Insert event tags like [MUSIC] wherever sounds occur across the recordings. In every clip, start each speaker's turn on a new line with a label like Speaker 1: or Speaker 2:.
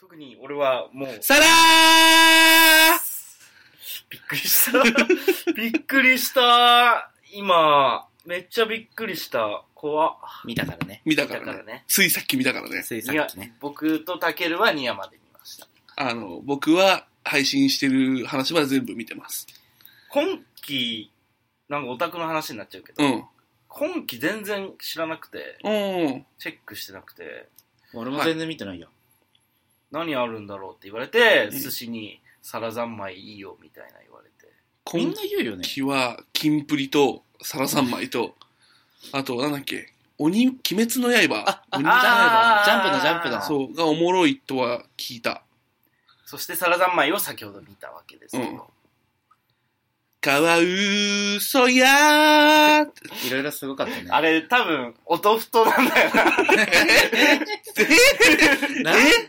Speaker 1: 特に俺はもう、
Speaker 2: さらー
Speaker 1: びっくりした。びっくりした。今、めっちゃびっくりした。怖
Speaker 3: 見たからね。
Speaker 2: 見た
Speaker 1: だ
Speaker 2: か
Speaker 1: からら
Speaker 2: ね。
Speaker 1: ね。
Speaker 2: ついさっき見たからね。
Speaker 3: ついさ
Speaker 1: いや
Speaker 3: っきね。、
Speaker 1: 僕とタケルはニヤまで見ました。
Speaker 2: あの、僕は配信してる話は全部見てます。
Speaker 1: 今期、なんかオタクの話になっちゃうけど、
Speaker 2: うん。
Speaker 1: 今期全然知らなくて、
Speaker 2: うん。
Speaker 1: チェックしてなくて、
Speaker 3: 俺も全然見てないよ。
Speaker 1: 何あるんだろうって言われて、
Speaker 2: うん
Speaker 1: 寿司に皿三昧いいよみたいな言われて。
Speaker 3: みん
Speaker 2: 今
Speaker 3: な言うよね。
Speaker 2: 期は、金プリと、サラ三昧と、あと、なんだっけ、鬼、鬼滅の刃
Speaker 3: あ、あ
Speaker 2: 鬼
Speaker 3: ジ
Speaker 2: の
Speaker 1: あー
Speaker 3: ャンプのジャンプのジャンプの。
Speaker 1: ー
Speaker 2: そう、がおもろいとは聞いた。
Speaker 1: そして皿三昧を先ほど見たわけですけど、
Speaker 2: うんかわうそやーって
Speaker 3: いろいろすごかったね。
Speaker 1: あれ多分、おとふとなんだよな。
Speaker 3: な
Speaker 1: なん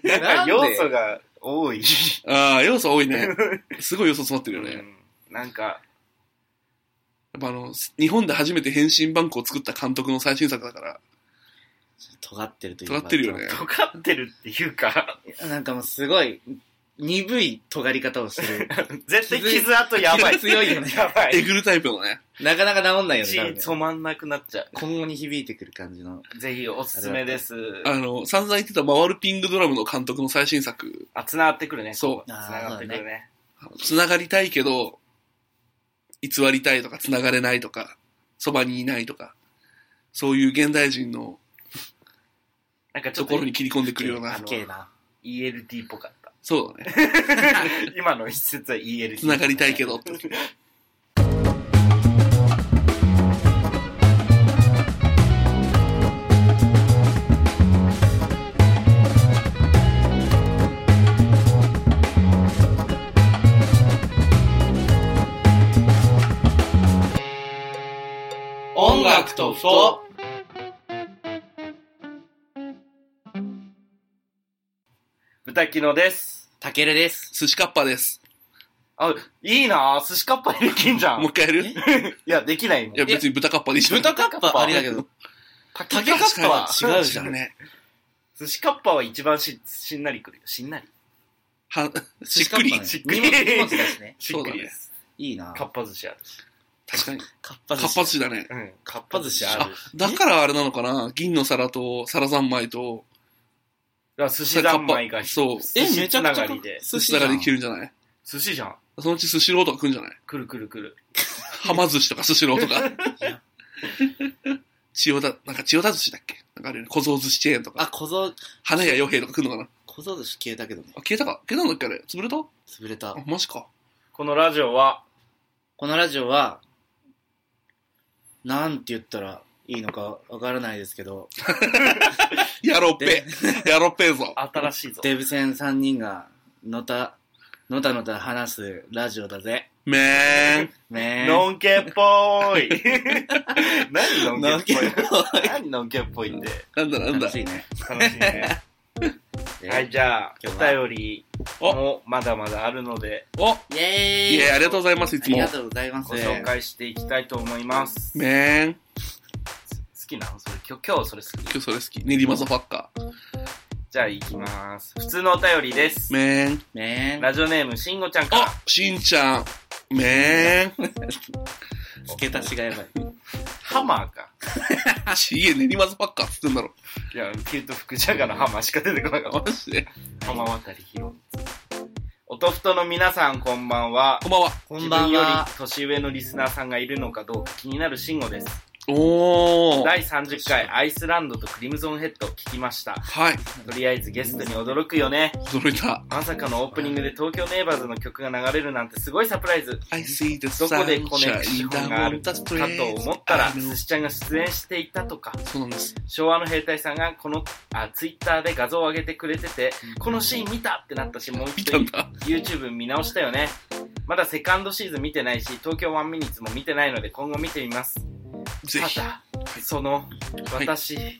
Speaker 3: な
Speaker 1: か
Speaker 3: んで
Speaker 1: 要素が多い。
Speaker 2: ああ、要素多いね。すごい要素詰まってるよね。
Speaker 1: うんなんか、
Speaker 2: やっぱあの、日本で初めて変身バンクを作った監督の最新作だから、
Speaker 3: 尖ってるという
Speaker 2: 尖ってるよね。
Speaker 1: 尖ってるっていう
Speaker 2: [LAUGHS]
Speaker 1: か、
Speaker 3: なんかもうすごい、鈍い尖り方をしてる。
Speaker 1: 絶対傷跡やばい。
Speaker 3: 強いよね
Speaker 1: やば
Speaker 2: え
Speaker 1: い。
Speaker 2: ぐるタイプのね。
Speaker 3: なかなか治んないよね多分
Speaker 1: 血
Speaker 3: ね。
Speaker 1: 染まんなくなっちゃ
Speaker 3: 今後に響いてくる感じの。
Speaker 1: う。ぜひおすすめです。
Speaker 2: あの、散々言ってた回るピングドラムの監督の最新作、
Speaker 1: あ、繋がってくるね。
Speaker 2: そう
Speaker 1: 繋がってくるね。
Speaker 2: 繋がりたいけど、偽りたいとか繋がれないとか、そばにいないとか、そういう現代人の
Speaker 1: なんかちょ
Speaker 2: と
Speaker 1: っ
Speaker 2: こ
Speaker 1: と
Speaker 2: ろに切り込んでくるような
Speaker 3: かっ、けえな。
Speaker 1: ELT っぽかった。
Speaker 2: そうだね。
Speaker 1: 今の一節は ELT。
Speaker 2: 繋がりたいけどって。
Speaker 3: 音楽と不と
Speaker 1: 豚キノです。
Speaker 3: たけるです。
Speaker 2: 寿司カッパです。
Speaker 1: あ、いいなぁ。寿司カッパにできんじゃん。
Speaker 2: もう
Speaker 1: い
Speaker 2: 一回やるい
Speaker 1: や、できないもん。
Speaker 2: や、別に豚カッパでいいじゃん。
Speaker 3: 豚カッパあれだけど、
Speaker 1: 竹
Speaker 3: たけカッパは違うじゃん。
Speaker 2: ね。
Speaker 1: 寿司カッパは一番し、しんなりくるよ。しんなり。
Speaker 2: は、しっくり。
Speaker 3: しっくり。荷物だしね。
Speaker 1: しっくりです。
Speaker 3: いいな。
Speaker 1: かっぱ寿司あるし。
Speaker 2: 確かに。
Speaker 3: かっ
Speaker 2: カ
Speaker 3: ぱ
Speaker 2: ッパ寿司だね。
Speaker 1: うん。かっ
Speaker 3: ぱ寿司
Speaker 1: あるし。
Speaker 2: だからあれなのかな銀の皿と皿三昧と、
Speaker 1: だから寿司三昧が
Speaker 2: そう
Speaker 1: 寿
Speaker 3: え、
Speaker 1: 司
Speaker 3: めちゃく
Speaker 1: つな
Speaker 3: ちゃ
Speaker 1: がりで。
Speaker 2: 寿
Speaker 3: 寿
Speaker 2: 司
Speaker 3: 司
Speaker 2: だか
Speaker 3: だ
Speaker 2: らできるんじゃない
Speaker 1: 寿司じゃん。
Speaker 2: そのうち寿司ローとか来るん
Speaker 3: [LAUGHS]
Speaker 2: じゃない
Speaker 1: くるくるくる。
Speaker 2: はま寿司とか寿司ローとか。
Speaker 3: [LAUGHS]
Speaker 2: 千代田、なんか千代田寿司だっけなんかあるよね。小僧寿司チェーンと
Speaker 3: あ、
Speaker 2: か。
Speaker 3: 小僧、
Speaker 2: 花屋洋平とか来るのかな
Speaker 3: 小僧寿司消えたけどね。
Speaker 2: あ、消えたか消えたんだっけあれ潰れた
Speaker 3: 潰れた
Speaker 2: あ。、マジか。
Speaker 1: このラジオは、
Speaker 3: このラジオは、なんて言ったらいいのかわからないですけど、
Speaker 2: やろっぺ
Speaker 3: で。
Speaker 2: やろっぺぞ。
Speaker 1: 新しいぞ。
Speaker 3: デブ戦3人が、のた、のたのた話すラジオだぜ。
Speaker 2: めーん。
Speaker 3: ねえ。
Speaker 1: のんけっぽい。何のんけっぽ
Speaker 3: のんけっぽ
Speaker 1: い。何のんけっぽいって。
Speaker 2: なんだなんだ
Speaker 3: 楽。しいね。
Speaker 1: 楽しいね。はい、。じゃあ、お便りもまだまだあるので、
Speaker 2: お
Speaker 3: イェーイ
Speaker 2: いえ、ありがとうございます、い
Speaker 3: あ
Speaker 2: つ
Speaker 3: り
Speaker 2: も
Speaker 3: が。とうございます。
Speaker 1: ご紹介していきたいと思います。好
Speaker 2: めーん。
Speaker 1: きなのそれ、今日、今日それ好き。
Speaker 2: 今日それ好き。練馬ザファッカー。
Speaker 1: じゃあ、いきます。普通のお便りです。
Speaker 2: めーん。
Speaker 3: ねえ。
Speaker 1: ラジオネーム、しんごちゃんから
Speaker 2: あ。しんちゃん。めーん。
Speaker 3: 付け足しがやばい。
Speaker 1: ハマーか。
Speaker 2: ちげえ、練馬ザファッカーっつってんだろ。
Speaker 1: いや、キュート福ジャガのハマーしか出てこなかった。
Speaker 2: マジで。
Speaker 1: 浜渡りひろおとふとの皆さんこんばんは。
Speaker 2: こんばんは。
Speaker 3: こんばんは。
Speaker 1: 自分より年上のリスナーさんがいるのかどうか気になる慎吾です。
Speaker 2: おー。
Speaker 1: 第30回アイスランドとクリムゾンヘッド聞きました。
Speaker 2: はい。
Speaker 1: とりあえずゲストに驚くよね。
Speaker 2: 驚いた。
Speaker 1: まさかのオープニングで東京ネイバーズの曲が流れるなんてすごいサプライズ。
Speaker 2: I see the
Speaker 1: どこでコネクシ
Speaker 2: sunshine
Speaker 1: ョンがある
Speaker 2: down
Speaker 1: か
Speaker 2: the
Speaker 1: と
Speaker 2: street.
Speaker 1: 思ったら、
Speaker 2: I know.
Speaker 1: 寿司ちゃんが出演していたとか、
Speaker 2: そうなんです。
Speaker 1: 昭和の兵隊さんがこの、あ、ツイッターで画像を上げてくれてて、このシーン見たってなったし、もう
Speaker 2: 見
Speaker 1: 一
Speaker 2: た
Speaker 1: 度
Speaker 2: んだ。
Speaker 1: YouTube 見直したよね。まだセカンドシーズン見てないし、東京ワンミニッツも見てないので今後見てみます。
Speaker 2: ぜひ。
Speaker 1: ただ、その、
Speaker 2: い
Speaker 1: 私、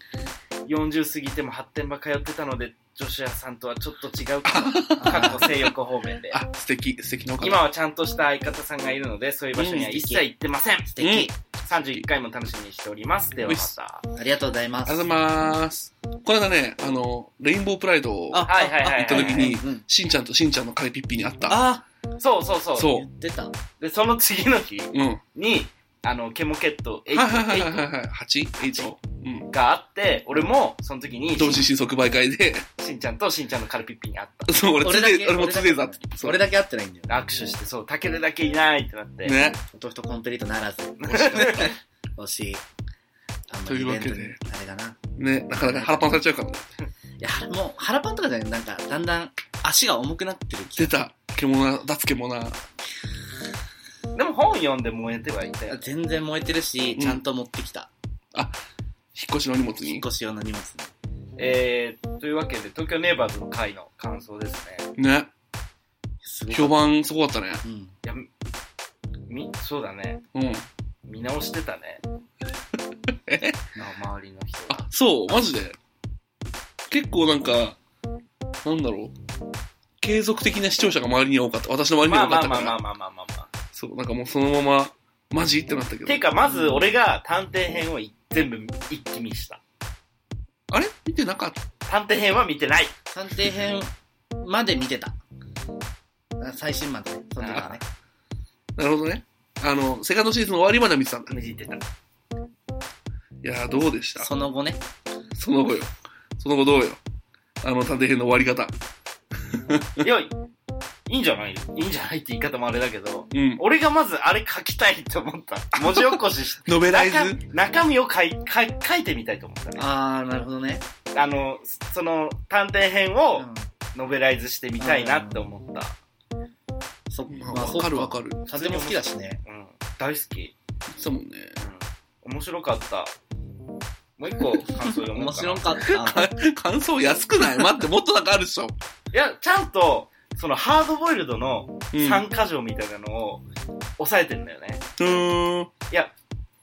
Speaker 1: 40過ぎても発展場通ってたので、女子屋さんとはちょっと違うか
Speaker 2: [LAUGHS]
Speaker 1: な。かっこ性欲方面で。
Speaker 2: あ、素敵、素敵なお方。
Speaker 1: 今はちゃんとした相方さんがいるので、そういう場所には一切行ってません。素
Speaker 2: 敵。
Speaker 1: 31回も楽しみにしております。ではまた。
Speaker 3: ありがとうございます。
Speaker 2: ありがとうございます。この間ね、あの、レインボープライドを、
Speaker 3: あ
Speaker 1: はいはいはい、はい。
Speaker 2: 行った時に
Speaker 3: うん
Speaker 2: しんちゃんとしんちゃんのカレピッピに会った。
Speaker 3: あ
Speaker 1: そうそうそう。
Speaker 2: そう
Speaker 3: 言ってた。
Speaker 1: で、その次の日
Speaker 2: うん。はい
Speaker 1: に、あの、ケモケッ
Speaker 2: [LAUGHS]
Speaker 1: ト
Speaker 2: はいはい
Speaker 1: 8
Speaker 2: はいはい。8? 8? うん。
Speaker 1: があって、俺も、その時に、
Speaker 2: 同時新即売会で、
Speaker 1: しんちゃんとしんちゃんのカルピッピに会っ
Speaker 2: そう、俺つ
Speaker 3: 俺だ
Speaker 2: で、
Speaker 3: け、
Speaker 2: 俺もつでだって。そう
Speaker 3: 俺だけ会ってないんだよ。
Speaker 1: た。握手して、そう、タケルだけいないってなって。
Speaker 2: ね。
Speaker 3: 弟コンプリートなら
Speaker 2: [LAUGHS]
Speaker 3: ず。惜しい。あんまりイベントに
Speaker 2: というわ
Speaker 3: あれだな。
Speaker 2: ね。なかなか腹パンされちゃうからね。
Speaker 3: いや、もう腹パンとかじゃないなんか、だんだん足が重くなってる気
Speaker 2: 出
Speaker 3: が。
Speaker 2: た。獣、脱獣。
Speaker 1: でも本読んで燃えてはいたよ。
Speaker 3: 全然燃えてるし、
Speaker 2: うん
Speaker 3: ちゃんと持ってきた。
Speaker 2: 引っ越しの荷物
Speaker 3: 引っ
Speaker 2: に。
Speaker 3: 越し用の荷物ね。
Speaker 1: えー、というわけで、東京ネイバーズの回の感想ですね。
Speaker 2: ね。
Speaker 3: すごい。
Speaker 2: 評判すごかったね。
Speaker 3: うん。
Speaker 1: いや、み、そうだね。
Speaker 2: うん。
Speaker 1: 見直してたね。
Speaker 2: [LAUGHS] え
Speaker 1: な周りの人が
Speaker 2: あ、そう、マジで。結構なんか、なんだろう。継続的な視聴者が周りには多かった。私の周りに
Speaker 1: ま
Speaker 2: は
Speaker 1: あ
Speaker 2: 多か
Speaker 1: ま
Speaker 2: っ
Speaker 1: あま
Speaker 2: たか
Speaker 1: あまあ
Speaker 2: ら。
Speaker 1: まあまあまあまあ。
Speaker 2: そう、なんかもうそのまま、マジってなったけど
Speaker 1: て。いうか、まず俺が探偵編をい全部一気見した。
Speaker 2: あれ見てなかった
Speaker 1: 探偵編は見てない。
Speaker 3: 探偵編まで見てた。あ最新までね。その時はね。
Speaker 2: なるほどね。あの、セカンドシーズンの終わりまで見てたんだ。
Speaker 1: 無事ってた。
Speaker 2: いやー、どうでした
Speaker 3: その後ね。
Speaker 2: その後よ。その後どうよ。あの、探偵編の終わり方。
Speaker 1: いや、いいんじゃないいいんじゃないって言い方もあれだけど、
Speaker 2: うん。
Speaker 1: 俺がまずあれ書きたいと思った。文字起こし
Speaker 3: [LAUGHS]
Speaker 1: し
Speaker 2: ノベライズ
Speaker 1: 中中身を書い書い書いてみたいと思ったね。
Speaker 3: あー、なるほどね。
Speaker 1: あの、その探偵編
Speaker 3: う
Speaker 1: を
Speaker 3: ん。
Speaker 1: ノベライズしてみたいなって思った。
Speaker 3: そっ
Speaker 2: まあ、わかるわかる。
Speaker 3: 探偵も好きだしね。
Speaker 1: うん。大好き。
Speaker 2: 言ってたもんね。
Speaker 1: うん。面白かった。もう一個感想読もうかな。
Speaker 3: 面白かった。
Speaker 2: [LAUGHS] 感想安くない待って、もっとなんかあるでしょ。
Speaker 1: いや、ちゃんと、そのハードボイルドの
Speaker 2: うん。う
Speaker 1: 3箇条みたいなのを抑えてんだよね。
Speaker 2: ーん。
Speaker 1: いや、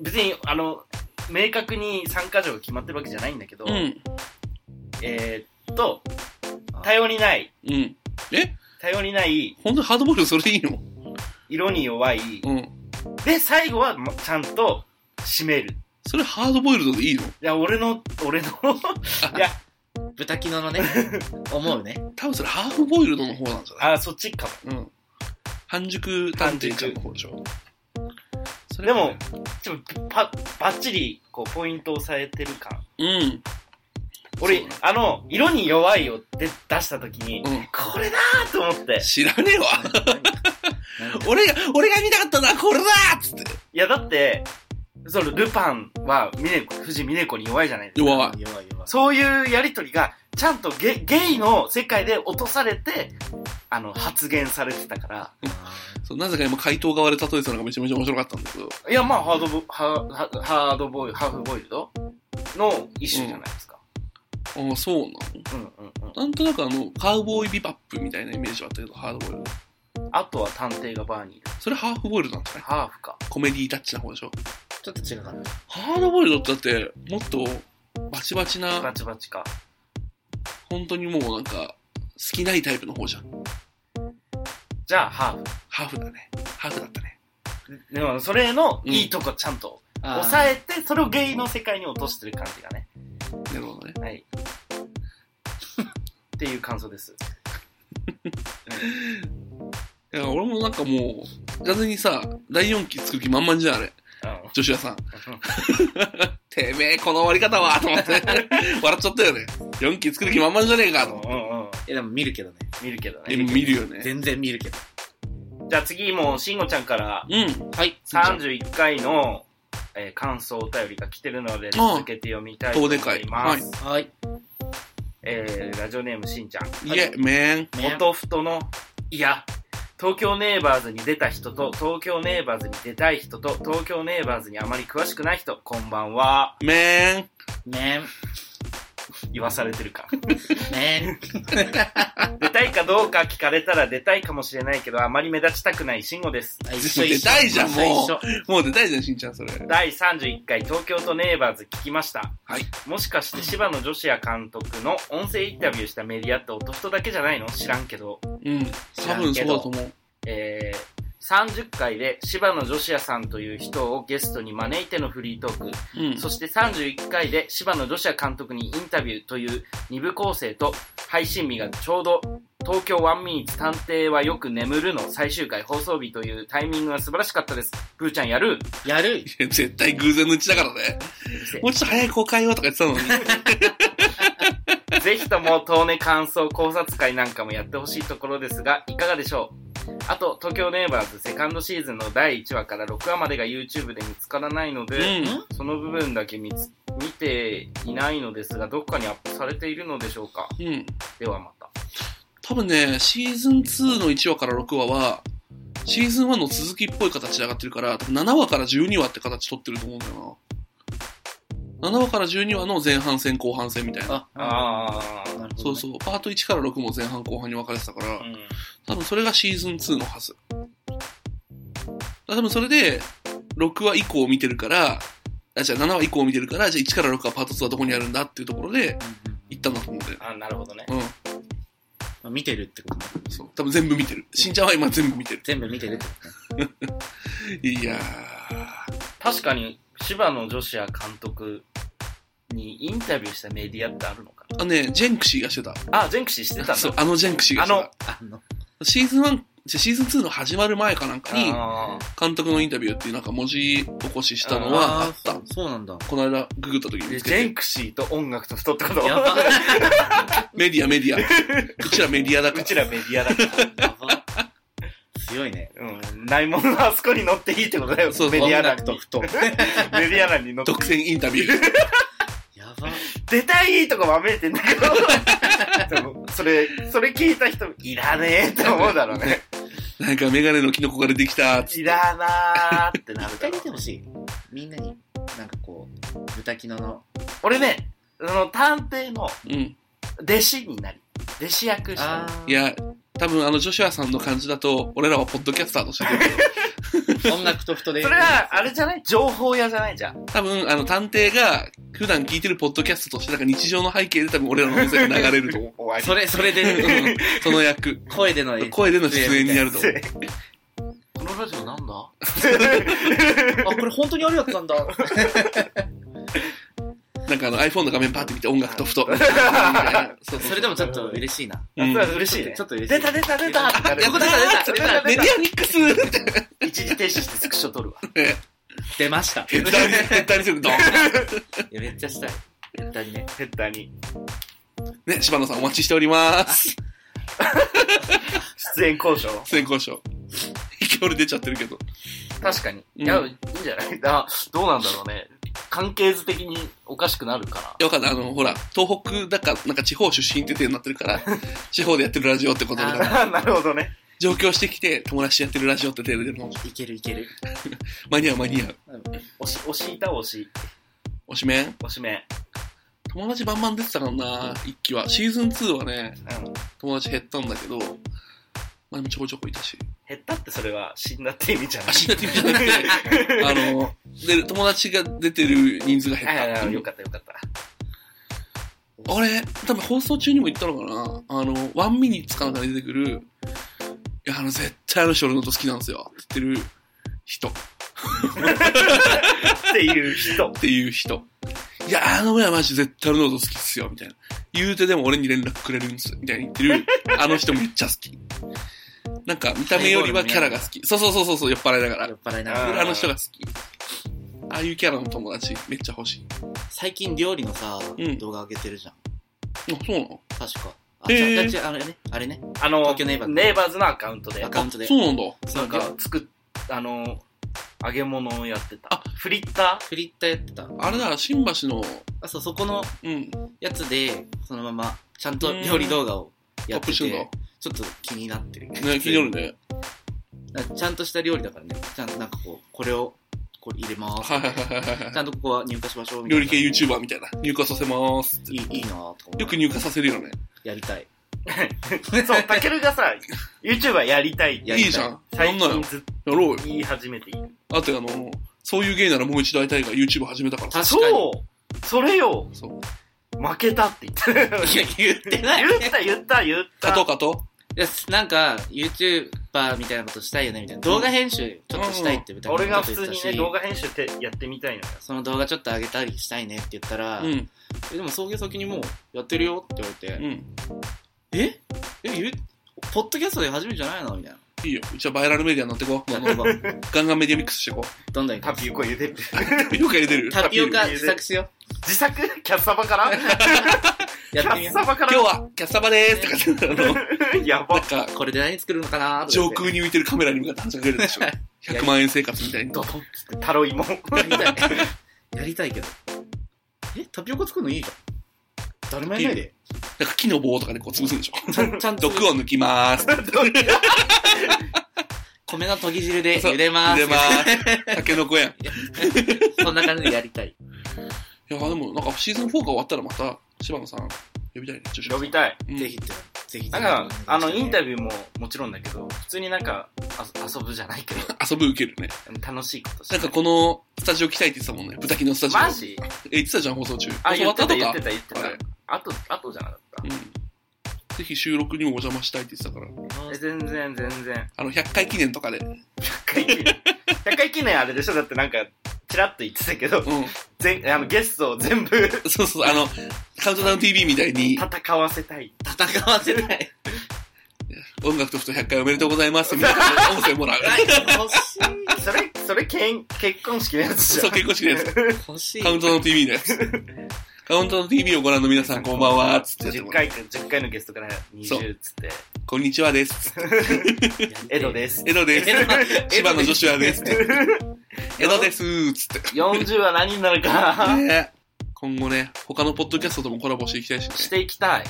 Speaker 1: 別に、あの、明確に3箇条が決まってるわけじゃないんだけど、
Speaker 2: うん。
Speaker 1: えーっと、頼りない、
Speaker 2: うん。え
Speaker 1: 頼りない、
Speaker 2: 本当にハードボイルドそれでいいの
Speaker 1: 色に弱い、
Speaker 2: うん。
Speaker 1: で、最後はまちゃんと締める。
Speaker 2: それハードボイルドでいいの
Speaker 1: いや、俺の、俺のいや、
Speaker 3: 豚キ
Speaker 2: [LAUGHS]
Speaker 3: ノのね、思うね。
Speaker 2: 多分それハーフボイルドの方なんじゃない
Speaker 1: あ、そっちかも。
Speaker 2: うん。半熟探偵ちゃんの方でしょ。それ
Speaker 1: で
Speaker 2: はね
Speaker 1: も、ちょっと、ば、ばっちり、こう、ポイントを押さえてる感。
Speaker 2: うん。
Speaker 1: 俺
Speaker 2: そうだ、
Speaker 1: あの、色に弱いをで出した時に、
Speaker 2: うん。
Speaker 1: これだーと思って。
Speaker 2: 知らねえわ。 [LAUGHS] 俺が、俺が見たかったのはこれだっつって。
Speaker 1: いや、だって、その、ルパンは、ミネコ、藤ミネコに弱いじゃないですか。
Speaker 2: 弱い。
Speaker 3: 弱い弱い。
Speaker 1: そういうやりとりが、ちゃんとゲゲイの世界で落とされて、あの、発言されてたから。
Speaker 3: [LAUGHS] あ
Speaker 2: そう、なぜか今回答側で例えてたのがめちゃめちゃ面白かったんだけど。
Speaker 1: いや、まあ、ハードボ、ハハハードボイル、ハーフボイルドの一種じゃないですか。
Speaker 2: ああ、そうなの
Speaker 1: うんうんうん。
Speaker 2: なんとなくあの、カウボーイビバップみたいなイメージはあったけど、ハードボイルド。
Speaker 1: あとは探偵がバーにいる。
Speaker 2: それハーフボイルドなんじゃない
Speaker 1: ハーフか。
Speaker 2: コメディータッチな方でしょ
Speaker 3: ーちょっと違うかな。
Speaker 2: ハードボイルドってだって、もっと、バチバチ
Speaker 1: バ
Speaker 2: な、
Speaker 1: チバチか。
Speaker 2: 本当にもうなんか、好きないタイプの方じゃん。
Speaker 1: じゃあ、ハー
Speaker 2: ハーフだね。ハーフだったね。
Speaker 1: フ。でも、それのいいとこちゃんと抑
Speaker 3: え。
Speaker 1: えて、それをゲイの世界に落としてる感じがね。
Speaker 2: なるほどね。
Speaker 1: はい。っていう感想です。
Speaker 2: いや、俺もなんかもう、完全にさ、第4期作る気満々じゃん、あれ。
Speaker 1: うん。
Speaker 2: 女子屋さん。てめえ、この終わり方はと思って、 [LAUGHS] 笑っちゃったよね。4期作る気満々じゃねえかと思って。
Speaker 1: うんうんうん。
Speaker 3: いや、でも見るけどね。
Speaker 1: 見るけど
Speaker 2: え
Speaker 1: ね。
Speaker 2: 見るよね。
Speaker 3: 全然見るけど。
Speaker 1: じゃあ次もう、しんごちゃんから
Speaker 2: うん。
Speaker 3: はい。
Speaker 1: 31回の、えー感想お便りが来てるので、続けて読みたいと思い
Speaker 2: 遠出会
Speaker 1: ま
Speaker 2: は
Speaker 1: す。
Speaker 2: い
Speaker 3: はい。
Speaker 1: えーラジオネームしんちゃん。
Speaker 2: いえ、めん。
Speaker 3: ね
Speaker 1: 元太の、いや、東京ネイバーズに出た人と、東京ネイバーズに出たい人と、東京ネイバーズにあまり詳しくない人、こんばんは。
Speaker 2: めん。
Speaker 3: ねん。
Speaker 1: 言わされてるか。
Speaker 2: [LAUGHS]
Speaker 3: ね
Speaker 1: 出たいかどうか聞かれたら出たいかもしれないけど、あまり目立ちたくない慎吾です。
Speaker 3: ん。一緒
Speaker 2: 出たいじゃん
Speaker 3: 一緒
Speaker 2: もう
Speaker 3: 一緒
Speaker 2: もう出たいじゃん、しんちゃん、それ。
Speaker 1: 第31回東京とネイバーズ聞きました。
Speaker 2: はい。
Speaker 1: もしかして柴野女子や監督の音声インタビューしたメディアって音人だけじゃないの知らんけど。
Speaker 2: うん。多分そうだと思う。
Speaker 1: えー、 30回で柴野ジョシアさんという人をゲストに招いてのフリートーク、
Speaker 2: うん。
Speaker 1: そして31回で柴野ジョシア監督にインタビューという2部構成と、配信日がちょうど東京ワンミニッツ探偵はよく眠るの最終回放送日というタイミングが素晴らしかったです。ふーちゃんやる
Speaker 3: やる
Speaker 2: いや絶対偶然のうちだからね。もうちょっと早い公開をとか言ってたのに。 [LAUGHS]
Speaker 1: [LAUGHS] ぜひとも、東根感想考察会なんかもやってほしいところですが、いかがでしょうあと、東京ネイバーズセカンドシーズンの第1話から6話までが YouTube で見つからないので、
Speaker 2: うん。
Speaker 1: その部分だけ見つ見ていないのですが、どっかにアップされているのでしょうか
Speaker 2: うん。
Speaker 1: ではまた。
Speaker 2: 多分ね、シーズン2の1話から6話は、シーズン1の続きっぽい形で上がってるから、多分7話から12話って形取ってると思うんだよな。7話から12話の前半戦後半戦みたいな。
Speaker 3: あ、
Speaker 1: あ
Speaker 3: なるほ
Speaker 2: そ
Speaker 3: ど、ね。
Speaker 2: うそう。パート1から6も前半後半に分かれてたから
Speaker 1: ー。う、ん。
Speaker 2: 多分それがシーズン2のはず。多分それで、6話以降を見てるから、あ、じゃあ7話以降を見てるから、じゃあ1から6話パート2はどこにあるんだっていうところで、
Speaker 3: うんうん
Speaker 2: 行ったんだと思うんだよ。
Speaker 1: あ、なるほどね。
Speaker 2: う
Speaker 3: まあ見てるってことね。
Speaker 2: ん。そう。多分全部見てる。しんちゃんは今全部見てる。
Speaker 3: 全部見てるってことね。
Speaker 2: いや
Speaker 1: 確かに、芝野女子や監督にインタビューしたメディアってあるのか
Speaker 2: ー。あ、ね、ジェンクシーがしてた。
Speaker 1: なあ、全クシしてたん
Speaker 2: そう
Speaker 1: だ。、
Speaker 2: あのジェンクシーがして
Speaker 1: あの
Speaker 3: あの、
Speaker 2: た。シーズン1、じゃあシーズン2の始まる前かなんかに、
Speaker 1: あー
Speaker 2: 監督のインタビューっていうなんか文字起こししたのはあっ
Speaker 3: あ
Speaker 2: た
Speaker 3: ー。そうなんだ。
Speaker 2: この間、ググった時に
Speaker 1: で
Speaker 2: 見つけ
Speaker 1: ジ
Speaker 2: て
Speaker 1: ェンクシーと音楽と太ってこと
Speaker 3: やば。
Speaker 2: メディア、メディア。
Speaker 1: [LAUGHS]
Speaker 2: うちらメディアだか
Speaker 1: う
Speaker 2: ら。
Speaker 1: ちらメディアだから。
Speaker 3: やば。強いね。
Speaker 1: うん。ないものはあそこに乗っていいってことだよ。
Speaker 2: そう
Speaker 1: メディア欄
Speaker 3: 音楽
Speaker 1: に
Speaker 3: と。太。
Speaker 1: メディア欄に乗って。
Speaker 2: 独占インタビュー。
Speaker 3: やば。
Speaker 1: 出たいとかまめいてんだけど。でもそれ、それ聞いた人、いらねえって思うだろうね。
Speaker 2: なんかメガネのキノコが出てきた。
Speaker 1: いらなーってなる
Speaker 3: 一
Speaker 1: だろ
Speaker 3: 回見
Speaker 1: う
Speaker 3: て。ほしい。みんなに、なんかこう、豚キノの、
Speaker 1: 俺ね、その探偵の
Speaker 2: うん。
Speaker 1: 弟子になり、弟子役したの。
Speaker 3: あ
Speaker 2: いや、多分あのジョシュアさんの感じだと、俺らはポッドキャスターとして出てる
Speaker 3: ー音楽と太で。
Speaker 1: それは、あれじゃない情報屋じゃないじゃん。
Speaker 2: 多分あの探偵が普段聞いてるポッドキャストとして、なんか日常の背景で多分俺らの音声が流れ
Speaker 1: [LAUGHS]
Speaker 2: ると思う。
Speaker 1: 終わり。
Speaker 3: それ、それで、
Speaker 2: [LAUGHS] うんその役。
Speaker 3: 声での演出
Speaker 2: 声での出演になると思う。
Speaker 1: このラジオなんだ
Speaker 3: あ、これ本当にあるやつなんだ。
Speaker 2: なんかあの iPhone の画面パーって見て音楽とふと。そう
Speaker 3: それでもちょっと嬉しいな。
Speaker 2: うん
Speaker 1: それは嬉しいね。
Speaker 3: ちょっと嬉しい
Speaker 1: 出た出た出たってなる
Speaker 3: いや出た出た出た
Speaker 2: メディアミックスって
Speaker 1: 一時停止してスクショ撮るわ。
Speaker 3: 出ました。
Speaker 2: ヘッダーに、ヘッダーにすると。
Speaker 3: いや、めっちゃしたい。絶対にね。
Speaker 1: ヘッダーに。
Speaker 2: ね、柴野さんお待ちしております。
Speaker 1: 出演交渉。
Speaker 2: 先行賞。勢い出ちゃってるけど。
Speaker 1: 確かに。
Speaker 2: うん
Speaker 1: いや、いいんじゃないあ、どうなんだろうね。関係図的におかしくなるか
Speaker 2: よかった、あの、ほら、東北だから、なんか地方出身って手になってるから、地方でやってるラジオってことだから、
Speaker 1: な。 [LAUGHS] なるほどね。
Speaker 2: 上京してきて友達とやってるラジオって手でも、
Speaker 3: いけるいける。
Speaker 2: 間に合う間に合う。
Speaker 1: 押し、押しいた押し、
Speaker 2: おしめん
Speaker 1: 押しめ。
Speaker 2: 友達バンバン出てたからな、一期は。シーズン2はね、
Speaker 1: うん。
Speaker 2: 友達減ったんだけど、まあでもちょこちょこいたし。
Speaker 1: 減ったってそれは死んだって意味じゃな
Speaker 2: あ、
Speaker 1: い。
Speaker 2: 死んだって意味じゃなくて、あの、で、友達が出てる人数が減
Speaker 1: あ [LAUGHS] あ
Speaker 2: った。
Speaker 1: あ、よかったよかった。
Speaker 2: 俺、多分放送中にも言ったのかなあの、ワンミニッツかなんかで出てくる、いや、あの、絶対あの人俺のこと好きなんですよ、って言ってる人。
Speaker 1: っていう人
Speaker 2: っ。ていう人。いや、あの親はマジ絶対俺のこと好きっすよ、みたいな。言うてでも俺に連絡くれるんです、みたいに言って
Speaker 3: [LAUGHS]
Speaker 2: る。あの人めっちゃ好き。なんか、見た目よりはキャラが好き。そうそうそうそうそう、酔っ払いなが
Speaker 3: 酔っ払いな
Speaker 1: あ
Speaker 3: が
Speaker 1: ー
Speaker 2: ら。
Speaker 3: ら。
Speaker 2: あの人が好き。ああいうキャラの友達めっちゃ欲しい。
Speaker 3: 最近料理のさ
Speaker 2: うん、
Speaker 3: 動画上げてるじゃん。
Speaker 2: あ、そうなの
Speaker 3: 確か。あ、
Speaker 2: へ
Speaker 3: じゃ
Speaker 2: ー
Speaker 3: あじゃああれね。あれね。
Speaker 1: あの、
Speaker 3: 東京ネイバーズ
Speaker 1: ネイバーズのアカウントで
Speaker 3: ア、カウントで
Speaker 2: そ。うなんだ。
Speaker 1: なんか、作っ、あの、揚げ物をやってた。
Speaker 2: あ
Speaker 1: フリッタ
Speaker 3: フリッターやってた。
Speaker 2: あれだ、新橋の、
Speaker 3: あ、そう、そこの
Speaker 2: うん、ト
Speaker 3: やつで、そのまま、ちゃんと料理動画をや
Speaker 2: ッ
Speaker 3: っ
Speaker 2: プ
Speaker 3: て
Speaker 2: してんだ。
Speaker 3: て、ちょっと気になってる。
Speaker 2: ね、気になるね。
Speaker 3: なんかちゃんとした料理だからね。ちゃんとなんかこう、これを、これ入れます。
Speaker 2: はいはいはいはい
Speaker 3: ち
Speaker 2: は
Speaker 3: ゃんとここは入荷しましょう
Speaker 2: い。
Speaker 3: み
Speaker 2: [LAUGHS]
Speaker 3: た
Speaker 2: 料
Speaker 3: いな。
Speaker 2: 理系 YouTuber みたいな。入荷させます。
Speaker 3: いい、いいなぁと思う
Speaker 2: よく入荷させるよね。
Speaker 3: やりたい。
Speaker 1: ー。そう、タケルがさ、YouTuber やりたいって
Speaker 3: や
Speaker 2: いい
Speaker 3: りたい
Speaker 2: じゃん。やん
Speaker 1: 最
Speaker 2: なよ
Speaker 1: 近。ずっと
Speaker 2: やろうよ。
Speaker 1: 言い始めている。
Speaker 2: あとあの、そういう芸ならもう一度会いたいが YouTube 始めたからさ。
Speaker 3: 確かに。
Speaker 1: そうそれよ
Speaker 2: そう。
Speaker 1: 負けたって言ってる。
Speaker 3: [LAUGHS] いや、言ってない。
Speaker 1: 言った言った言った。
Speaker 2: 加藤加藤
Speaker 3: いや、なんか、YouTube ぱみたいなことしたいよねみたいな動画編集ちょっとしたいって歌
Speaker 1: 俺が
Speaker 3: ちょ
Speaker 1: 普
Speaker 3: っ
Speaker 1: 通
Speaker 3: と言っ
Speaker 1: に
Speaker 3: てた
Speaker 1: ね、
Speaker 3: し
Speaker 1: 動画編集ってやってみたいのよ。
Speaker 3: その動画ちょっと上げたりしたいねって言ったら、
Speaker 2: うん。うん。
Speaker 3: えでも送迎先にもうやってるよって言われて、
Speaker 2: うん。
Speaker 3: ええゆポッドキャストで初めてじゃないのみたいない
Speaker 2: いよ。うちはバイラルメディアに乗ってこう。
Speaker 3: どんどんどん
Speaker 1: [LAUGHS]
Speaker 2: ガンガンメディアミックスしてこう。
Speaker 3: どんどん行
Speaker 1: タ
Speaker 3: く
Speaker 1: ピオカ茹でる。
Speaker 2: [LAUGHS] よく入れてる。
Speaker 3: タピオ
Speaker 2: 今
Speaker 3: カ自作しよ
Speaker 1: 自作キャッサバから
Speaker 3: う
Speaker 1: キ
Speaker 3: や
Speaker 1: ャ
Speaker 3: ってみ
Speaker 1: ッ
Speaker 3: よ
Speaker 1: サバから
Speaker 2: 日は、キャッサバでーすとかって、あの、
Speaker 1: 日はやば。
Speaker 2: なん
Speaker 3: うこれで何作るのかな
Speaker 2: か、上空に浮いてるカメラに向かって話しかけるでしょ。100万円生活みたいに。
Speaker 1: ドトンっつって、タロイモ。
Speaker 3: やりたいやりたいけどえタピオカ作るのいいじゃん誰もやんないで
Speaker 2: なんか木の棒とかでこう潰すんでしょ。
Speaker 3: ちゃんちゃんと
Speaker 2: 毒を抜きまーす。
Speaker 3: 米の研ぎ汁で茹でま
Speaker 2: 入
Speaker 3: す
Speaker 2: れまーす。タケノコやん。い
Speaker 3: そんな感じでやりたい
Speaker 2: や、でもなんかシーズン4が終わったらまた、柴野さん、呼びたいね。女子
Speaker 1: 呼びたい。
Speaker 2: うん
Speaker 3: ぜひって、ぜひ。
Speaker 1: なんか、あの、インタ
Speaker 3: ュ
Speaker 1: ビューももちろんだけど、普通になんか、あ遊ぶじゃないけど、
Speaker 2: 遊ぶ受けるね。
Speaker 1: 楽しいことして
Speaker 2: なんかこの、スタジオ来たいって言ってたもんね。豚キのスタジオ。
Speaker 1: マジ
Speaker 2: え、言ってたじゃん、放送中。
Speaker 1: あ、
Speaker 2: 放
Speaker 1: 言
Speaker 2: 送
Speaker 1: ってた、
Speaker 2: 終
Speaker 1: 言
Speaker 2: わ
Speaker 1: って
Speaker 2: と
Speaker 1: た、
Speaker 2: か
Speaker 1: 言って
Speaker 2: あ
Speaker 1: た
Speaker 2: れ。
Speaker 1: あと、あとじゃなかった
Speaker 2: うん。ぜひ収録にもお邪魔したいって言ってたから。
Speaker 1: え全然、全然。
Speaker 2: あの、100回記念とかで。う
Speaker 1: 100回記念。100回記念あれでしょだってなんか、チラッと言ってたけど、
Speaker 2: ん。
Speaker 1: 全あのゲストを全部
Speaker 2: そうそう、あの、カウントダウン TV みたいに、
Speaker 1: 戦わせたい。
Speaker 3: ー戦わせない。
Speaker 2: 音楽とふと100回おめでとうござ
Speaker 1: [LAUGHS]
Speaker 2: いますみたいな音声もらう。
Speaker 3: 欲しい。
Speaker 1: それ、それ、けん結婚式のやつじ
Speaker 2: そ
Speaker 1: ゃん。
Speaker 2: う、結婚式です。
Speaker 3: 欲しい。
Speaker 2: カウントダウン TV の
Speaker 1: [LAUGHS]
Speaker 2: やつ。カウントダウン TV をご覧の皆さん、こんばんは、つってやって
Speaker 1: 10
Speaker 2: もらう。
Speaker 1: 回か、10回のゲストから
Speaker 2: そう
Speaker 1: 20っつって、
Speaker 2: こんにちはです。
Speaker 1: エド
Speaker 3: す。
Speaker 1: です。
Speaker 2: 江戸です
Speaker 3: 江戸。
Speaker 2: 芝の女子はです。江戸です。つって。
Speaker 1: 40は何になるか
Speaker 2: ね今後ね、他のポッドキャストともコラボしていきたいしね。
Speaker 1: していきたい。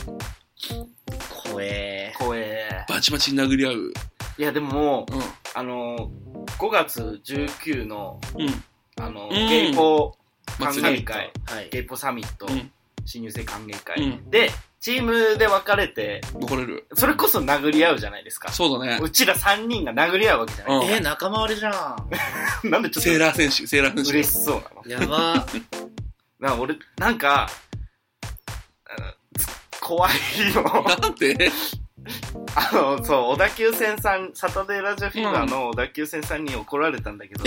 Speaker 3: 怖え
Speaker 1: 光栄。
Speaker 2: バチバチに殴り合う。
Speaker 1: いや、でももう、
Speaker 2: うん。
Speaker 1: あの、5月19の、
Speaker 2: うん。
Speaker 1: あの、
Speaker 2: うん
Speaker 1: ゲイポ歓
Speaker 2: 祭
Speaker 1: 迎
Speaker 2: り。
Speaker 1: 会、
Speaker 3: ー。はい
Speaker 1: ゲ。イポサミット、
Speaker 2: うん
Speaker 1: 新入生歓迎
Speaker 2: う
Speaker 1: 会、
Speaker 2: ん。
Speaker 1: で、チームで分かれて、
Speaker 2: 残れる。
Speaker 1: それこそ殴り合うじゃないですか。
Speaker 2: そうだね。
Speaker 1: うちら3人が殴り合うわけじゃない。
Speaker 2: うん
Speaker 3: えー、仲間割れじゃん。
Speaker 1: なんでち
Speaker 2: セ
Speaker 1: ょ
Speaker 2: ー
Speaker 1: っ
Speaker 2: ラー選手、セーラー
Speaker 1: と
Speaker 2: 選
Speaker 1: 嬉しそうなの
Speaker 3: やば。
Speaker 1: なんか俺、なんか、あのつ怖いの。
Speaker 2: 手。なんて
Speaker 1: あの、そう、小田急線さん、サタデーラジオフィーバーの小田急線さんに怒られたんだけど、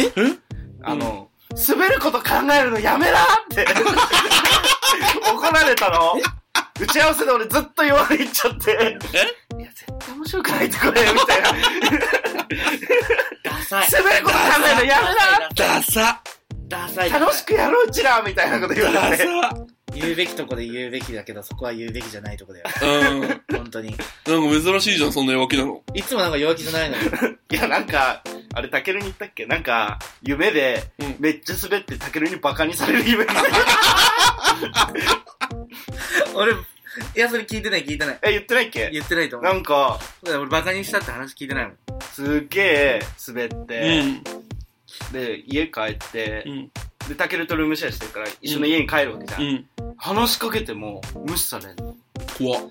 Speaker 1: あの、滑ること考えるのやめなって怒られたの。打ち合わせで俺ずっと弱いっちゃって、いや、絶対面白くないってこれ、みたいな。
Speaker 3: ダサ [LAUGHS] い。
Speaker 1: 滑ること考えるのや
Speaker 2: ダサ
Speaker 3: ダサ
Speaker 1: め
Speaker 3: い。
Speaker 1: な楽しくやろう、うちらみたいなこと言わ
Speaker 2: ダ
Speaker 1: れて。
Speaker 2: サ
Speaker 3: 言うべきとこで言うべきだけど、そこは言うべきじゃないとこだよ。
Speaker 2: うん。なんか
Speaker 3: 本当に。
Speaker 2: 珍しいじゃん、そんな弱気なの。
Speaker 3: いつもなんか弱気じゃないのに。
Speaker 1: いや、なんか、あれ、タケルに言ったっけなんか、夢で
Speaker 2: うん、
Speaker 1: めっちゃ滑ってタケルにバカにされる夢 [LAUGHS] 見て
Speaker 3: [LAUGHS] 俺、いや、それ聞いてない、聞いてない。
Speaker 1: え、言ってないっけ
Speaker 3: 言ってないと思
Speaker 1: な
Speaker 3: う。
Speaker 1: んか、
Speaker 3: だから俺バカにしたって話聞いてないもん。
Speaker 1: すっげえ滑っ
Speaker 2: う
Speaker 1: て、
Speaker 2: ん。
Speaker 1: で、家帰って
Speaker 2: う、ん。
Speaker 1: で、タケルとルームシェアしてるから、一緒の家に帰るわけじゃ。
Speaker 2: うんん。
Speaker 1: 話しかけても、無視されんの。
Speaker 2: 怖っ。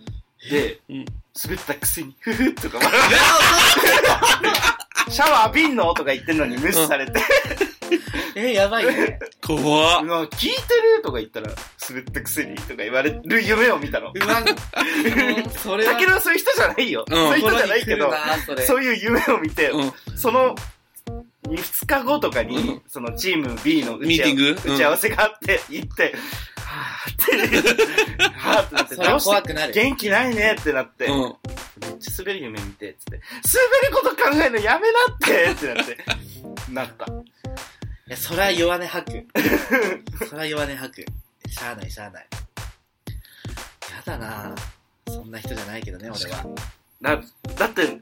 Speaker 1: で、
Speaker 2: うん
Speaker 1: 滑ったくせに、ふふとか笑う。シ [LAUGHS] ャワー浴びんのとか言ってんのに無視されて、
Speaker 3: えー、やばい [LAUGHS] ね。
Speaker 2: 怖っ
Speaker 1: う。わ聞いてるとか言ったら、滑ったくせにとか言われる夢を見たの。
Speaker 3: う [LAUGHS] わ、うんそれは。
Speaker 1: タケルはそういう人じゃないよ。
Speaker 2: うん
Speaker 1: そういう人
Speaker 3: 心
Speaker 1: じゃ
Speaker 3: に
Speaker 1: ない
Speaker 3: 来
Speaker 1: け
Speaker 3: る
Speaker 1: ど、
Speaker 3: な、それ。
Speaker 1: そういう夢を見て、
Speaker 2: うん。
Speaker 1: その、2日後とかに、
Speaker 2: うん
Speaker 1: そのチーム B の打
Speaker 2: ミ
Speaker 1: ち
Speaker 2: ー
Speaker 1: 合わ
Speaker 2: ティング
Speaker 1: 打ち合わせがあって、行って、はぁーって、はぁーってなって、
Speaker 3: それは
Speaker 1: ど
Speaker 3: 怖
Speaker 1: う
Speaker 3: くな
Speaker 1: して
Speaker 3: る。
Speaker 1: 元気ないねってなって、
Speaker 2: うん。
Speaker 1: めっちゃ滑る夢見て、つって、滑ること考えるのやめなってってなって、なった。
Speaker 3: いや、そら弱音吐く。そら弱音吐く。しゃあない、しゃあない。やだなぁそんな人じゃないけどね、俺は。
Speaker 1: だだって、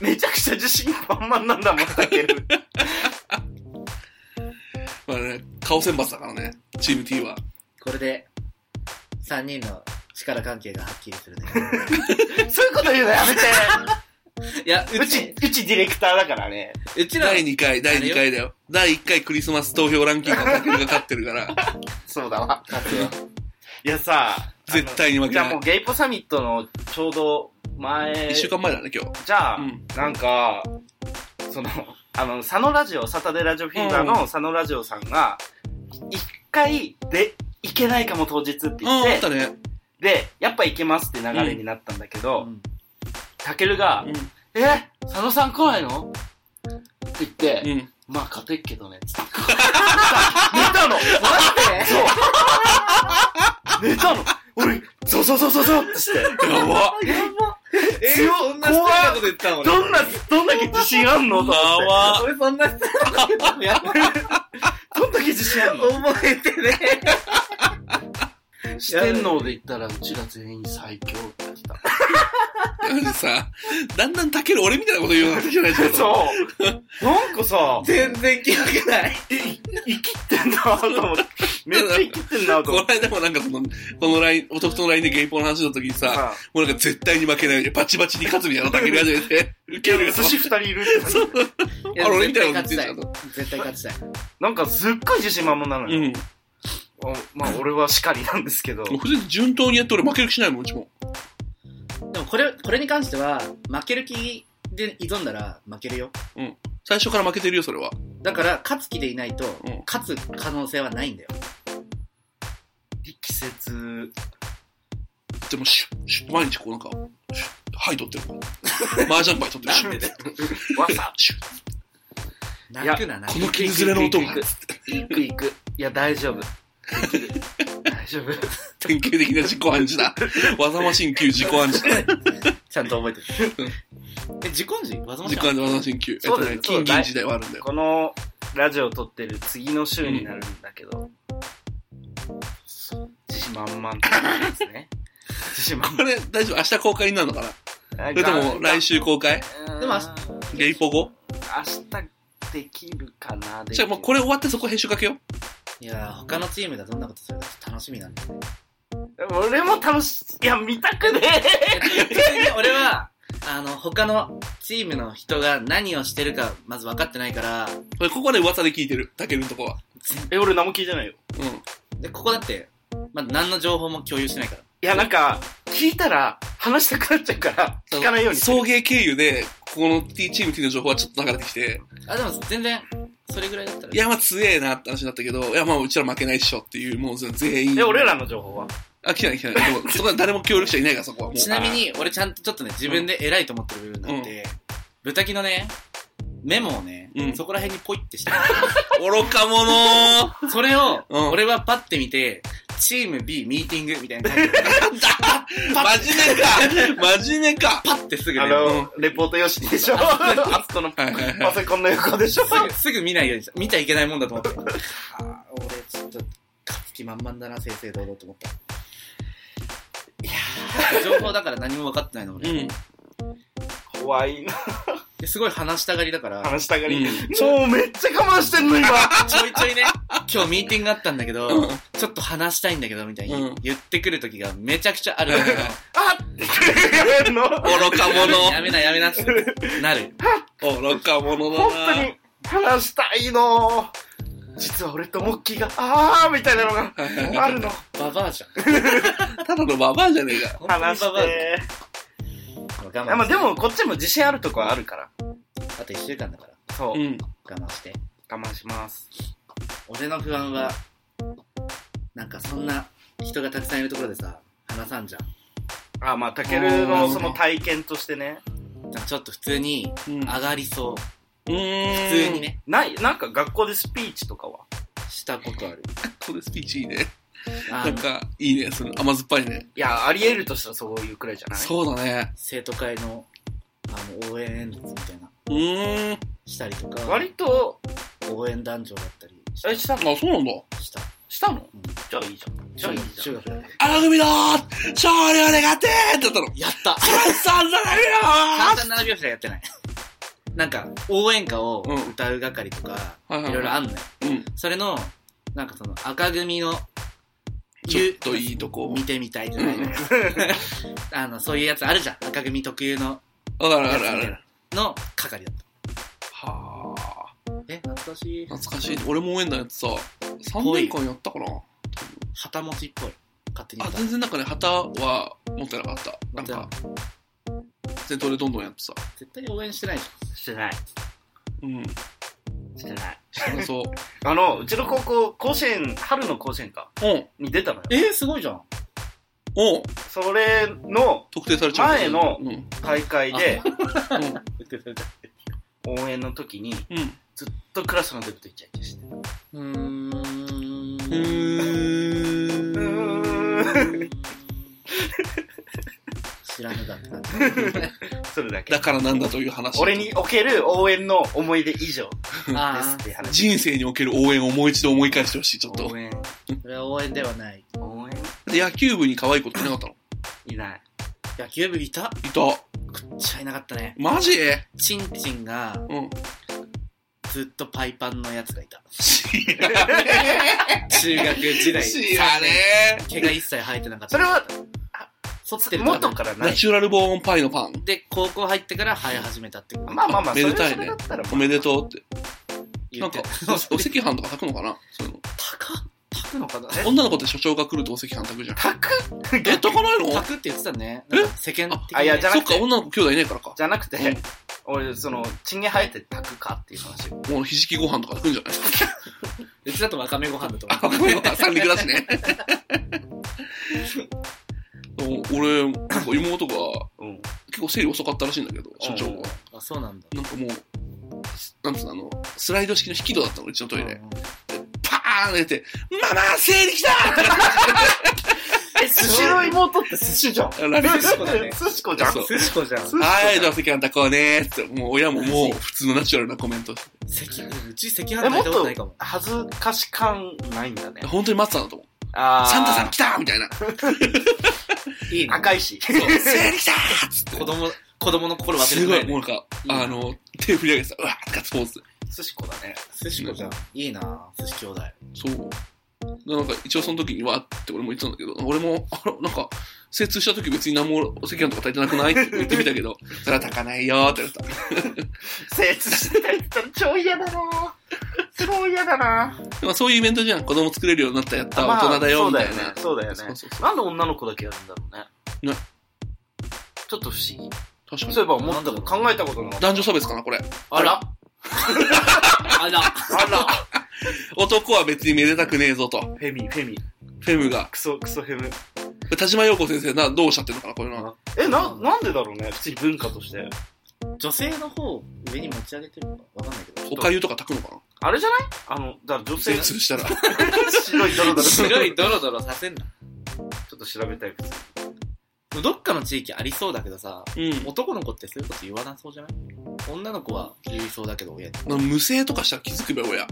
Speaker 1: めちゃくちゃ自信満々なんだもん、タケル。
Speaker 2: まあね、顔選抜だからね、チーム T は。
Speaker 3: これで、三人の力関係がはっきりするね。
Speaker 1: そういうこと言うのやめて。
Speaker 3: いや、 [LAUGHS]
Speaker 1: うち、、うちディレクターだからね。
Speaker 3: うちら、
Speaker 2: 第2回、第2回だよ。第1回クリスマス投票ランキングが勝ってるから、 [LAUGHS]
Speaker 1: そうだわ。
Speaker 3: 勝つよ
Speaker 1: いやさ、
Speaker 2: 絶対に負け
Speaker 1: じゃ
Speaker 2: な
Speaker 1: あもう
Speaker 2: い。
Speaker 1: ゲイポサミットのちょうど前、
Speaker 2: 1週間前だね、今日。
Speaker 1: じゃあ、
Speaker 2: うん。
Speaker 1: なんか、その、あの、佐野ラジオ、サタデーラジオフィーバーの佐野ラジオさんが、一回で、いけないかも当日って言
Speaker 2: あ
Speaker 1: っ
Speaker 2: あ、あってた、ね。
Speaker 1: で、やっぱいけますって流れになったんだけど、
Speaker 3: うん
Speaker 1: たけるが、
Speaker 2: うん。
Speaker 1: え佐野さん来ないのって言って、
Speaker 2: うん。
Speaker 1: まあ勝てっけどね、つって。 [LAUGHS] 寝たのそう寝たの俺、そうそうそうそうそうってして。
Speaker 2: やば
Speaker 3: やばえ
Speaker 1: 強っ
Speaker 3: そんな失礼なこと言ったの俺。
Speaker 1: どんな、どんだけ自信あんのと思
Speaker 2: やば
Speaker 3: 俺そんな失礼なこと言ったのやば
Speaker 1: って。どんだけ自信あんの
Speaker 3: 覚えてね
Speaker 1: 四天王で言ったら、うちら全員最強って言ってた。
Speaker 2: なんかさ、だんだんたける俺みたいなこと言うようになってきて [LAUGHS] ないですか。
Speaker 1: そう。なんかさ、
Speaker 3: 全然記憶ない。
Speaker 1: え、い生きってんなと思って。めっちゃ生きってんなと
Speaker 2: こ
Speaker 1: 思っ
Speaker 2: の間もなんかその、この LINE、男との LINE でゲイポの話の時に
Speaker 1: て。
Speaker 2: さ、もうなんか絶対に負けない、バチバチに勝つみたいなのたける始め [LAUGHS] て、ウケるよ。
Speaker 1: 寿司二人いるってさ
Speaker 3: いや
Speaker 2: あ俺みたい
Speaker 3: 絶対
Speaker 2: なこ
Speaker 3: 勝
Speaker 2: と
Speaker 3: ち
Speaker 2: 言ったてんだ。
Speaker 3: い絶対勝ちたい。
Speaker 1: なんかすっごい自信満々なの
Speaker 2: う
Speaker 1: よ。
Speaker 2: ん。
Speaker 1: あまあ俺はしかりなんですけど。
Speaker 2: 普通に順当にやって俺負ける気しないもん、うちも。
Speaker 3: でもこれ、これに関しては、負ける気で挑んだら負けるよ。
Speaker 2: 最初から負けてるよ、それは。
Speaker 3: だから、勝つ気でいないと
Speaker 2: うん、
Speaker 3: 勝つ可能性はないんだよ。
Speaker 1: 力説。
Speaker 2: でも、シュッ、シュッ、毎日こうなんか、シュッ、はい、取ってる。麻雀牌取ってる、シュ
Speaker 1: [LAUGHS]
Speaker 2: ッ、
Speaker 1: わさ。
Speaker 2: シ
Speaker 1: [LAUGHS]
Speaker 2: ュッ。
Speaker 1: いや
Speaker 3: 泣くな、泣
Speaker 2: こ
Speaker 3: く
Speaker 2: の切りずれの音が、
Speaker 1: いくいく。いや、大丈夫。大丈夫。
Speaker 2: 典型的な自己暗示だ。わざましん級自己暗示だ。
Speaker 3: ちゃんと覚えてる。え、自己暗示わざま
Speaker 2: 自
Speaker 3: し
Speaker 2: 己
Speaker 3: た
Speaker 2: 暗示、わざましん級。えっ
Speaker 1: そ
Speaker 2: と
Speaker 1: うだよ
Speaker 2: ね、金銀時代はあるんだよ。
Speaker 1: このラジオを撮ってる次の週になるんだけど、自信満々ってことです
Speaker 2: [LAUGHS]
Speaker 1: ね。自信満
Speaker 2: これ、大丈夫明日公開になるのかな
Speaker 1: 々。
Speaker 2: それとも来週公開
Speaker 1: うん
Speaker 3: でも明日
Speaker 2: ゲイポ後
Speaker 1: 明日できるかなできる
Speaker 2: じゃあもうこれ終わってそこ編集かけよう。
Speaker 3: いやー、他のチームがどんなことするかちょっと楽しみなんだよね。
Speaker 1: 俺も楽しい。いや、見たくね
Speaker 3: 実際に俺は、あの、他のチームの人が何をしてるか、まず分かってないから、
Speaker 2: これここで噂で聞いてる。タケルのとこは。
Speaker 1: え。え、俺何も聞いてないよ。
Speaker 2: うん。
Speaker 3: で、ここだって、まだ何の情報も共有してないから。
Speaker 1: いや、なんか、聞いたら話したくなっちゃうから、聞かないようにしてる
Speaker 2: 送迎経由で、ここの T チーム T の情報はちょっと流れてきて、
Speaker 3: あ、でも全然、それぐらいだったら。
Speaker 2: い、や、まあ強えなって話になったけど、いや、まあうちら負けないっしょっていう、もう全員。
Speaker 1: え、俺らの情報は
Speaker 2: あ、来てない来てない。で
Speaker 3: [LAUGHS]
Speaker 2: もそこは誰も協力者いないから、そこはもう。
Speaker 3: ちなみに、俺ちゃんとちょっとね、自分で偉いと思ってる部分があって、ブタキのね、メモをね、
Speaker 2: うん
Speaker 3: そこら辺にポイって [LAUGHS] して
Speaker 2: 愚か者
Speaker 3: [LAUGHS]
Speaker 2: ー
Speaker 3: それを、
Speaker 2: うん
Speaker 3: 俺はパッて見て、チーム B ミーティングみたいな感じ
Speaker 2: [LAUGHS]
Speaker 3: で、
Speaker 2: 真面目
Speaker 3: [LAUGHS]
Speaker 2: か真面目か
Speaker 3: パッてすぐ
Speaker 1: あ
Speaker 3: ね、
Speaker 1: の、レポートよしでしょあそこの
Speaker 2: はいはい
Speaker 1: パ
Speaker 2: は
Speaker 1: ソコンの横でしょ
Speaker 3: すぐ、すぐ見ないようにした。見ちゃいけないもんだと思って。あー俺ちょっと、勝つ気満々だな、正々堂々と思った。いやー情報だから何も分かってないの、俺。
Speaker 2: い。うん。
Speaker 1: 怖いな。
Speaker 3: ですごい話したがりだから、
Speaker 1: 話したがり。
Speaker 2: う
Speaker 1: もうめっちゃ我慢してん [LAUGHS] の、今。
Speaker 3: ちょいちょいね、 [LAUGHS] 今日ミーティングがあったんだけど、
Speaker 2: うん
Speaker 3: ちょっと話したいんだけど、みたい
Speaker 2: うん
Speaker 3: に言ってくる時がめちゃくちゃあるんだけど、
Speaker 1: あっってんの。
Speaker 2: 愚か
Speaker 3: や
Speaker 2: 者。
Speaker 3: めなやめなってなる。
Speaker 2: 愚か者だな
Speaker 1: 本当に話したいの。実は俺とモッキーが、あーみたいなのが
Speaker 2: はいはい
Speaker 1: あ
Speaker 2: は
Speaker 1: るの。
Speaker 3: ババアじゃん。
Speaker 2: い。ただのババアじゃねえか。
Speaker 1: 話
Speaker 3: 本
Speaker 1: し
Speaker 3: 当に
Speaker 1: て。
Speaker 3: ババア。我慢し
Speaker 1: い
Speaker 3: て
Speaker 1: やまあでも、こっちも自信あるとこはあるから。
Speaker 3: あと1週間だから、
Speaker 1: そう
Speaker 2: う。ん。
Speaker 3: 我慢して。
Speaker 1: 我慢します。
Speaker 3: 俺の不安は、なんかそんな人がたくさんいるところでさ、話さんじゃん。
Speaker 1: あ、まあ、たけるのその体験としてね。
Speaker 3: なんかちょっと普通に
Speaker 2: うん。
Speaker 3: 上がりそ
Speaker 2: う
Speaker 3: う。
Speaker 2: ーん。
Speaker 3: 普通に。ね、
Speaker 1: ない、なんか学校でスピーチとかは。
Speaker 3: したことある。
Speaker 2: これスピーチいいね。
Speaker 3: あ
Speaker 2: なんか、いいね。その甘酸っぱいね。
Speaker 1: いや、あり得るとしたらそういうくらいじゃない
Speaker 2: そうだね。
Speaker 3: 生徒会の、あの、応援演説みたいな、
Speaker 2: うーん。
Speaker 3: したりとか。
Speaker 1: 割と、
Speaker 3: 応援団長だったりし
Speaker 1: え、したの
Speaker 2: あ、そうなんだ。
Speaker 3: した。
Speaker 1: したの
Speaker 3: うん
Speaker 1: じゃあいいじゃん。じゃあいいじゃ
Speaker 3: 中
Speaker 1: ん。
Speaker 3: 学だね。
Speaker 2: あの組の勝利を願ってーってやったの。
Speaker 3: やった
Speaker 2: さんざら
Speaker 3: 簡単な7拍子でやってない。なんか、応援歌を
Speaker 2: うん
Speaker 3: 歌う係とか、
Speaker 2: はいはいはい
Speaker 3: いろいろあんのよ。
Speaker 2: みろー
Speaker 3: それの、なんかその、赤組の、
Speaker 2: ちょっといいとこ
Speaker 3: 見てみたいじゃないのよ [LAUGHS] あの、そういうやつあるじゃん。赤組特有の
Speaker 2: うん。わかるわかる
Speaker 3: やつみた
Speaker 2: わか
Speaker 3: い
Speaker 2: る。
Speaker 3: なの係だっ
Speaker 2: はあ。
Speaker 3: た。え、懐かしい。
Speaker 2: 懐かしい。俺も応援団やってさ、3年間やったかな。
Speaker 3: 旗持ちっぽい。勝手に
Speaker 2: あ、
Speaker 3: 言った
Speaker 2: 全然なんかね、旗は持ってなかった。なんか、全頭でどんどんやってさ。
Speaker 3: 絶対応援してないじ
Speaker 1: してない。
Speaker 2: うん。
Speaker 1: してない。
Speaker 2: そう。
Speaker 1: あの、うちの高校、甲子園、春の甲子園か、
Speaker 2: うん。
Speaker 1: に出たのよ。
Speaker 3: ゃん。えー、すごいじゃん。
Speaker 2: おう
Speaker 1: それの
Speaker 2: 特定されちゃう。
Speaker 1: 前の
Speaker 2: うん。うん。
Speaker 1: 大会で
Speaker 2: うん。
Speaker 1: 応援の時にずっとクラスのデブとイチャイチャして
Speaker 3: うーん。
Speaker 2: うーん。
Speaker 3: [LAUGHS] 知らぬだった。
Speaker 1: [LAUGHS] [LAUGHS] それだけ
Speaker 2: だからなんだという話。
Speaker 1: 俺における応援の思い出以上で
Speaker 3: あ
Speaker 1: すっていう話
Speaker 2: 人生における応援をもう一度思い返してほしい、ちょっと
Speaker 1: 応。援
Speaker 3: あ、それは応援ではない。
Speaker 1: 応援
Speaker 2: で野球部に可愛い子っていなかったの
Speaker 1: い
Speaker 2: [LAUGHS]
Speaker 1: ない [LAUGHS]
Speaker 3: 野球部いた
Speaker 2: いた。
Speaker 3: ちゃいなかったね。
Speaker 2: マジ
Speaker 3: チンチンが
Speaker 2: うん。
Speaker 3: ずっとパイパンのやつがいた。
Speaker 2: 知らね
Speaker 3: 中学時
Speaker 2: え。
Speaker 3: 代。
Speaker 2: [LAUGHS] 知らね
Speaker 3: 毛が一切生えてなかった。
Speaker 1: それは
Speaker 3: そってる
Speaker 1: 元から
Speaker 2: え。
Speaker 1: な
Speaker 2: ナ
Speaker 1: い
Speaker 2: チュラルボーンパイのパン。
Speaker 3: で、高校入ってから生え始めたってこと。
Speaker 1: まあまあまあ
Speaker 2: め
Speaker 1: それ
Speaker 2: で
Speaker 1: は
Speaker 2: た
Speaker 1: そ
Speaker 2: い
Speaker 1: れだ
Speaker 2: ね
Speaker 1: ったら。
Speaker 2: おめでとうって。
Speaker 3: 言
Speaker 2: な
Speaker 3: っ
Speaker 2: ん
Speaker 3: て [LAUGHS]
Speaker 2: か、おお赤飯とか炊くのかなそういうの。
Speaker 3: 高っ
Speaker 1: 炊くのかなえ
Speaker 2: 女の子って所長が来るとお赤飯炊くじゃん。
Speaker 1: 炊く
Speaker 2: え、炊かないの
Speaker 3: 高って言ってたね。なんか世間的に。
Speaker 1: あいやじゃな
Speaker 2: そっ
Speaker 1: くて
Speaker 2: か、女の子兄弟いないからか。
Speaker 1: じゃなくて、
Speaker 2: うん
Speaker 1: 俺そのチンゲ生えて炊くかっていう話
Speaker 2: もうひじきご飯とか炊くんじゃないう
Speaker 3: ちだとわかめご飯だと
Speaker 2: あ、
Speaker 3: 思う。
Speaker 2: ごめんごめん三陸だしね。お俺、なんか妹が
Speaker 1: うん
Speaker 2: 結構生理遅かったらしいんだけど、所長
Speaker 1: うん
Speaker 2: が。
Speaker 3: あ、そうなんだ。
Speaker 2: なんかもう、なんつうの、あの、スライド式の引き戸だったの、うちのトイレ
Speaker 3: う。んうん
Speaker 2: パーンって出て、ママ生理来た
Speaker 1: え寿司の妹って寿司じゃん
Speaker 2: ラリー
Speaker 3: 司子だ
Speaker 1: [LAUGHS]
Speaker 3: ね
Speaker 1: 寿司子じゃん
Speaker 2: そう
Speaker 1: 寿司子じゃん
Speaker 2: はい、どうせキャンタこうねーって、もう親ももう普通のナチュラルなコメント。
Speaker 3: 赤、うち赤飯
Speaker 1: え
Speaker 3: 炊
Speaker 1: も
Speaker 3: い
Speaker 1: った
Speaker 3: こと
Speaker 1: と
Speaker 3: ないかも。
Speaker 1: 恥ずかし感ないんだね
Speaker 2: 本当に待ってたんだと思う。
Speaker 1: あー
Speaker 2: サンタさん来たみたいな。そう、
Speaker 3: いいね。
Speaker 1: 赤いし
Speaker 2: 生理来たーっつって
Speaker 3: 子。供、子供の心忘れ
Speaker 2: す
Speaker 3: て
Speaker 2: ご、
Speaker 3: ないい
Speaker 2: も
Speaker 3: ね。
Speaker 2: うなんか、
Speaker 3: いいな
Speaker 2: あの、手振り上げてさ、うわーガッツポーズ。
Speaker 1: [LAUGHS] 寿司子だね
Speaker 3: 寿司子じゃん。いいなぁ寿司兄弟。
Speaker 2: そう。なんか一応その時にわーって俺も言ってたんだけど、俺も、 [LAUGHS] あら、なんか、精通した時別に何もお赤飯とか炊いてなくないって言ってみたけど、 [LAUGHS] それは炊かないよーって言われた。
Speaker 1: 精通してたやつって超嫌だな超嫌だな
Speaker 2: まあそういうイベントじゃん。子供作れるようになったやった、大人だよ、みたいな。
Speaker 1: そうだよねそうだよね
Speaker 2: そうそうそう
Speaker 1: なんで女の子だけやるんだろうね
Speaker 2: ね
Speaker 1: ちょっと不思議
Speaker 2: 確かに
Speaker 1: そういえ。ば思ったこと考えたことなかった
Speaker 2: 男女差別かな、これ。
Speaker 1: あら
Speaker 3: あら、
Speaker 1: あら
Speaker 2: 男は別にめでたくねえぞと。
Speaker 1: フェミフェミ
Speaker 2: フェムが。
Speaker 1: クソクソフェム
Speaker 2: 田島陽子先生な、どうおっしゃってるのかな、こういうのは。
Speaker 1: えななんでだろうね普通に文化として
Speaker 3: 女性の方を上に持ち上げてるのかわかんないけど。
Speaker 2: おかゆとか炊くのかな
Speaker 1: あれじゃないあのだから女性
Speaker 2: 精
Speaker 1: が
Speaker 2: 通した [LAUGHS] ら。
Speaker 1: 白いドロドロ
Speaker 3: 白いドロドロさせんな。
Speaker 1: ちょっと調べたい普通に
Speaker 3: どっかの地域ありそうだけどさ、
Speaker 2: うん。
Speaker 3: 男の子ってそういうこと言わなそうじゃない女の子は言いそうだけど、親に。
Speaker 2: まあ無声とかしたら気づくべ、親。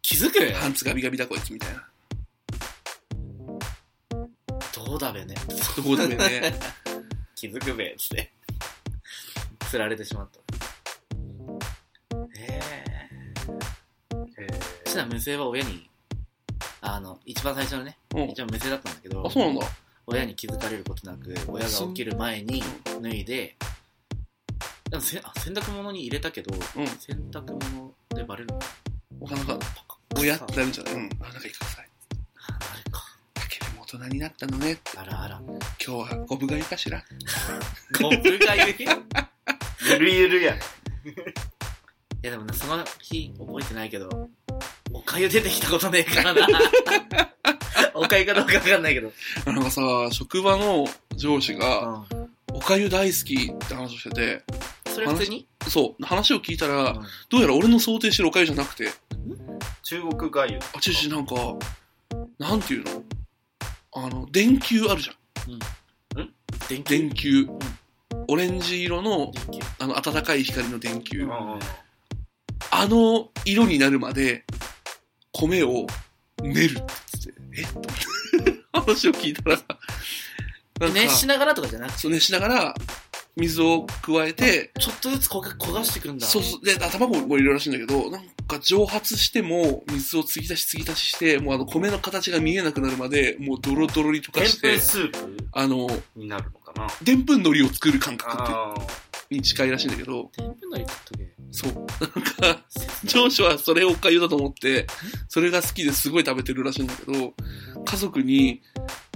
Speaker 3: 気づく
Speaker 2: パンツガビガビだ、こいつ、みたいな。
Speaker 3: どうだべね。
Speaker 2: そこだよ [LAUGHS] ね。
Speaker 3: 気づくべ、つって。釣られてしまった。え
Speaker 1: え
Speaker 3: えー。ちな無声は親に、あの、一番最初のね、
Speaker 2: うん
Speaker 3: 一。応無声だったんだけど
Speaker 2: あ、、そうなんだ。
Speaker 3: 親に気づかれることなく、親が起きる前に脱いで、でもせあ洗濯物に入れたけど、
Speaker 2: うん
Speaker 3: 洗濯物でバレるのか
Speaker 2: お花が、親ってなるんじゃないうん。お腹いかくさい。
Speaker 3: あバレるか。
Speaker 2: だけども大人になったのね。
Speaker 3: あらあら。
Speaker 2: 今日はゴブがいいかしら。
Speaker 3: ゴブが言う。い
Speaker 1: ーゆるゆるやん
Speaker 3: やでもな、その日覚えてないけど、おかゆ出てきたことねえか
Speaker 2: [LAUGHS]
Speaker 3: らな。おかゆかどうかわかんないけど。
Speaker 2: なんかさ、職場の上司が、
Speaker 3: う
Speaker 2: おかゆ大好きって話をしてて、
Speaker 3: ん。それ普通に
Speaker 2: そう、話を聞いた
Speaker 3: う
Speaker 2: ら、
Speaker 3: ん
Speaker 2: どうやら俺の想定してるおかゆじゃなくて、
Speaker 1: 中国がゆ
Speaker 2: あちちなんか、なんていうのあの、電球あるじゃん。
Speaker 3: 電球
Speaker 2: 電球。オレンジ色の、
Speaker 3: 電球
Speaker 2: あの、暖かい光の電球。
Speaker 1: うん
Speaker 2: あの色になるまで、米を練るって言ってて、えっと思って [LAUGHS] 話を聞いたら、なんか、
Speaker 3: 熱しながらとかじゃなくて、
Speaker 2: そう熱しながら、水を加えて、
Speaker 3: ちょっとずつ焦が焦がしてくるんだ。
Speaker 2: そうそう、で、あ卵も入れるらしいんだけど、なんか蒸発しても、水を継ぎ足し継ぎ足しして、もうあの米の形が見えなくなるまで、もうドロドロに溶
Speaker 1: で
Speaker 2: か
Speaker 1: ん
Speaker 2: して
Speaker 1: ぷん、スープ
Speaker 2: あの、
Speaker 1: になるのかな
Speaker 2: でんぷんのりを作る感覚って
Speaker 1: あー
Speaker 2: に近いらしいんだけど、
Speaker 3: 天ぷらに食っとけ。
Speaker 2: そう。なんか、上司はそれをおかゆだと思って、それが好きですごい食べてるらしいんだけど、家族に、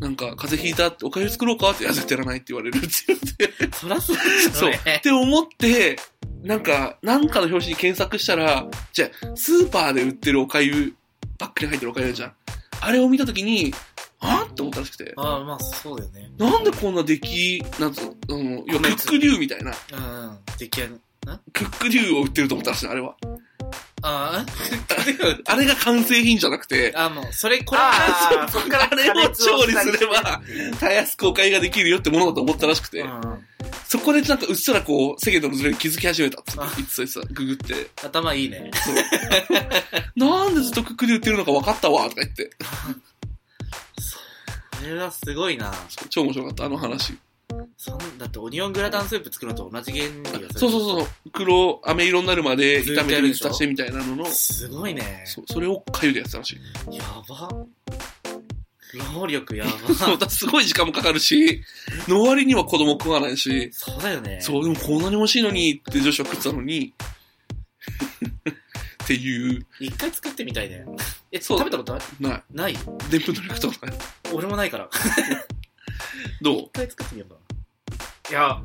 Speaker 2: なんか、風邪ひいたって、おかゆ作ろうかって、いや、絶対やらないって言われるって言って、
Speaker 3: そらそうで
Speaker 2: [LAUGHS]
Speaker 3: し
Speaker 2: そ
Speaker 3: ょ
Speaker 2: う。って思って、なんか、なんかの表紙に検索したら、じゃあスーパーで売ってるおかゆ、バッグに入ってるおかゆあるじゃん。あれを見たときに、あって思ったらしくて。
Speaker 3: ああ、まあ、そうだよね。
Speaker 2: なんでこんな出来、なんつうの、あの、要はクックリュウみたいな、
Speaker 3: うんうん。出来上が
Speaker 2: クックリュウを売ってると思ったらしいのあれは。
Speaker 3: あ
Speaker 2: あれが完成品じゃなくて、
Speaker 3: あ、あもう、それ、これ、
Speaker 1: ああ、そっから
Speaker 2: あれを調理すれば、たやすくお買いができるよってものだと思ったらしくて、
Speaker 3: うんうん
Speaker 2: そこでなんかうっすらこう、世間とのズレに気づき始めたっつって言ってた言ってた、ググって。
Speaker 3: 頭いいね。
Speaker 2: そうなんでずっとクックリュウ売ってるのか分かったわ、とか言って。
Speaker 3: それはすごいな。
Speaker 2: そう超面白かった、あの話。
Speaker 3: そんだってオニオングラタンスープ作るのと同じ原理が
Speaker 2: そうそうそう。黒、飴色になるまで
Speaker 3: ずっとや
Speaker 2: 炒
Speaker 3: る
Speaker 2: めて水足してみたいなのの、
Speaker 3: すごいね。
Speaker 2: そうそれをかゆでやってたらしい。
Speaker 3: やば。労力やば。
Speaker 2: そうだすごい時間もかかるし、の割には子供食わないし、
Speaker 3: そうだよね。
Speaker 2: そう、でもこんなに美味しいのにって女子は食ってたのに、 [LAUGHS] っていう、
Speaker 3: 一回作ってみたいね。え、
Speaker 2: そう
Speaker 3: 食べたことある
Speaker 2: ない。
Speaker 3: ない
Speaker 2: でんぷんのり食ったことない。
Speaker 3: 俺もないから。
Speaker 2: ど
Speaker 3: 一
Speaker 2: う
Speaker 3: 回作ってみようか
Speaker 1: いや、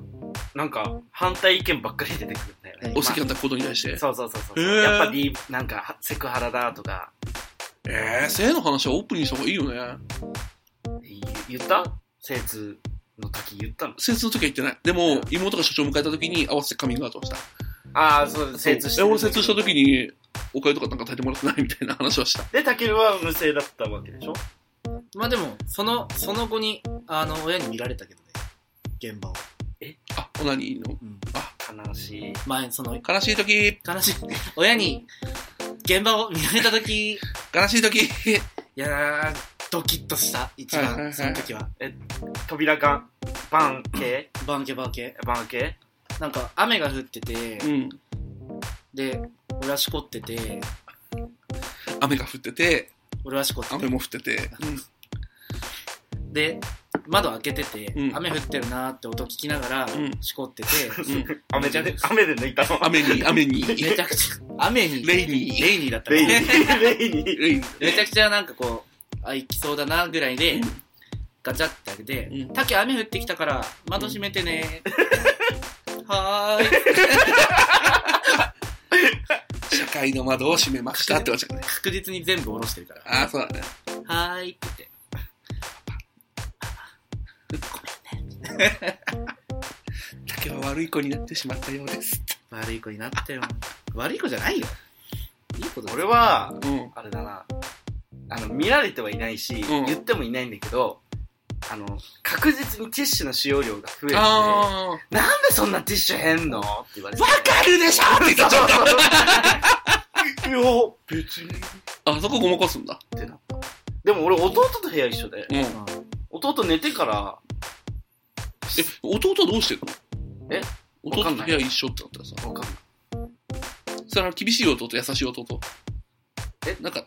Speaker 1: なんか、反対意見ばっかり出てくるんだよね。
Speaker 3: はい
Speaker 2: お赤飯
Speaker 1: ま
Speaker 2: 炊くことに対して
Speaker 1: あ。そうそうそうそう。
Speaker 2: へー
Speaker 1: やっぱり、なんか、セクハラだとか、
Speaker 2: えー、性の話はオープンにした方がいいよね。
Speaker 1: い言った精通の時言ったの
Speaker 2: 性通の時は言ってない。でも、妹が所長を迎えた時に合わせてカミングアウトをした。
Speaker 1: ああ、そう、精通して
Speaker 2: そうえ
Speaker 1: る
Speaker 2: 俺精通した時に、おかゆとかなんか炊いてもらってないみたいな話はした。
Speaker 1: で、タケルは無性だったわけでしょ
Speaker 3: な。まあでも、その、その後に、あの、親に見られたけどね。現場を。
Speaker 2: あ、オナニーの。
Speaker 3: うん。
Speaker 1: 悲しい。
Speaker 3: 前、その、
Speaker 2: 悲しい時、
Speaker 3: 悲しい。親に、現場を見られた時、い
Speaker 2: 悲しい時。
Speaker 3: やー、ドキッとした。一
Speaker 2: はいはいは
Speaker 3: 番、
Speaker 2: い
Speaker 3: その時は。
Speaker 1: 扉が、バン系
Speaker 3: バンケバンケ。
Speaker 1: バン系
Speaker 3: なんか、雨が降ってて、
Speaker 2: うん。
Speaker 3: で、俺はしこってて、
Speaker 2: 雨が降ってて、
Speaker 3: 俺はしこって
Speaker 2: 雨
Speaker 3: て、
Speaker 2: も降ってて。
Speaker 3: で、窓開けてて、
Speaker 2: うん
Speaker 3: 雨降ってるなーって音聞きながら、
Speaker 2: ん
Speaker 3: しこってて、
Speaker 2: うん。うん
Speaker 1: 雨で、雨で抜いたの。
Speaker 2: 雨に、雨に。
Speaker 3: めちゃくちゃ、雨に、
Speaker 2: レイニー
Speaker 3: レイニーだったか
Speaker 1: レイ
Speaker 3: ら
Speaker 1: ニー。レイニー。
Speaker 2: レイニー。
Speaker 3: めちゃくちゃなんかこう、あ、行きそうだなぐらいで、ガチャって開けて
Speaker 2: う、ん
Speaker 3: 竹雨降ってきたから、窓閉めてね [LAUGHS] はーい。
Speaker 2: 社会の窓を閉めましたってわけじゃない。
Speaker 3: 確実に全部下ろしてるから。
Speaker 2: ああ、そうだね。
Speaker 3: はーいって言って。
Speaker 2: 竹は悪い子になってしまったようです。
Speaker 3: 悪い子になったよ。悪い子じゃないよ。いい子だよ
Speaker 1: 俺、は、
Speaker 2: うん。
Speaker 1: あれだな、あの、見られてはいないし、
Speaker 2: うん
Speaker 1: 言ってもいないんだけど、あの、確実にティッシュの使用量が増えて、なん
Speaker 2: あ
Speaker 1: でそんなティッシュ減んのって言われ
Speaker 2: あ。
Speaker 1: て。
Speaker 2: わかるでしょって言っ
Speaker 1: そう
Speaker 2: た。
Speaker 1: そうそう。いや、別に。っ
Speaker 2: あそこごまかすんだ。
Speaker 1: てなった。でも俺、弟と部屋一緒で、
Speaker 2: うん。え、
Speaker 3: うん
Speaker 1: 弟寝てから、
Speaker 2: 弟はどうしてんの
Speaker 1: え
Speaker 2: 弟
Speaker 1: わか
Speaker 2: と
Speaker 1: んない
Speaker 2: 部屋一緒ってなったらさ、
Speaker 1: わかんない。
Speaker 2: それは厳しい弟と優しい弟。
Speaker 1: え
Speaker 2: なんか、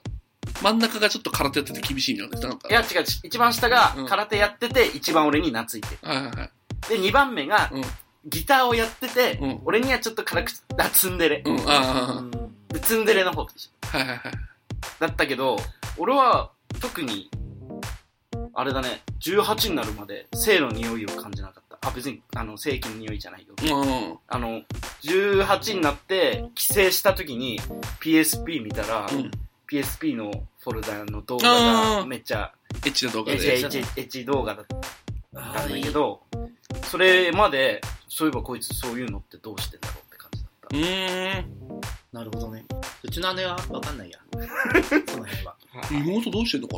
Speaker 2: 真ん中がちょっと空手やってて厳しいんじゃなくて、なんか。
Speaker 1: いや、違う、一番下が
Speaker 2: うん
Speaker 1: 空手やってて、一番俺に懐いてる。
Speaker 2: はいはいはい。
Speaker 1: で、二番目が
Speaker 2: うん、
Speaker 1: ギターをやってて、
Speaker 2: うん
Speaker 1: 俺にはちょっと辛口、あ、ツンデレ。
Speaker 2: うん、あ
Speaker 1: でツンデレの方と一緒
Speaker 2: あ、はいはいはい。
Speaker 1: だったけど、俺は特に、あれだね、18になるまで性の匂いを感じなかった。あ、別に、あの、性器の匂いじゃないよ。
Speaker 2: うん、
Speaker 1: あの、18になって帰省した時に PSP 見たら、
Speaker 2: うん。
Speaker 1: PSP のフォルダの動画がめっちゃ、
Speaker 2: エッチな動画
Speaker 1: エッ
Speaker 2: で
Speaker 1: チ。エ
Speaker 3: ー
Speaker 1: ッチエッチ動画だったん
Speaker 3: あー
Speaker 1: だ
Speaker 3: い
Speaker 1: け
Speaker 3: い
Speaker 1: ど、それまで、そういえばこいつそういうのってどうしてんだろうって感じだっ
Speaker 2: うーん。
Speaker 3: なるほどね。うちの姉はわかん [LAUGHS] ないや。その辺は。
Speaker 1: た。
Speaker 2: 妹どうしてんのか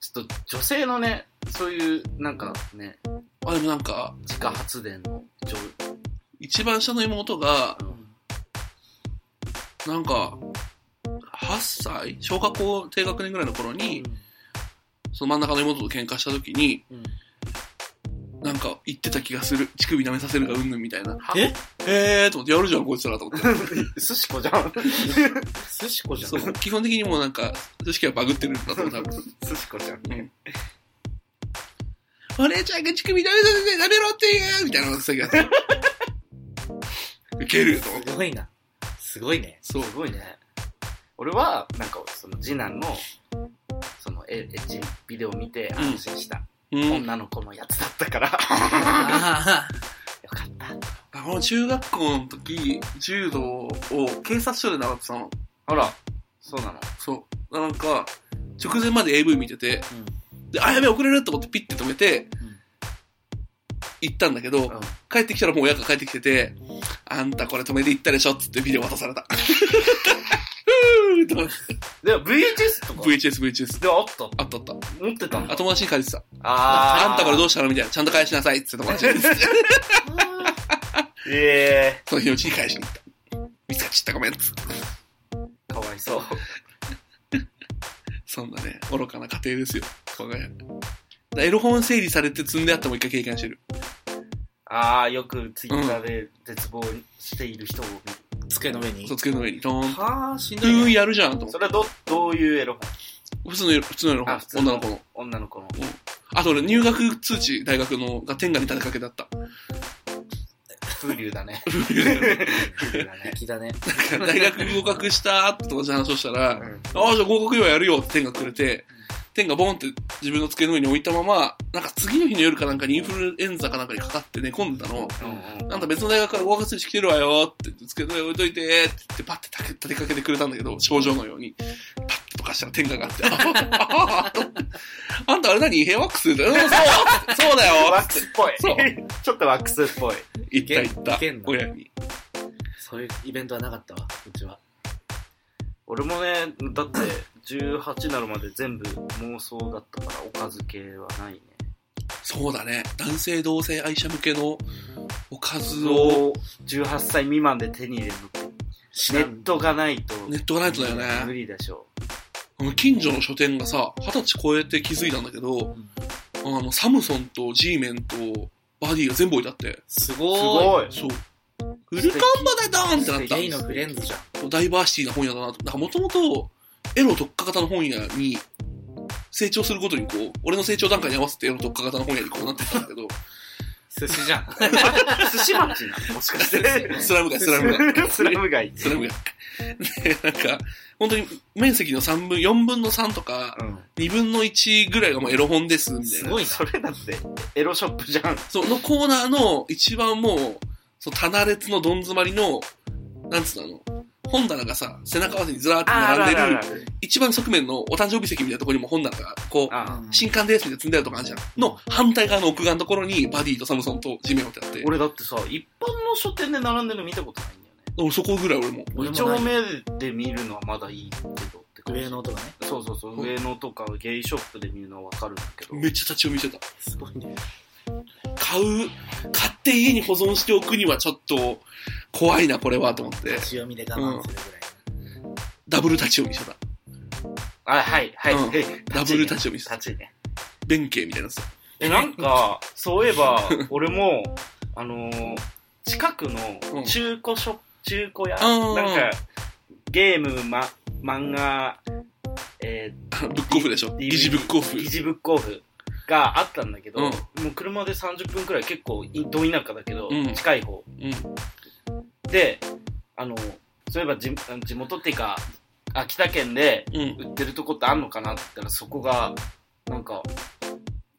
Speaker 1: ちょっと女性のね、そういうなんかね、
Speaker 2: なあ、でもなんか、
Speaker 1: 自家発電の上
Speaker 2: 一番下の妹が、
Speaker 1: うん
Speaker 2: なんか、8歳小学校低学年ぐらいの頃に、その真ん中の妹と喧嘩した時に、
Speaker 3: うん
Speaker 2: なんか言ってた気がする。乳首舐めさせるがうんぬんみたいな。
Speaker 3: え
Speaker 2: えーと思って、やるじゃん、こいつらと思って。
Speaker 1: すしこじゃん。
Speaker 3: 寿司子じゃん。
Speaker 2: [LAUGHS] そう、基本的にもうなんか、組織はバグってるんだと思う、多分。
Speaker 1: すしこじゃん。
Speaker 2: うんお姉ちゃんが乳首舐めさせて、舐めろって言うみたいなのさっきやってウケると思って。
Speaker 3: すごいな。すごいね。
Speaker 2: そう。
Speaker 1: すごいね。俺は、なんか、その、次男の、その、エエッチビデオを見て安心した。
Speaker 2: うん。
Speaker 1: 女の子のやつだったから、よ
Speaker 3: あ
Speaker 1: かった。
Speaker 2: あの、中学校の時、柔道を警察署で習ってたの。
Speaker 1: ほら、そうなの。
Speaker 2: そう。なんか、直前まで AV 見てて、
Speaker 3: あ。
Speaker 2: で、あ、やべえ、遅れると思ってピッて止めて
Speaker 3: うん、
Speaker 2: 行ったんだけど、
Speaker 1: うん
Speaker 2: 帰ってきたらもう親が帰ってきてて、あんたこれ止めて行ったでしょっつってビデオ渡
Speaker 1: [LAUGHS]
Speaker 2: された。ふーとか
Speaker 1: でも VHS とか
Speaker 2: VHS、VHS。
Speaker 1: ではあったの
Speaker 2: あったあった。
Speaker 1: 持ってたんだ
Speaker 2: あ、友達に借りてた。
Speaker 1: あー
Speaker 2: あんたこれどうしたのみたいな。ちゃんと返しなさいっつって友
Speaker 1: [LAUGHS]
Speaker 2: 達に。
Speaker 1: え
Speaker 2: その日のうちに返しに行った。見つかっちゃったごめんっつって。
Speaker 1: えかわいそう。
Speaker 2: そんなね、愚かな家庭ですよ。我が家。だからエロ本整理されて積んであったもう一回経験してる。
Speaker 1: ああ、よくツイッターで絶望している人を見る。
Speaker 3: [LAUGHS] 机の上に
Speaker 2: そう、机の上に、トーン。
Speaker 1: はあ、しん
Speaker 2: ふ
Speaker 1: ど
Speaker 2: ー
Speaker 1: い
Speaker 2: ん、
Speaker 1: ね。
Speaker 2: やるじゃんと思って
Speaker 1: それはど、どういうエロ
Speaker 2: 普通の色、普通の色
Speaker 1: あ普通の
Speaker 2: 女の子の。
Speaker 1: 本女の子の。
Speaker 2: あと俺、入学通知、大学の、が天下に立てかけだった。
Speaker 1: 風流だね。風流だね。
Speaker 3: 気だね。
Speaker 1: [LAUGHS]
Speaker 2: 大学合格した後とかじゃ話をしたら、
Speaker 1: うん
Speaker 2: ああ、じゃあ合格祝いやるよって天下くれて、天下ボンって自分の机の上に置いたまま、なんか次の日の夜かなんかにインフルエンザかなんかにかかって寝込んでたの。
Speaker 1: うんうん
Speaker 2: なんだ別の大学から合格通知来てるわよって、机の上に置いといて、って言ってパッて立て立てかけてくれたんだけど、症状のように。パッてとかしたら天下があって、あああああんたあれ何ヘアワックス [LAUGHS] だよ。うんそうそうだよ
Speaker 1: ワックスっぽい
Speaker 2: そう。
Speaker 1: [LAUGHS] ちょっとワックスっぽい。
Speaker 2: 行った行った
Speaker 3: いけんの
Speaker 2: 親に
Speaker 3: そういうイベントはなかったわ、うちは。
Speaker 1: 俺もね、だって、18なるまで全部妄想だったから、おかず系はないね。
Speaker 2: そうだね男性同性愛者向けのおかずを
Speaker 1: を18歳未満で手に入れるのって
Speaker 3: 知
Speaker 1: ネ
Speaker 3: ら
Speaker 1: ッ
Speaker 3: ん
Speaker 1: トがないと
Speaker 2: ネットがないとだよね
Speaker 1: 無理でしょ
Speaker 2: 近所の書店がさ二十歳超えて気づいたんだけど
Speaker 3: うん
Speaker 2: あのサムソンと G メンとバディが全部置いてあって
Speaker 3: す
Speaker 1: う。す
Speaker 3: ご
Speaker 1: ごい。
Speaker 2: そうフルカンバでドーンってなっ
Speaker 1: 素
Speaker 2: た
Speaker 1: 敵
Speaker 3: い。ゲイのフレンズじゃん。
Speaker 2: ダイバーシティな本屋だなと。なんかもともと、エロ特化型の本屋に、成長することにこう、俺の成長段階に合わせてエロ特化型の本屋にこうなってったんだ
Speaker 3: [LAUGHS]
Speaker 2: けど、
Speaker 3: 寿司 [LAUGHS] じゃん。
Speaker 1: 寿司町なのもしかし
Speaker 3: 寿司
Speaker 1: て。
Speaker 2: スラム街、スラム街。
Speaker 1: [LAUGHS] スラム街。
Speaker 2: それもや。で、なんか、本当に面積の3分、4分の3とか、
Speaker 1: うん。
Speaker 2: 2分の1ぐらいがもうエロ本です、みたい
Speaker 3: す
Speaker 2: な。
Speaker 3: ごいな。
Speaker 1: それだって、エロショップじゃん。
Speaker 2: そう、のコーナーの一番もう、そう、棚列のどん詰まりの、なんつうの、あの、本棚がさ、背中合わせにずらーって並んでる、
Speaker 1: る。
Speaker 2: 一番側面のお誕生日席みたいなところにも本棚が、こう、
Speaker 1: あ
Speaker 3: うん
Speaker 2: 新刊ですみたいな積んであるとこあるじゃん。の反対側の奥側のところに、バディとサムソンと地面をってあって、
Speaker 1: 俺だってさ、一般の書店で並んでるの見たことないんだよね。
Speaker 2: 俺そこぐらい俺も。
Speaker 3: 俺
Speaker 1: 一
Speaker 3: も
Speaker 1: 丁
Speaker 3: ない
Speaker 1: 目で見るのはまだいいけどって感じ
Speaker 3: 上の音がね。
Speaker 1: そうそうそう、
Speaker 2: うん
Speaker 1: 上野とかゲイショップで見るのはわかるんだけど。
Speaker 2: めっちゃ立ち読みしてた。
Speaker 3: すごいね。
Speaker 2: 買う、買って家に保存しておくにはちょっと怖いな、これは、と思って
Speaker 3: 立ち。読みで我慢する
Speaker 2: ダブル立ち読みしてた。
Speaker 1: あ、はい、はい。
Speaker 2: うん
Speaker 1: 立ちね
Speaker 2: ダブル立ち読みしてた
Speaker 1: 立。ちね。
Speaker 2: 弁慶みたいなさ。
Speaker 1: え、なんか、そういえば、俺も、あのー近く
Speaker 2: うん
Speaker 1: の中古ショップ、中古屋、
Speaker 2: うん
Speaker 1: なんか、ゲーム、ま、漫画、えー
Speaker 2: あのブックオフでしょ。疑似ブックオフ。
Speaker 1: 疑似ブックオフがあったんだけど、
Speaker 2: うん
Speaker 1: もう車で30分くらい結構、いど田舎だけど、
Speaker 2: うん
Speaker 1: 近い方。
Speaker 2: うん。
Speaker 1: で、あの、そういえば地地元っていうか、秋田県で
Speaker 2: うん。
Speaker 1: 売ってるとこってあんのかなって言ったら、そこが、なんか、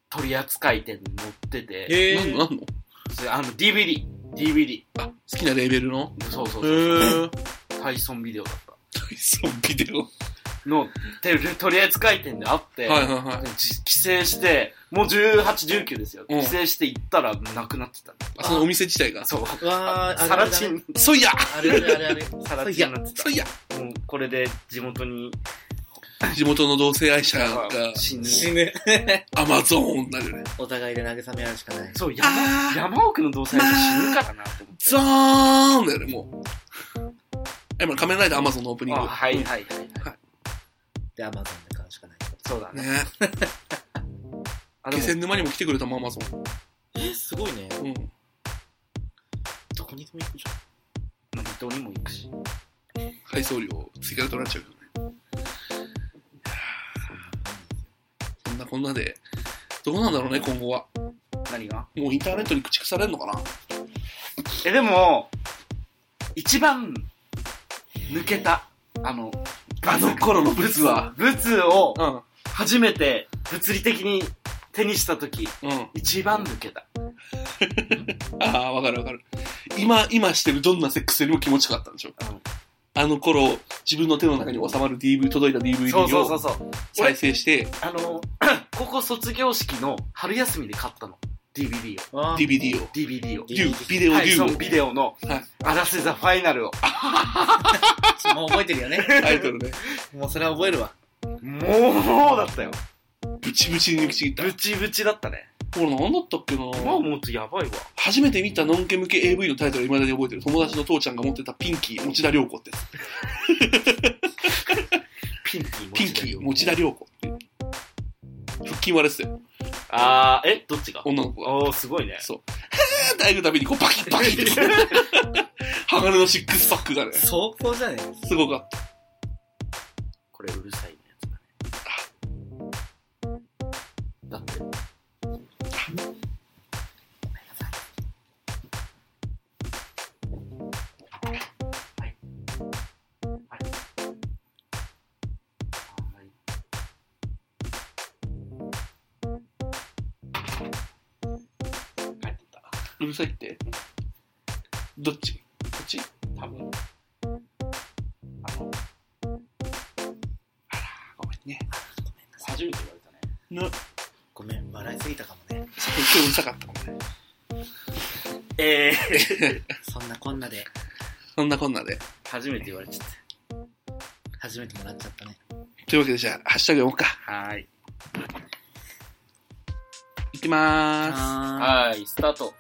Speaker 1: 取扱店に載ってて、
Speaker 3: ぐ
Speaker 2: ない
Speaker 3: ら
Speaker 2: ん
Speaker 3: な。
Speaker 2: のなんの
Speaker 1: それあの DVD、DVD。
Speaker 2: あ、好きなレーベルの
Speaker 1: そうそう
Speaker 2: へ
Speaker 1: そう。
Speaker 2: ぇー。
Speaker 1: タイソンビデオだっ
Speaker 2: そう、ビデオ。
Speaker 1: た。の、て取り扱い店であって、
Speaker 2: はいはいはい。
Speaker 1: じ帰省して、もう18、19ですよ。
Speaker 2: うん
Speaker 1: 帰省して行ったらなくなってた。
Speaker 2: あ、そのお店自体が。
Speaker 1: そう。
Speaker 3: うわー、
Speaker 1: サ
Speaker 3: あるあ
Speaker 1: ラ
Speaker 3: る
Speaker 1: チン、
Speaker 2: そいや
Speaker 3: あるあるあるある。
Speaker 1: サラチンになって
Speaker 2: そいや
Speaker 1: た。もうこれで地元に
Speaker 2: 地元の同性愛者が
Speaker 1: あ死ぬ。
Speaker 3: 死ぬ。
Speaker 2: アマゾーンになるよね。
Speaker 3: お互いで慰め合うしかない。
Speaker 1: そう、山
Speaker 2: あー
Speaker 1: 山奥の同性愛者死ぬからなって思って。
Speaker 2: ゾーンだよね、もう。え、まあ仮面ライダーアマゾンのオープニング。
Speaker 1: あ、はいはいはいはい。
Speaker 3: で、アマゾンで買うしかない。
Speaker 1: そうだね。
Speaker 2: ね
Speaker 1: あで
Speaker 2: 気
Speaker 1: も
Speaker 2: 仙沼にも来てくれたもん、アマゾン。
Speaker 3: え、すごいね。
Speaker 2: うん。
Speaker 3: どこにでも行くじ
Speaker 1: まあどこにも行くし。
Speaker 2: 配送料追加で取られちゃうけどね。そんなこんなで、どうなんだろうね、今後は。
Speaker 1: 何が
Speaker 2: もうインターネットに駆逐されるのかな
Speaker 1: え、でも、一番、抜けた、あの、
Speaker 2: あの頃のブツは。
Speaker 1: ブツを、
Speaker 2: う
Speaker 1: 初めて、物理的に手にしたとき、
Speaker 2: ん。うん。
Speaker 1: 一番抜けた。
Speaker 2: ああ、わかるわかる。今、今してるどんなセックスよりも気持ちよかったんでしょ。あの頃、自分の手の中に収まる DV、届いた
Speaker 1: そう
Speaker 2: DVD
Speaker 1: そうそう
Speaker 2: を
Speaker 1: そう。
Speaker 2: 再生して、
Speaker 1: あの、 [CLEARS THROAT] 高校卒業式の春休みで買ったの。DVD を。
Speaker 3: あー
Speaker 2: DVD を。
Speaker 1: DVD を。
Speaker 2: デュー、ビデオデ
Speaker 1: はい、
Speaker 2: ュ
Speaker 1: そ
Speaker 2: ー
Speaker 1: の
Speaker 2: を。
Speaker 1: ビデオの、
Speaker 2: はい
Speaker 1: アラセザファイナルを。
Speaker 3: もう覚えてるよね。
Speaker 2: タイトルね。
Speaker 3: もうそれは覚えるわ。
Speaker 1: もう、だったよ。
Speaker 2: ブチブチに抜きちぎった
Speaker 1: ブ。チブチだったね。
Speaker 2: 俺なんだったっけな
Speaker 1: 今思うとやばいわ。
Speaker 2: 初めて見たノンケ向け AV のタイトルを未だに覚えてる。友達の父ちゃんが持ってたピンキー、持田良子ってやつ。
Speaker 1: ピンキー持
Speaker 2: ピン
Speaker 1: ち
Speaker 2: キ
Speaker 1: だよ
Speaker 2: ー、持田良子って。腹筋割れてたよ。
Speaker 1: あー、え、どっちが
Speaker 2: 女の子が。
Speaker 1: おー、すごいね。
Speaker 2: そう。へーってあげるたびに、こう、バキッバキッ [LAUGHS] って。鋼のシックスパックがね、す
Speaker 3: 走行じゃね
Speaker 2: ごかった。
Speaker 1: これうるさいねやつだね。だって。はいはいはい帰ってった
Speaker 2: うるさいって。どっちこっち
Speaker 1: 多分あの
Speaker 2: ごめんね。
Speaker 1: 初めて言われたね
Speaker 2: な、
Speaker 3: ごめん、笑いすぎたかもね。
Speaker 2: そう今日うるさかったもんね。
Speaker 1: ええ
Speaker 3: そんなこんなで、
Speaker 2: そんなこんなで。
Speaker 1: 初めて言われちゃっ
Speaker 3: 初めてもらっちゃったね。
Speaker 2: というわけで、じゃあ、ハッシュタグ読もうか。
Speaker 1: たはーい
Speaker 2: いきまーす。
Speaker 3: あ
Speaker 1: はーいスタート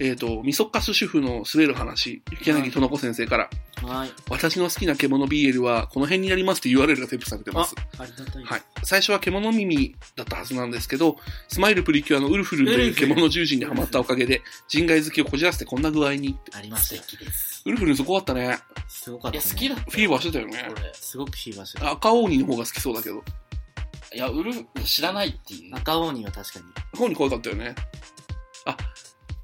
Speaker 2: えっ、と、みそかす主婦の滑る話、柳との子先生から、
Speaker 3: ーはい。
Speaker 2: 私の好きな獣 BL はこの辺になりますって URL が添付されてます。
Speaker 3: ありがたい。
Speaker 2: はい。最初は獣耳だったはずなんですけど、スマイルプリキュアのウルフルと
Speaker 3: ウ
Speaker 2: い
Speaker 3: ル
Speaker 2: う
Speaker 3: フル
Speaker 2: 獣獣人にはまったおかげで、人外好きをこじらせてこんな具合に。
Speaker 3: ありましたよ。
Speaker 1: です
Speaker 2: ウルフルンそこあったね。
Speaker 3: すごかっ
Speaker 1: いや
Speaker 3: た、ね。
Speaker 1: 好きだった
Speaker 2: フィーバーしてたよね。
Speaker 1: 俺
Speaker 3: すごくフィーバーしてた。
Speaker 2: 赤鬼の方が好きそうだけど。
Speaker 1: いやウルフ知らないっていう
Speaker 3: 赤鬼は確かに。
Speaker 2: 赤鬼可愛かったよね。あ、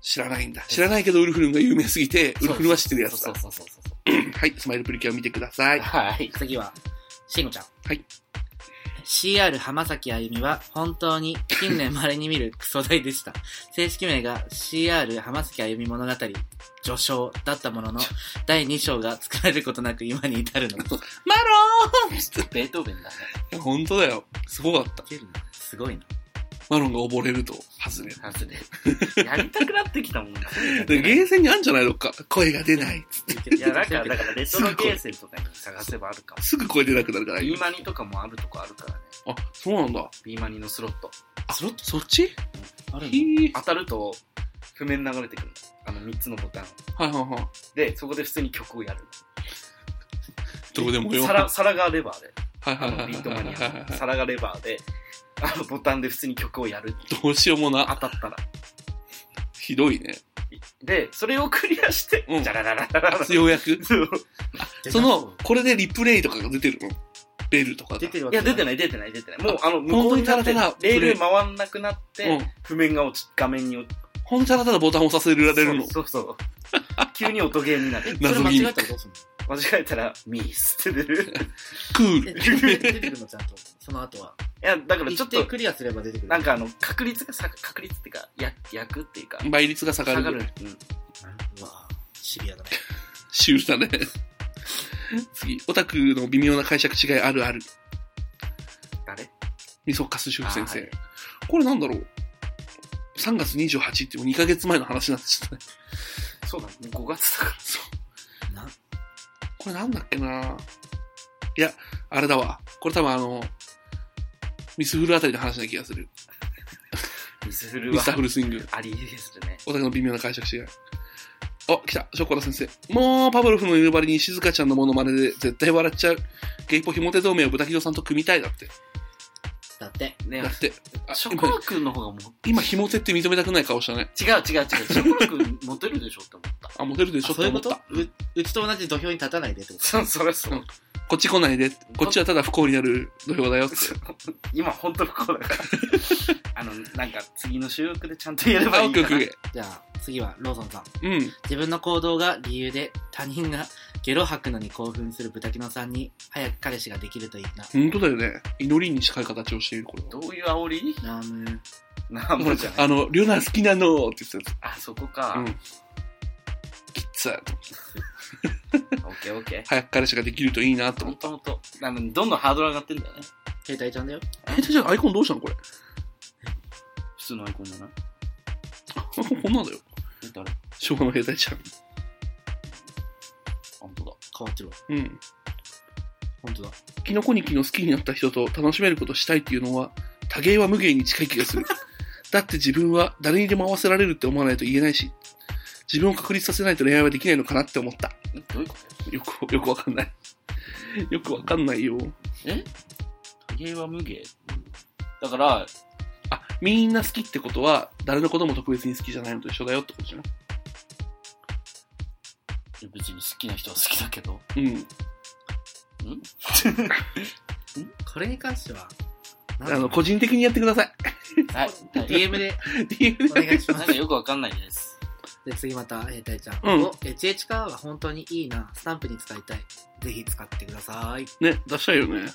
Speaker 2: 知らないんだ。知らないけどウルフルンが有名すぎて、ウルフルンは知ってるやつ
Speaker 1: そ
Speaker 2: だ
Speaker 1: う。そうそうそうそう
Speaker 2: はい。スマイルプリキュア見てください。
Speaker 1: はい
Speaker 3: 次は、しんごちゃん。
Speaker 2: はい。
Speaker 3: CR 浜崎あゆみは本当に近年稀に見るクソ大でした。正式名が CR 浜崎あゆみ物語序章だったものの、第2章が作られることなく今に至るの。
Speaker 2: マローンつって
Speaker 1: ベートーベンだね
Speaker 2: いや本当だよ。すごかった。
Speaker 3: すごいな。
Speaker 2: マロンが溺れると外れる。
Speaker 1: なんでねやりたくなってきたもんね
Speaker 2: で、ゲーセンにあるんじゃないのか。声が出ない。つって
Speaker 1: いやなんかだからレトロゲーセンとかに探せばあるかも
Speaker 2: すぐ声出なくなるから。
Speaker 1: ビーマニとかもあるとこあるからね
Speaker 2: あ、そうなんだ。
Speaker 1: ビーマニのスロット
Speaker 2: あ、そそっち
Speaker 3: ある
Speaker 2: ひー
Speaker 1: 当たると譜面流れてくるあの3つのボタン
Speaker 2: はいはいはい。
Speaker 1: でそこで普通に曲をやる
Speaker 2: どうでもよ。
Speaker 1: 皿皿がレバーで
Speaker 2: はいは
Speaker 1: あ
Speaker 2: いは
Speaker 1: の
Speaker 2: い
Speaker 1: ビートマニ
Speaker 2: はい
Speaker 1: ア
Speaker 2: は
Speaker 1: の
Speaker 2: いは
Speaker 1: 皿がレバーであのボタンで普通に曲をやる
Speaker 2: い。どうしようも
Speaker 1: 当
Speaker 2: な。
Speaker 1: たったら
Speaker 2: ひどいね。
Speaker 1: でそれをクリアして
Speaker 2: うん
Speaker 1: じゃらららららら
Speaker 2: ようやく。
Speaker 1: そう
Speaker 2: その、これでリプレイとかが出てるのベルとかが。
Speaker 3: 出てるわ
Speaker 1: い
Speaker 3: け
Speaker 1: や出て
Speaker 3: ない。
Speaker 1: ない出てない出てないもうあの向こ
Speaker 2: 本
Speaker 1: う
Speaker 2: 当に
Speaker 1: に
Speaker 2: た
Speaker 1: な
Speaker 2: だ
Speaker 1: ったて
Speaker 2: だ
Speaker 1: レール回んなくなっ
Speaker 2: う
Speaker 1: て
Speaker 2: ん。
Speaker 1: 譜面が落ち画面に落ち
Speaker 2: ほんとただただボタンを押させるられるの。
Speaker 1: そうそうそう急に音ゲーになる
Speaker 3: それ
Speaker 2: 謎
Speaker 3: 間
Speaker 2: に
Speaker 3: 違えたらどうすん
Speaker 1: 間違えたらミースって出る
Speaker 2: クー
Speaker 3: の
Speaker 2: ル。
Speaker 3: え出てくるのちゃんと。その後は。
Speaker 1: いやだからちょ
Speaker 3: 一
Speaker 1: っ
Speaker 3: 定
Speaker 1: と
Speaker 3: クリアすれば出てくる。
Speaker 1: なんかあの確率がさ確率っていうかや役っていうか
Speaker 2: 倍率が下が
Speaker 1: 下
Speaker 2: る。
Speaker 1: がる、うん、
Speaker 3: うわシビアだね。
Speaker 2: シュールだね。次、オタクの微妙な解釈違いあるある。
Speaker 1: 誰
Speaker 2: みそかす主婦先生。
Speaker 1: あはい
Speaker 2: これなんだろう ?3 月28ってもう2ヶ月前の話になってちゃったね。
Speaker 1: そうだね5月だから
Speaker 3: な、
Speaker 2: これなんだっけないや、あれだわ。これ多分あの、ミスフルあたりの話な気がする。
Speaker 1: ミスフル
Speaker 2: ミスタフ
Speaker 1: は
Speaker 2: ルスイング。
Speaker 1: ありえですね
Speaker 2: オタクの微妙な解釈違い。あ、来た。ショコラ先生。もう、パブロフの犬張りに静香ちゃんのモノマネで絶対笑っちゃう。ゲイポひもて同盟をブタキドさんと組みたいだって。
Speaker 3: だって。
Speaker 1: ね
Speaker 2: だって。あ
Speaker 1: ショコ
Speaker 2: 今
Speaker 1: ラ君の方がも
Speaker 2: 今、ひもてって認めたくない顔したね。
Speaker 1: 違う違う違うショコラ君モテるでしょって思った
Speaker 2: あ、モテるでしょ
Speaker 3: あ
Speaker 2: って
Speaker 3: そういう
Speaker 2: 思
Speaker 3: こ
Speaker 2: った。
Speaker 3: とううちと同じ土俵に立たないでってこ
Speaker 1: そそりゃそう、
Speaker 2: うんこっち来ないで。こっちはただ不幸になる土俵だよって。
Speaker 1: [LAUGHS] [LAUGHS] 今本当不幸だから
Speaker 2: [LAUGHS]
Speaker 1: あのなんか次の収録でちゃんとやれば
Speaker 2: あ、
Speaker 1: い
Speaker 2: オッ
Speaker 1: い
Speaker 2: ケー
Speaker 1: か
Speaker 2: オ
Speaker 1: な
Speaker 2: ッケーオッケ
Speaker 3: と。じゃあ、次はローソンさん。
Speaker 2: ーうん。
Speaker 3: 自分の行動が理由で他人がゲロ吐くのに興奮するブタキノさんに早く彼氏ができるといいな。
Speaker 2: 本当だよね。祈りに近い形をしている、これは。
Speaker 1: どういう煽り
Speaker 3: ラーム
Speaker 1: なあもうじゃない
Speaker 2: [LAUGHS] あの、リョナ好きなのって言ってた
Speaker 1: あ
Speaker 2: や
Speaker 1: そこか、
Speaker 2: うんつ。きっつ。
Speaker 1: オッケーオッケー。
Speaker 2: 早く彼氏ができるといいなと
Speaker 1: ほ
Speaker 2: 思
Speaker 1: ん
Speaker 2: った。
Speaker 1: とほんと。なんかどんどんハードル上がってんだよね。
Speaker 3: 携帯ちゃんだよ。
Speaker 2: え、じゃあアイコンどうしたのこれ。 [LAUGHS]
Speaker 1: 普通のアイコンじゃない
Speaker 2: あこんなんだよ。
Speaker 1: え誰
Speaker 2: 昭和の兵隊ちゃん。
Speaker 1: 本当だ。
Speaker 3: 変わってるわ。
Speaker 2: うん。
Speaker 3: 本当だ。
Speaker 2: キノコニキの好きになった人と楽しめることしたいっていうのは、多芸は無芸に近い気が [LAUGHS] する。だって自分は誰にでも合わせられるって思わないと言えないし、自分を確立させないと恋愛はできないのかなって思った。
Speaker 1: えどういうこ
Speaker 2: よく、よくわかんない。 [LAUGHS] よくわかんないよ。
Speaker 1: と芸は無芸だから、
Speaker 2: あ、みんな好きってことは、誰のことも特別に好きじゃないのと一緒だよってことじゃない
Speaker 1: 別に好きな人は好きだけ
Speaker 2: [LAUGHS]
Speaker 1: ど。
Speaker 2: うん。
Speaker 3: これに関しては、なん
Speaker 2: あ
Speaker 3: か
Speaker 2: の、個人的にやってください。
Speaker 1: はい。
Speaker 3: DM で
Speaker 2: DM
Speaker 3: お
Speaker 2: で
Speaker 3: 願いしま
Speaker 1: なん
Speaker 3: す
Speaker 1: か。よくわかんないです。
Speaker 3: で、次また、えー、たいちゃん。
Speaker 2: うん
Speaker 3: お、HH カーは本当にいいな。スタンプに使いたい。ぜひ使ってください。
Speaker 2: ね、出したいよね。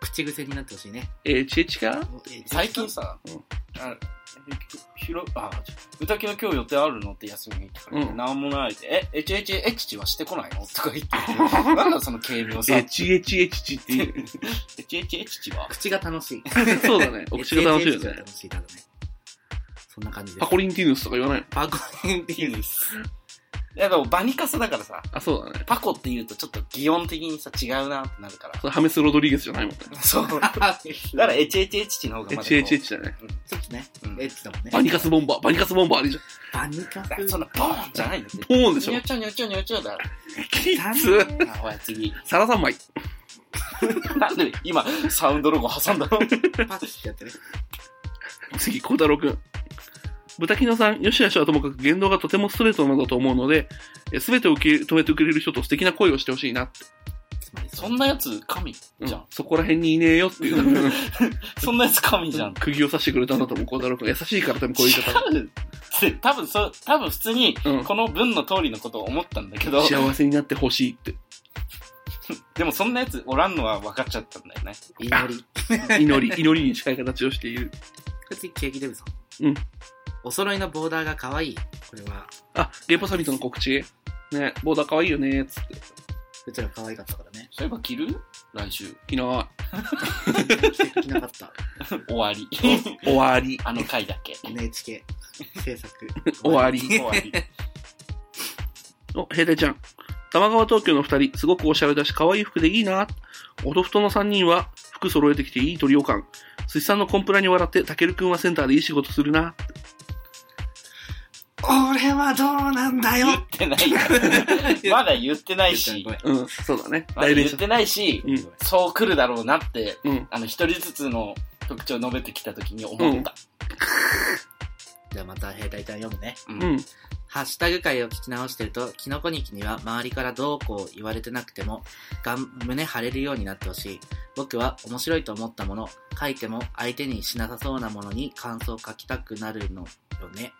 Speaker 3: 口癖になってほしいね。
Speaker 2: えー、ちえちか
Speaker 3: お HH カー
Speaker 1: 最近さ、
Speaker 2: うん
Speaker 1: あひろ、あ、歌きの今日予定あるのって休みに聞かれて、
Speaker 2: うん
Speaker 1: なんもないで、え、HHH はしてこないの
Speaker 2: [LAUGHS]
Speaker 1: とか言って、なんだその警備をさ、
Speaker 2: えちえちえちちっていう。
Speaker 1: HHH は
Speaker 3: 口が楽し [LAUGHS] い。
Speaker 2: そうだね。お口が楽
Speaker 3: [LAUGHS]
Speaker 2: しいよ
Speaker 3: HH が
Speaker 2: ね。
Speaker 3: 楽しいだろうね。そんな感じで
Speaker 2: パ
Speaker 3: す。
Speaker 2: コリンティヌスとか言わないの
Speaker 3: パコリン
Speaker 1: いいです。いやでもバニカスだからさ、
Speaker 2: あ、そうだね。
Speaker 1: パコって言うとちょっと擬音的にさ違うなってなるから。
Speaker 2: それハメス・ロドリゲスじゃないもんね。
Speaker 1: そう。だか
Speaker 3: あち
Speaker 1: ら HHH の方がまだこう。
Speaker 2: HHH だね。
Speaker 3: ょっとね、
Speaker 1: うん
Speaker 3: エッチだもんね。
Speaker 2: バニカスボンバー、バニカスボンバーあれじゃん。
Speaker 3: バニカス。
Speaker 1: そんなポーンじゃないんだって。
Speaker 2: ポーンでしょ
Speaker 1: にょ。ちょにょちょにょちょだか
Speaker 2: キッ
Speaker 3: 残
Speaker 2: ズ
Speaker 3: 念
Speaker 1: ら。あおや次。
Speaker 2: サラ三枚。
Speaker 1: なんで今サウンドロゴ挟んだの
Speaker 3: パチってやってね。
Speaker 2: 次、孝太郎くん。ブタキノさん、よしあしはともかく言動がとてもストレートなのだと思うので、すべてを受け止めてくれる人と素敵な恋をしてほしいなって。
Speaker 3: つまり
Speaker 1: そんなやつ神
Speaker 2: うん
Speaker 1: じゃん。
Speaker 2: そこら辺にいねえよっていう、
Speaker 1: そんなやつ神 [LAUGHS] じゃん。
Speaker 2: [LAUGHS] 釘を刺してくれたんだと思う、孝太郎くん。優しいから多分こういう
Speaker 1: [LAUGHS]
Speaker 2: 言い方。
Speaker 1: 違うって多分そう、多分普通に
Speaker 2: うん
Speaker 1: この文の通りのことを思ったんだけど、
Speaker 2: 幸せになってほしいって。
Speaker 1: でもそんなやつおらんのは分かっちゃったんだよね。
Speaker 3: 祈り。
Speaker 2: 祈り、祈りに近い形をしている。
Speaker 3: これ次、ケーキデブさん。
Speaker 2: うん。
Speaker 3: お揃いのボーダーが可愛い。これは、
Speaker 2: あ、レポサミットの告知。ね、ボーダー可愛いよね、つって。
Speaker 3: うちら可愛かったからね。
Speaker 1: そういえば着る来週。
Speaker 2: 昨日、
Speaker 3: できなかった。
Speaker 1: 終わり。
Speaker 2: 終わり。
Speaker 1: あの回だけ。
Speaker 3: NHK 制作。
Speaker 2: 終わり。
Speaker 1: 終わり。
Speaker 2: お、平太ちゃん。玉川東京の二人、すごくおしゃれだし、可愛い服でいいな。おとふとの三人は、服揃えてきていいトリオ感。寿司さんのコンプラに笑って、たけるくんはセンターでいい仕事するな。
Speaker 3: 俺はどうなんだよ
Speaker 1: 言ってない。まだ言ってないし
Speaker 3: ご、めん
Speaker 2: うん、そうだね。
Speaker 1: まだ
Speaker 2: 代弁
Speaker 1: 言っ
Speaker 2: 者。
Speaker 1: てないし
Speaker 2: う、ん。
Speaker 1: そう来るだろうなって、
Speaker 2: うん。
Speaker 1: あの、一人ずつの特徴を述べてきた時に思った。
Speaker 3: じゃあまた兵隊ちゃん読むね。
Speaker 1: う。
Speaker 2: うんん。
Speaker 3: ハッシュタグ会を聞き直してると、キノコニキには周りからどうこう言われてなくても、がん胸張れるようになってほしい。僕は面白いと思ったもの、書いても相手にしなさそうなものに感想を書きたくなるのよね。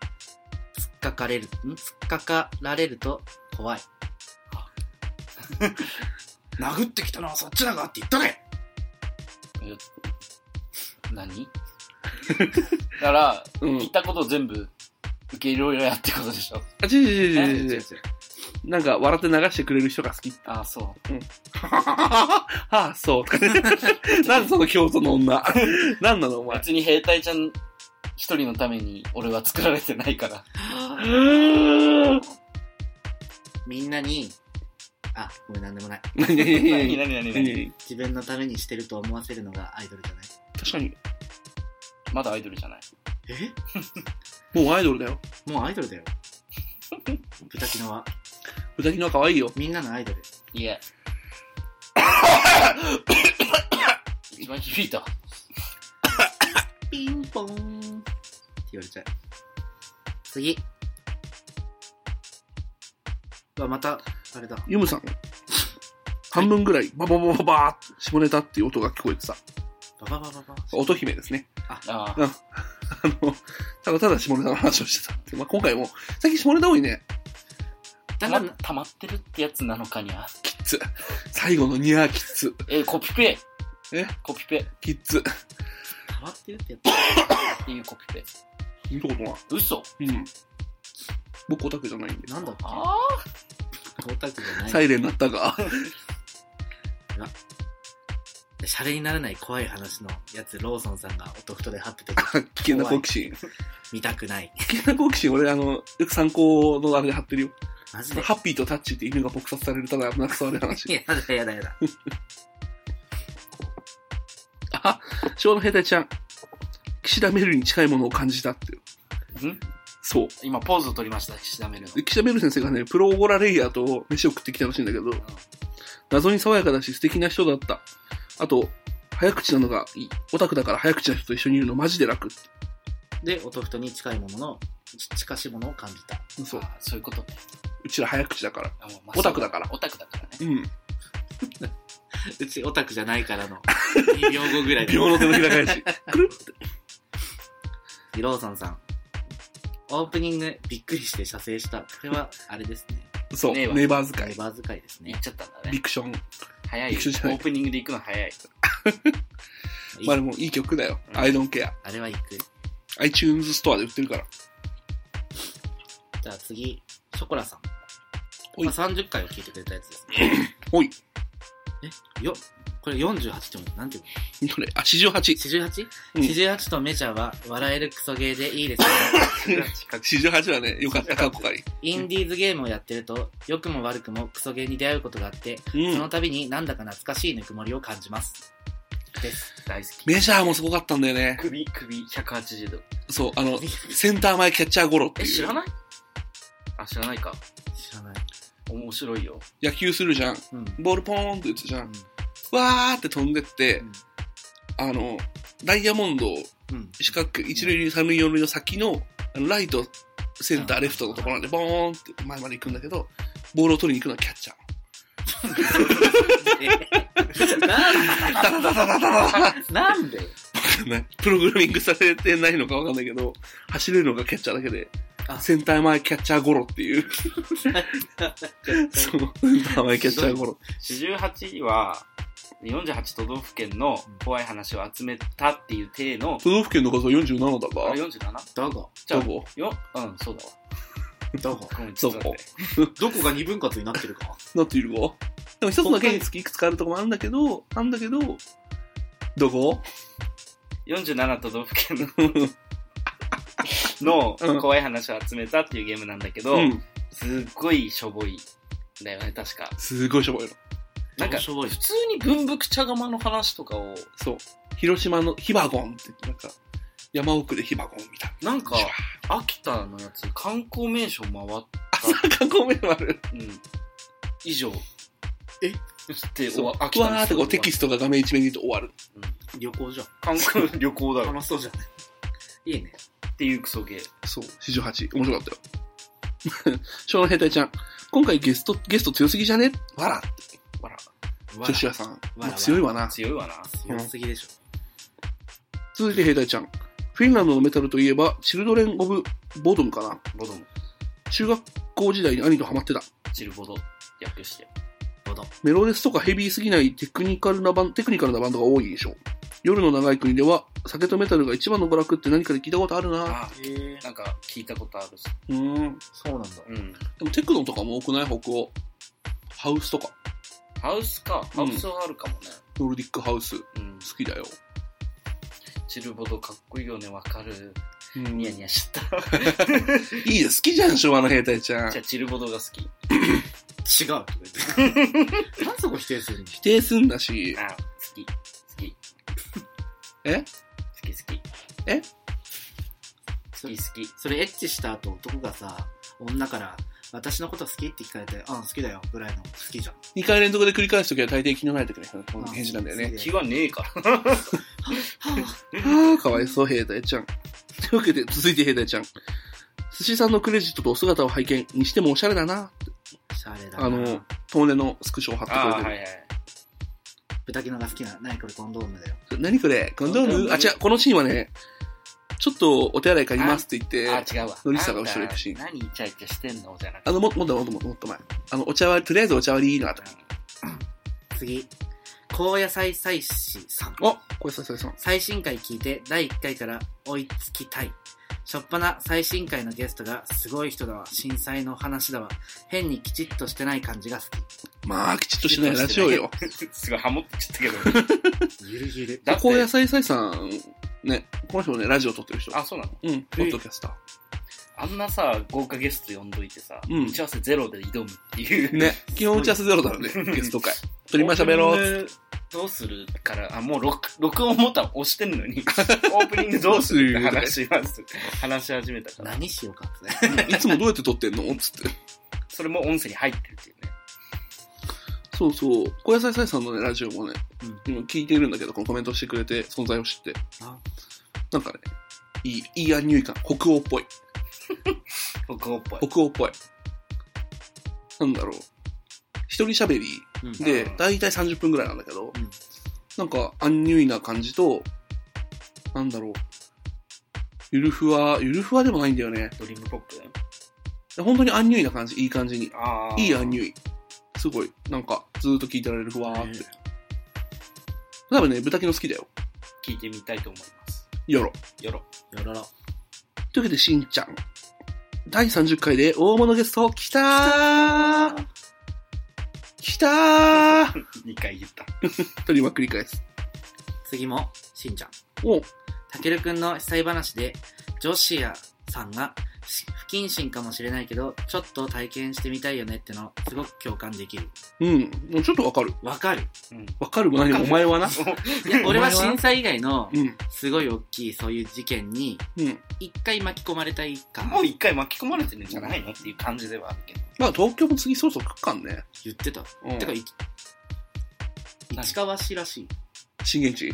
Speaker 3: 突っかかれる、ん突っかかられると怖い。殴ってきたのはそっちだがって言ったね
Speaker 1: 何 [LAUGHS] だから、
Speaker 2: うん
Speaker 1: 言ったことを全部受け入れろやってことでしょ。
Speaker 2: あ、ちょいちょいちょいちょいちょい
Speaker 3: 違う
Speaker 2: なんか、笑って流してくれる人が好き。
Speaker 1: ああ、そう。
Speaker 2: は [LAUGHS] あ、そう。 [LAUGHS] とかねなんその京都の女。 [LAUGHS] なんなの、お
Speaker 1: [LAUGHS]
Speaker 2: 前。
Speaker 1: 別に兵隊ちゃん一人のために俺は作られてないから。
Speaker 3: みんなに、あ、ごめん、なんでもない。
Speaker 2: 何何
Speaker 1: 何何何
Speaker 2: 何
Speaker 1: 何
Speaker 2: 何何
Speaker 3: 自分のためにしてると思わせるのがアイドルじゃない
Speaker 2: 確かに。
Speaker 1: まだアイドルじゃない。
Speaker 3: え
Speaker 2: もうアイドルだよ。
Speaker 3: もうアイドルだよ。 [LAUGHS] ブタキノは、
Speaker 2: うたきのは可愛いよ。
Speaker 3: みんなのアイドル。
Speaker 1: い [COUGHS] え。一番響いた。
Speaker 3: ピンポーンって言われちゃう。次。うわ、また、あれだ。
Speaker 2: ユムさん。半分ぐらい、ババババババーって下ネタっていう音が聞こえてた。
Speaker 3: バババババ。
Speaker 2: 音姫ですね。 [LAUGHS]
Speaker 1: あ
Speaker 2: うん。あの、ただただ下ネタの話をしてたって。まあ、今回も、最近下ネタ多いね。
Speaker 1: あ、
Speaker 3: だか
Speaker 1: ま
Speaker 3: ら、
Speaker 1: 溜まってるってやつなのかにゃ。
Speaker 2: キッズ。最後のニャーキッズ。
Speaker 1: え、コピペ。
Speaker 2: え
Speaker 1: コピペ。
Speaker 2: キッズ。
Speaker 3: 変わってるってやつ。
Speaker 1: っていうコピペ。
Speaker 2: 見たことない。
Speaker 1: 嘘
Speaker 2: うん。僕オタクじゃないんで。
Speaker 3: なんだっけ
Speaker 1: あ
Speaker 3: トータルじゃない。
Speaker 2: サイレン鳴ったか。 [LAUGHS]
Speaker 3: シャレにならない怖い話のやつ、ローソンさんが音太で貼ってて、
Speaker 2: 危険な好奇心。
Speaker 3: 見たく [LAUGHS] ない。
Speaker 2: 危険な [LAUGHS] 好奇心、俺、あの、よく参考のあれで貼ってるよ。
Speaker 3: マジで。
Speaker 2: ハッピーとタッチって犬が撲殺されるただ危なくそうな話。 [LAUGHS]
Speaker 3: やだやだやだ。
Speaker 2: あ、昭和の兵隊ちゃん。岸田メルに近いものを感じたっていう。
Speaker 1: ん
Speaker 2: そう。
Speaker 1: 今、ポーズを取りました、岸田メルの。
Speaker 2: で岸田メル先生がね、プロオゴラレイヤーと飯を食ってきたらしいんだけど、謎に爽やかだし素敵な人だった。あと、早口なのがいい。オタクだから早口な人と一緒にいるのマジで楽。
Speaker 3: で、音太に近いものの、ち近しいものを感じた。
Speaker 2: そう。
Speaker 1: あーそういうことね。
Speaker 2: うちら早口だから。
Speaker 1: あもうま
Speaker 2: オタクだから
Speaker 1: オタクだからね。
Speaker 2: うん。
Speaker 3: うちオタクじゃないから [LAUGHS] の、2秒後ぐらいで。
Speaker 2: 秒の手のひら返し。くるって。
Speaker 3: ローソンさん。オープニング、びっくりして射精した。これは、あれですね。
Speaker 2: そう。
Speaker 1: ねえわ
Speaker 2: ネイバーズ
Speaker 3: ガ
Speaker 2: 会
Speaker 3: イ。バー使いですね
Speaker 1: 言っ。ちゃったんだ
Speaker 2: ビ
Speaker 1: ね。
Speaker 2: クション。
Speaker 1: 早い。オ
Speaker 2: 一緒じゃない
Speaker 1: ープニングで行くの早い。
Speaker 2: まあでもいい曲だよ。アイドンケア。
Speaker 3: あれは行く。
Speaker 2: iTunes ストアで売ってるから。
Speaker 3: じゃあ次、ショコラさん。
Speaker 2: ほい
Speaker 3: まあ、30回を聞いてくれたやつですね。
Speaker 2: ほい。
Speaker 3: よ、これ48っても、なんていうの
Speaker 2: どれあ、48。
Speaker 3: ?48?48、
Speaker 2: うん
Speaker 3: 48とメジャーは、笑えるクソゲーでいいですよね。
Speaker 2: 48はね、よかった、過去かり。
Speaker 3: インディーズゲームをやってると、良くも悪くもクソゲーに出会うことがあって、
Speaker 2: う
Speaker 3: その
Speaker 2: ん。
Speaker 3: 度になんだか懐かしいぬくもりを感じます。です。
Speaker 1: 大好き。
Speaker 2: メジャーもすごかったんだよね。
Speaker 1: 首、首180度。
Speaker 2: そう、あの、センター前キャッチャーゴロって
Speaker 1: え、知
Speaker 2: いう
Speaker 1: ら。ないあ、知らないか。
Speaker 3: 知らない。
Speaker 1: 面白いよ。
Speaker 2: 野球するじゃん。
Speaker 3: うん。
Speaker 2: ボールポーンって打つじゃ
Speaker 3: うん
Speaker 2: ん。わーって飛んでって、あの、ダイヤモンドを
Speaker 3: うん。
Speaker 2: 四角、一塁に三塁四塁の先の、あのライト、センター、レフトのところなんで、ボーンって前まで行くんだけど、ボールを取りに行くのはキャッチャー。ダダダダ
Speaker 3: [LAUGHS]
Speaker 2: ダダダダ
Speaker 3: なんで
Speaker 2: ねプログラミングされてないのかわかんないけど、走れるのがキャッチャーだけで
Speaker 3: あ、
Speaker 2: センター前キャッチャーゴロっていう。そう、センター前キャッチャーゴロ。
Speaker 1: 48は、48都道府県の怖い話を集めたっていう体の、
Speaker 2: 都道府県の数は47だ
Speaker 1: あ
Speaker 2: か
Speaker 1: 47?
Speaker 3: どこ
Speaker 1: じゃ
Speaker 2: ど
Speaker 1: あ、
Speaker 2: こ
Speaker 1: よ、うん、そうだわ。
Speaker 3: どこ
Speaker 1: ごめんちょっと待って
Speaker 3: どこが二分割になってるか。
Speaker 2: なっているかでも一つの県につきいくつかあるとこもあるんだけど、なんだけど、どこ
Speaker 1: 47都道府県 [LAUGHS] の
Speaker 2: うん
Speaker 1: の怖い話を集めたっていうゲームなんだけど、
Speaker 2: うん。
Speaker 1: すっごいしょぼいんだよね、確か。
Speaker 2: すごいしょぼいの。
Speaker 1: なんか、
Speaker 3: しょぼい
Speaker 1: 普通に文福茶釜の話とかを、
Speaker 2: そう。広島のヒバゴンって、なんか、山奥でヒバゴン
Speaker 1: [LAUGHS]
Speaker 2: みたい
Speaker 1: なんか
Speaker 2: な。、
Speaker 1: 秋田のやつ、観光名所回っ
Speaker 2: 観光名もある。
Speaker 1: うん。以上。
Speaker 3: え
Speaker 1: って、
Speaker 2: そう。
Speaker 1: お
Speaker 2: わ
Speaker 1: 飽きたん
Speaker 2: ーってこうテキストが画面一面に終わる。
Speaker 3: 旅行じゃん。
Speaker 1: 観光旅行だろ。
Speaker 3: 楽しそうじゃん。いいね。
Speaker 1: っていうクソゲー。
Speaker 2: そう。四十八。面白かっ
Speaker 1: [LAUGHS]
Speaker 2: たよ。昭和の兵隊ちゃん。今回ゲスト、ゲスト強すぎじゃねわら。
Speaker 1: ほら、
Speaker 2: 女子屋さん。
Speaker 3: わら
Speaker 2: 強いわな。
Speaker 1: 強いわな。
Speaker 3: 強すぎでしょ。
Speaker 2: 続いて兵隊ちゃん。フィンランドのメタルといえば、チルドレン・オブ・ボドムかな。
Speaker 1: ボドム、
Speaker 2: 中学校時代に兄とハマってた。
Speaker 1: チルボド、略して。
Speaker 3: ボド。
Speaker 2: メロデスとかヘビーすぎないテクニカルなバンテクニカルなバンドが多い印象。夜の長い国では、酒とメタルが一番の娯楽って何かで聞いたことあるな。
Speaker 1: あ
Speaker 3: え
Speaker 1: あ、なんか聞いたことあるし。
Speaker 2: うん。
Speaker 3: そうなんだ。
Speaker 1: うん。
Speaker 2: でもテクノとかも多くない北欧。ハウスとか。
Speaker 1: ハウスか。ハウスはあるかもね。
Speaker 2: ノルディックハウス。好
Speaker 1: うん。
Speaker 2: きだよ。
Speaker 1: チルボドかっこいいよね、わかる。
Speaker 2: うん
Speaker 1: ニ
Speaker 2: い
Speaker 1: ヤ
Speaker 2: い
Speaker 1: ニヤしちゃっ
Speaker 2: よ。好きじゃん、昭和の兵隊ちゃ [LAUGHS]
Speaker 1: た。
Speaker 2: ん
Speaker 1: じゃ。あ、チルボドが好き。
Speaker 3: 違う。 [LAUGHS] 何そこ否定するの
Speaker 2: 否定すんだし。
Speaker 1: あ、好き。好き。
Speaker 2: え
Speaker 1: 好き好き。
Speaker 2: え
Speaker 1: 好き好き。
Speaker 3: それエッチした後男がさ、女から、私のこと好きって聞かれて、うん、好きだよ、ぐらいの好きじゃん。
Speaker 2: 二回連続で繰り返すときは大抵気のないときの返事なんだよね。
Speaker 1: 気がねえから。
Speaker 2: ああ、かわいそう、兵隊ちゃん。というわけで、続いて兵隊ちゃん。寿司さんのクレジットとお姿を拝見にしてもおしゃれだな。
Speaker 3: シャレだな。
Speaker 2: あの、遠根のスクショを貼ってくれて
Speaker 1: あ
Speaker 2: る
Speaker 1: あ、。 [LAUGHS] はいはい。
Speaker 3: 豚キノが好きな、何これコンドームだよ。
Speaker 2: 何これコンド
Speaker 1: コ
Speaker 2: ー
Speaker 1: ンド
Speaker 2: ム
Speaker 1: ーム
Speaker 2: あ、違う、このシーンはね、ちょっとお手洗い借りますって言って、
Speaker 1: あ
Speaker 2: あ、
Speaker 1: 違うわ。
Speaker 2: のりさが後ろ行くシーン
Speaker 1: あんた何イチャイチャしてんのじゃなくて。
Speaker 2: の、も、もっともっともっともっと前。あの、お茶割り、とりあえずお茶割りいいなと。
Speaker 3: 次。高野菜祭司さん。
Speaker 2: あ、これさささん。
Speaker 3: 最新回聞いて、第1回から追いつきたい。しょっぱな最新回のゲストがすごい人だわ、震災の話だわ、変にきちっとしてない感じが好
Speaker 2: まあ、きちっとしないラジオよ。
Speaker 1: すごいハモってち
Speaker 2: [LAUGHS]
Speaker 1: ゃったけど。
Speaker 3: き。ゆるゆる。
Speaker 1: だっ
Speaker 2: 高野
Speaker 1: て、
Speaker 2: 菜菜さん、ね、この人もね、ラジオ撮ってる人。
Speaker 1: あ、そうなの
Speaker 2: うん、ポッドキャスタ
Speaker 1: あんなさ、豪華ゲスト呼んどいてさ、
Speaker 2: うん
Speaker 1: 打ち合わせゼロで挑むっていう。
Speaker 2: [LAUGHS] ー。ね、基本打ち合わせゼロだよ [LAUGHS] ね、ゲスト会。撮りましたべろ
Speaker 1: オープニングどうするから、あ、もう録録音ボタン押してんの
Speaker 2: [LAUGHS]
Speaker 1: に、オープニングどうするって話します。話し始めたから。
Speaker 3: 何しようかって。 [LAUGHS]
Speaker 2: いつもどうやって撮ってんのつって。
Speaker 1: それも音声に入ってるっていうね。
Speaker 2: そうそう。小野菜菜さんのね、ラジオもね、
Speaker 3: う
Speaker 2: 今聞いてるんだけど、このコメントしてくれて、存在を知って。
Speaker 3: あ
Speaker 2: なんかね、いい、いいアンニュイ感。北欧っぽい。
Speaker 1: 録音っぽい。
Speaker 2: 北欧っぽい。なんだろう。一人喋り
Speaker 3: うん
Speaker 2: で
Speaker 1: うん、
Speaker 2: だいたい30分ぐらいなんだけど、
Speaker 3: うん
Speaker 2: なんか、アンニュイな感じと、なんだろう。ゆるふわ、ゆるふわでもないんだよね。
Speaker 1: ドリームポップだよ。
Speaker 2: 本当にアンニュイな感じ、いい感じに。
Speaker 1: あ
Speaker 2: いいアンニ
Speaker 1: ュ
Speaker 2: ュイ。すごい。なんか、ずーっと聞いてられる、ふわーって
Speaker 3: ね。
Speaker 2: 多分ね、豚キの好きだよ。
Speaker 1: 聞いてみたいと思います。
Speaker 2: よろ。
Speaker 1: よろ。
Speaker 3: よ
Speaker 2: という
Speaker 3: ろろ。
Speaker 2: わけで、しんちゃん。第30回で大物ゲスト、来たー来
Speaker 1: [LAUGHS]
Speaker 2: たー
Speaker 1: 2回言った。
Speaker 2: とりまくり返す。
Speaker 3: 次も、しんちゃん。
Speaker 2: お
Speaker 3: たけるくんの被災話で、ジョシアさんが、し不謹慎かもしれないけど、ちょっと体験してみたいよねっての、すごく共感できる。
Speaker 2: うん。もうちょっとわかる。
Speaker 3: わかる。 [LAUGHS]
Speaker 1: うん。
Speaker 2: わかるも何も。お前は
Speaker 1: [LAUGHS]
Speaker 2: な。
Speaker 3: いや、俺は
Speaker 2: お前は
Speaker 3: 震災以外の、
Speaker 2: うん。
Speaker 3: すごい大きいそういう事件に、
Speaker 2: うん。
Speaker 3: 一回巻き込まれたいか
Speaker 1: もう一回巻き込まれてるんじゃないのっていう感じではあるけど。
Speaker 2: まあ、東京も次そろそろ来っかんね。
Speaker 3: 言ってた。
Speaker 2: うん
Speaker 3: てか、い
Speaker 1: 何
Speaker 3: 市川市らしい。
Speaker 2: 震源地。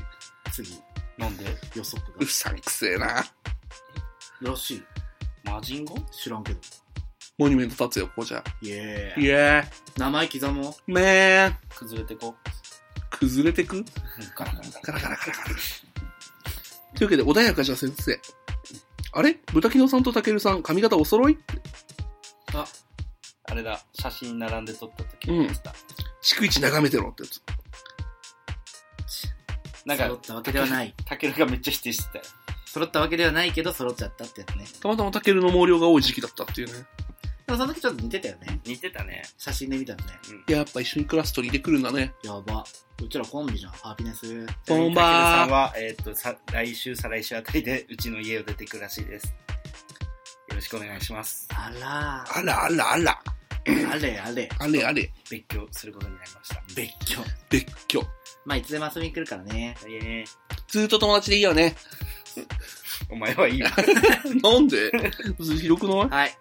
Speaker 3: 次、
Speaker 1: なんで
Speaker 3: 予測
Speaker 2: う
Speaker 3: が
Speaker 2: っ。さんくせえな。
Speaker 3: らしい。
Speaker 1: マジンゴ
Speaker 3: 知らんけど。
Speaker 2: モニュメント立つよ、ここじゃ。
Speaker 3: イエー
Speaker 2: イエ
Speaker 3: イ。名前刻もう。
Speaker 2: ー。めーん。
Speaker 1: 崩れてこう。
Speaker 2: 崩れてく
Speaker 1: ガラガラガラ
Speaker 2: ガラガラガラガラ。というわけで、穏やかじゃ先生。あれ豚キノさんとたけるさん、髪型お揃い
Speaker 3: あ、
Speaker 1: あれだ、写真並んで撮った時のやつだ。
Speaker 2: 逐一眺めてろってやつ。
Speaker 1: なん
Speaker 3: 揃っ
Speaker 1: か、
Speaker 3: たわけではない。
Speaker 1: たけるがめっちゃ否定してたよ。
Speaker 3: 揃ったわけではないけど、揃っちゃったってやつね。
Speaker 2: たまたまたけるの毛量が多い時期だったっていうね。
Speaker 3: でもその時ちょっと似てたよね。
Speaker 1: 似てたね。
Speaker 3: 写真で見たのね。
Speaker 2: やっぱ一緒にクラス取り入れてくるんだね。
Speaker 3: やば。うちらコンビじゃん。ハーピネス。
Speaker 2: こんばんは。
Speaker 1: たけるさんは、えっ、と、さ、来週、再来週あたりで、うちの家を出てくらしいです。よろしくお願いします。
Speaker 3: あら
Speaker 2: あらあらあら。
Speaker 3: ー。あれあれ。
Speaker 2: あれあれ。
Speaker 1: 別居することになりました。
Speaker 3: 別居。
Speaker 2: 別居。
Speaker 3: まあ、いつでも遊びに来るからね。
Speaker 1: イエーイ。
Speaker 2: ずーっと友達でいいよ [LAUGHS] ね。
Speaker 1: お前はいい [LAUGHS] わ。
Speaker 2: なんでひどくない
Speaker 3: はい。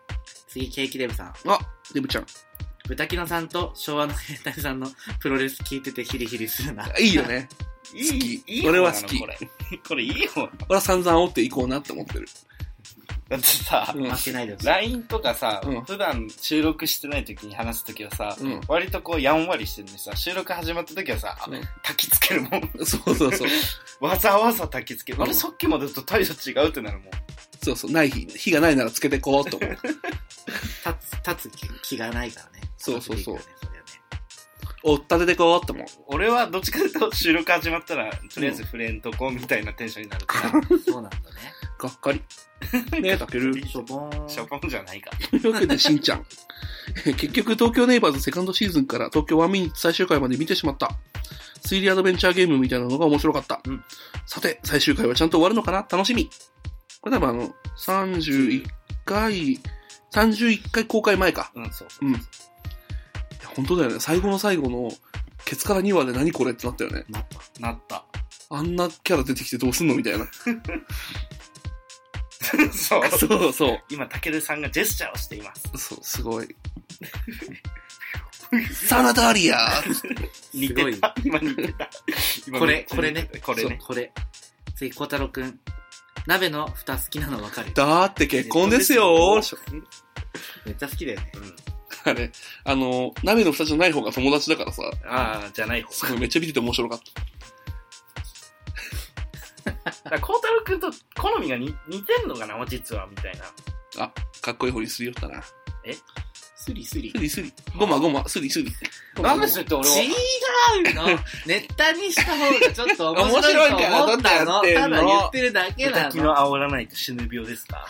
Speaker 3: 次、ケーキデブさん。
Speaker 2: あ、デブちゃん。
Speaker 3: 豚キノさんと昭和の兵隊さんのプロレス聞いててヒリヒリするな。
Speaker 2: いいよね。
Speaker 1: い
Speaker 2: 好き
Speaker 1: いい
Speaker 2: 俺は
Speaker 1: 方なの
Speaker 2: 好き
Speaker 1: これ、これいい方なの
Speaker 2: 俺は散々煽っていこうなって思ってる。
Speaker 1: だってさ、
Speaker 2: うん。
Speaker 3: [LAUGHS] 負けないでほしい。
Speaker 1: LINE とかさ、
Speaker 2: うん
Speaker 1: 普段収録してない時に話す時はさ、
Speaker 2: うん
Speaker 1: 割とこうやんわりしてるのにさ、収録始まった時はさ、あ
Speaker 2: うん
Speaker 1: 焚きつけるもん。 [LAUGHS]
Speaker 2: そうそうそう。
Speaker 1: わざわざ焚きつける。あ
Speaker 2: う
Speaker 1: れ
Speaker 2: ん
Speaker 1: さっきまでと態度違うってなるもん。
Speaker 2: そうそう。ない日、日がないならつけてこうと [LAUGHS] 思う。
Speaker 3: 立つ、立つ気がないからね。
Speaker 2: そうそうそう
Speaker 3: 立つ気がないからね
Speaker 2: おったててこうと思う。
Speaker 1: 俺はどっちかというと収録始まったら、とりあえず触れんとこうみたいなテンションになるから、
Speaker 3: それはねそうなんだね。
Speaker 2: がっか [LAUGHS] り。ねえ、たける。
Speaker 3: しょぼーん。
Speaker 1: ショパンじゃないか。
Speaker 2: というわけで、しんちゃん。 [LAUGHS] えー結局、東京ネイバーズセカンドシーズンから東京ワンミニッツ最終回まで見てしまった。推理アドベンチャーゲームみたいなのが面白かった。
Speaker 3: うん
Speaker 2: さて、最終回はちゃんと終わるのかな楽しみ。これ多分あの、31回、31回公開前か。
Speaker 1: うん、そうそう。
Speaker 2: うん。いや本当だよね。最後の最後の、ケツから2話で何これってなったよね。
Speaker 3: なった。
Speaker 1: なった。
Speaker 2: あんなキャラ出てきてどうすんのみたいな。
Speaker 1: そう。
Speaker 2: [LAUGHS] そう [LAUGHS] そう。
Speaker 1: 今、たけるさんがジェスチャーをしています。
Speaker 2: そう、すごい。 [LAUGHS] サナタリア
Speaker 1: 似
Speaker 3: すご
Speaker 1: て
Speaker 3: い
Speaker 1: た。 [LAUGHS] 今似てた。今
Speaker 3: これ
Speaker 1: めっちゃ
Speaker 3: これね
Speaker 1: 似てたこれね。
Speaker 3: これ。次、孝太郎くん。鍋の蓋好きなの分かる。
Speaker 2: だって結婚ですよ
Speaker 1: うん
Speaker 3: めっちゃ好きだよね。
Speaker 2: あれ、あの、鍋の蓋じゃない方が友達だからさ、
Speaker 1: ああ、じゃない方
Speaker 2: すごいめっちゃ見てて面白かった。
Speaker 1: だから孝太郎くんと好みがに似てんのかな実はみたいな
Speaker 2: かっこいい方にするよったな。
Speaker 3: スリスリ
Speaker 2: ス。リスリ。ごまごま、スリスリ。
Speaker 1: なんでそれって俺
Speaker 3: 違
Speaker 1: は、
Speaker 3: うのネタにした方がちょっと面白いと思
Speaker 2: 面白いから
Speaker 3: ったの。た
Speaker 2: だってやってんの
Speaker 3: だ言ってるだけな
Speaker 1: 敵
Speaker 3: の。
Speaker 1: の煽らないと死ぬ病ですか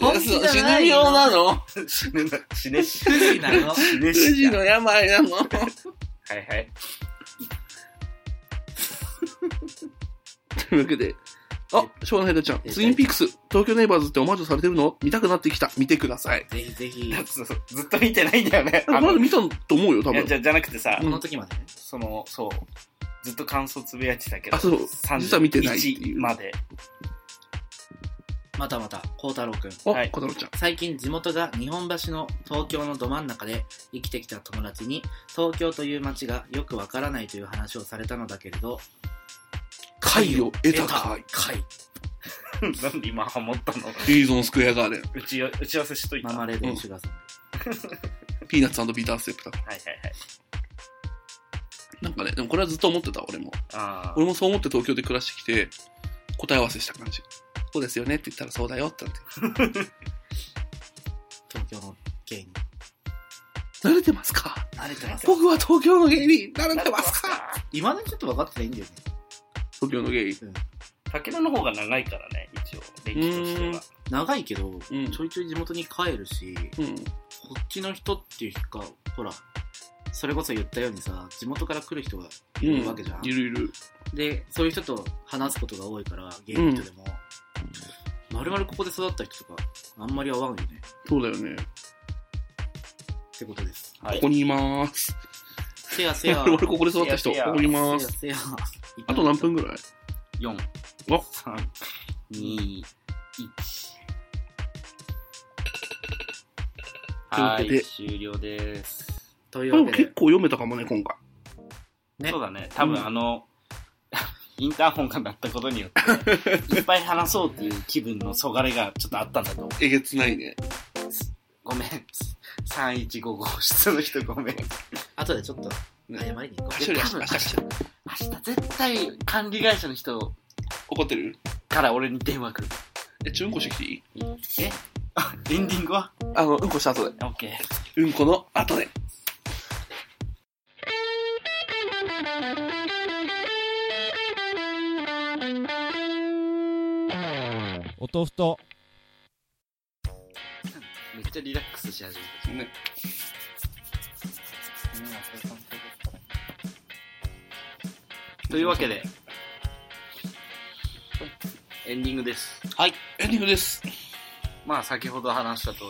Speaker 3: 本気じゃない
Speaker 2: 死ぬ病なの
Speaker 1: [LAUGHS] 死ぬな、死ねし。
Speaker 3: 不利なの。
Speaker 1: 死ね
Speaker 2: 富
Speaker 1: しだ。
Speaker 2: 士の病なの
Speaker 1: はいはい。
Speaker 2: というわけで。あ、昭和のヘイダちゃん。ツインピックス、東京ネイバーズってオマージュされてるの見たくなってきた。見てください。
Speaker 3: ぜひぜひ、
Speaker 1: そうそうずっと見てないんだよ
Speaker 2: [LAUGHS]
Speaker 1: ね。
Speaker 2: まだ見たと思うよ、多
Speaker 1: いや
Speaker 2: 分
Speaker 1: じ。ゃじゃなくてさ、
Speaker 3: この時までね。
Speaker 1: その、そう、ずっと感想つぶやいてたけど、
Speaker 2: あ、そう。実は見てないっていう
Speaker 1: 31まで。 [LAUGHS]
Speaker 3: またまた、孝太郎くん。
Speaker 2: あ、
Speaker 1: はい
Speaker 2: 小太郎ちゃん。
Speaker 3: 最近地元が日本橋の東京のど真ん中で生きてきた友達に東京という街がよくわからないという話をされたのだけれど
Speaker 2: 貝を得たかい。
Speaker 3: 貝
Speaker 1: なんで今ハモったの
Speaker 2: リーゾンスクエアガーデン。
Speaker 1: 打ちよ打ち合わせしといた。
Speaker 3: マー
Speaker 1: は
Speaker 3: マ
Speaker 1: い
Speaker 3: レードシュガーさん、
Speaker 2: ピーナッツビターステップだ。
Speaker 1: はいはい。
Speaker 2: なんかね、でもこれはずっと思ってた、俺も。
Speaker 1: あ
Speaker 2: 俺もそう思って東京で暮らしてきて、答え合わせした感じ。そうですよねって言ったらそうだよってなって。
Speaker 3: 東京の芸人
Speaker 2: 慣れてますか
Speaker 3: 慣れてます
Speaker 2: 僕は東京の芸人に慣
Speaker 1: あ。
Speaker 2: れてますか
Speaker 3: 今までちょっと分かってないんだよね
Speaker 2: 東京の芸人。
Speaker 1: 武田の方が長いからね、一応、歴史としては。
Speaker 3: 長いけ
Speaker 2: う
Speaker 3: ど、
Speaker 2: ん
Speaker 3: ちょいちょい地元に帰るし
Speaker 2: うん。
Speaker 3: こっちの人っていうかほらそれこそ言ったようにさ地元から来る人がいるわけじゃん、
Speaker 2: いるいる。
Speaker 3: でそういう人と話すことが多いから芸人とでも、まるまるここで育った人とかあんまり合わんよね
Speaker 2: そうだよね。
Speaker 3: ってことです
Speaker 1: はい
Speaker 2: ここにいまーす。
Speaker 3: せや
Speaker 2: [LAUGHS]
Speaker 3: せ
Speaker 2: 俺
Speaker 3: や
Speaker 2: ここで育った人、
Speaker 1: いやいや
Speaker 2: ここにいまーす。
Speaker 3: せやせや
Speaker 2: あと何分ぐらい
Speaker 1: 4、
Speaker 2: あ
Speaker 1: 3、2、1。は
Speaker 2: という
Speaker 1: い、
Speaker 2: わ
Speaker 1: 終了です。
Speaker 3: とい
Speaker 2: で
Speaker 3: う
Speaker 2: も
Speaker 3: わけ
Speaker 2: 結
Speaker 3: で
Speaker 2: 構読めたかもね、今回。
Speaker 3: ね
Speaker 1: そうだね、多分
Speaker 2: うん
Speaker 1: あの、 [LAUGHS] インターホンが鳴ったことによ
Speaker 2: [LAUGHS]
Speaker 1: って、いっぱい話そうっていう気分のそがれがちょっとあったんだと思う。
Speaker 2: えげつないね。
Speaker 1: ごめん。3155号室の人ごめん。
Speaker 3: あとでちょっと謝りに行こ
Speaker 2: あ
Speaker 3: う
Speaker 2: しょりあしょりあしょりあし
Speaker 1: 明
Speaker 2: ょり
Speaker 1: 日絶対管理会社の人
Speaker 2: 怒ってる
Speaker 1: から俺に電話来る。
Speaker 2: え、ちょ、うんこしてきていい
Speaker 1: えあエンディングは
Speaker 2: あの、うんこした後で。
Speaker 1: オッケー。
Speaker 2: うんこの後で。
Speaker 4: お豆腐と
Speaker 1: めっちゃリラックスし始め
Speaker 2: ね。
Speaker 1: た。というわけで、エンディングです。
Speaker 2: エンディングです。
Speaker 1: まあ先ほど話した通り、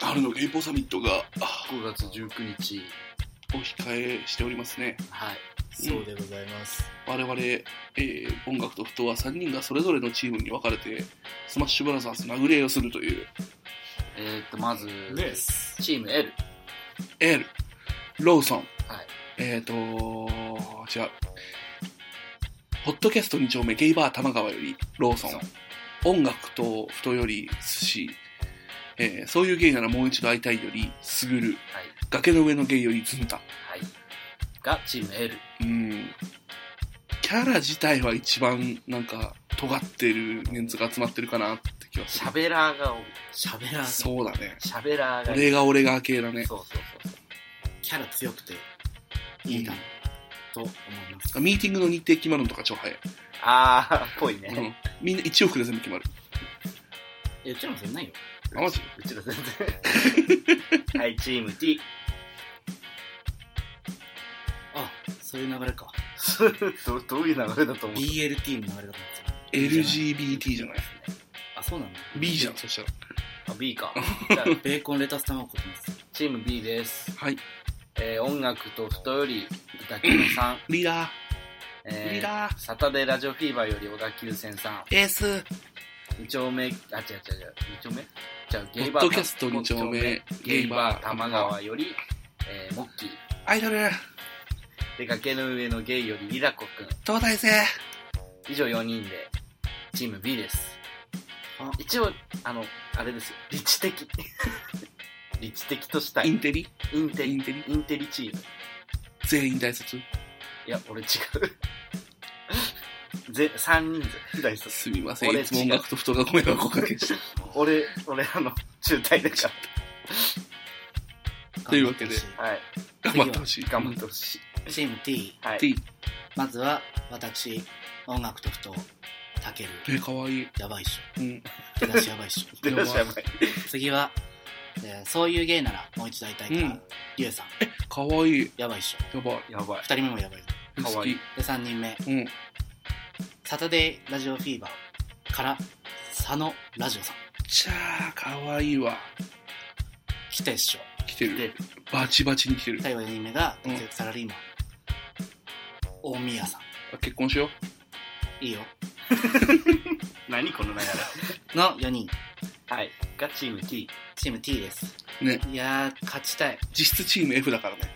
Speaker 2: 春のゲイポーサミットが、あ
Speaker 1: 5月19日、
Speaker 2: お控えしておりますね。
Speaker 1: はい。
Speaker 3: そうでございます
Speaker 2: 我々、えー音楽と不当は3人がそれぞれのチームに分かれて、スマッシュブラザーズ殴り合いをするという、
Speaker 1: えー、っと、まず、
Speaker 3: です
Speaker 1: チーム L。
Speaker 2: エール、ローソン、
Speaker 1: はい
Speaker 2: えっ、ー、と違う、ポッドキャスト2丁目、ゲイバー玉川よりローソン、
Speaker 1: そう
Speaker 2: 音楽と太より寿司、えーそういうゲイならもう一度会いたいよりすぐる、
Speaker 1: はい。
Speaker 2: 崖の上のゲイよりずんた。
Speaker 1: はい。が、チーム L。
Speaker 2: うん。キャラ自体は一番なんか尖ってるメンツが集まってるかなって気がす
Speaker 1: シ
Speaker 2: る
Speaker 1: ャ。ベラーが多い、
Speaker 3: 喋らず
Speaker 2: そうだね。
Speaker 1: シャベラーがいい
Speaker 2: 俺が俺が系だね。
Speaker 1: そうそうそうそう。
Speaker 3: キャラ強くていいなと思います
Speaker 2: ミーティングの日程決まるのとか超早い。
Speaker 1: あー、っぽいうね。
Speaker 2: ん。みんな1億で全部決まる。
Speaker 3: えうちらもそんなんよ
Speaker 2: あ、マジ
Speaker 1: うちら [LAUGHS] 全然。はい、チーム T。
Speaker 3: あそういう流れか
Speaker 1: どどういう流れだと思う
Speaker 3: BLT の流れだと思って
Speaker 2: ?LGBT じゃない。
Speaker 3: たあそうなんだ
Speaker 2: B じゃん、そしたら。
Speaker 1: あ、B [LAUGHS] か。じゃあ、
Speaker 3: ベーコンレタス卵こきます
Speaker 1: チーム B です。
Speaker 2: はい。
Speaker 1: えー、音楽と太より、小田急さん。
Speaker 2: リーダー、リー
Speaker 1: えー、
Speaker 2: ダー、
Speaker 1: サタデーラジオフィーバーより小田急線さん。
Speaker 2: エース、
Speaker 1: 二丁目、あ、違う違う違う、二丁目じゃあ、
Speaker 2: ポ
Speaker 1: ゲイ
Speaker 2: ッ
Speaker 1: バー。
Speaker 2: ドキャスト2丁目、
Speaker 1: ゲイバー、玉川、より、えー、モッキー。
Speaker 2: アイドル、
Speaker 1: で、崖の上のゲイよりリラコくん。
Speaker 2: 東大生、
Speaker 1: 以上4人で、チーム B です
Speaker 3: あ。
Speaker 1: 一応、あの、あれですよ、理知的。 [LAUGHS] 理知的とした
Speaker 2: イ
Speaker 1: い。
Speaker 2: ンテリ、
Speaker 1: インテ
Speaker 2: イ
Speaker 1: リ
Speaker 2: ン、テリ、
Speaker 1: インテリチーム。
Speaker 2: 全員大卒。
Speaker 1: いや、俺違う。 [LAUGHS] ぜ、3人で、大
Speaker 2: [LAUGHS]
Speaker 1: 卒。
Speaker 2: すみません、
Speaker 1: 俺
Speaker 2: いつも音楽と布団がご迷惑をおかけして。
Speaker 1: 俺、俺、あの、中退だから。
Speaker 2: というわけで
Speaker 1: はい。
Speaker 2: 頑張ってほしい。
Speaker 1: 頑張ってほしい。
Speaker 3: チーム T
Speaker 1: はい。
Speaker 2: T
Speaker 3: まずは私音楽とふとたける
Speaker 2: え、かわいい。
Speaker 3: やばいっし
Speaker 2: うん。
Speaker 3: ょ出だしやばいっし
Speaker 1: 出だしやばい。
Speaker 3: ょ次は、えーそういう芸ならもう一度会いたいから、
Speaker 2: うん
Speaker 3: ゆうさん
Speaker 2: かわいい。
Speaker 3: やばいっしょ
Speaker 2: やばい。
Speaker 1: やばい。
Speaker 3: 2人目もやばいよ
Speaker 1: かわいい
Speaker 3: で3人目
Speaker 2: 好き。うん。
Speaker 3: サタデーラジオフィーバーから佐野ラジオさん
Speaker 2: ちゃあ、かわいいわ。
Speaker 3: 来てっしょ
Speaker 2: 来てる
Speaker 1: で。
Speaker 2: バチバチに来てる。
Speaker 3: 最後4人目が独力サラリーマン、大宮さん
Speaker 2: あ結婚しよ
Speaker 3: いいよ
Speaker 1: 何この流
Speaker 3: の4人
Speaker 1: れ。はい。がチーム T。
Speaker 3: チーム T です
Speaker 2: う。ね。
Speaker 3: いやー勝ちたい
Speaker 2: 実質チーム F だからね。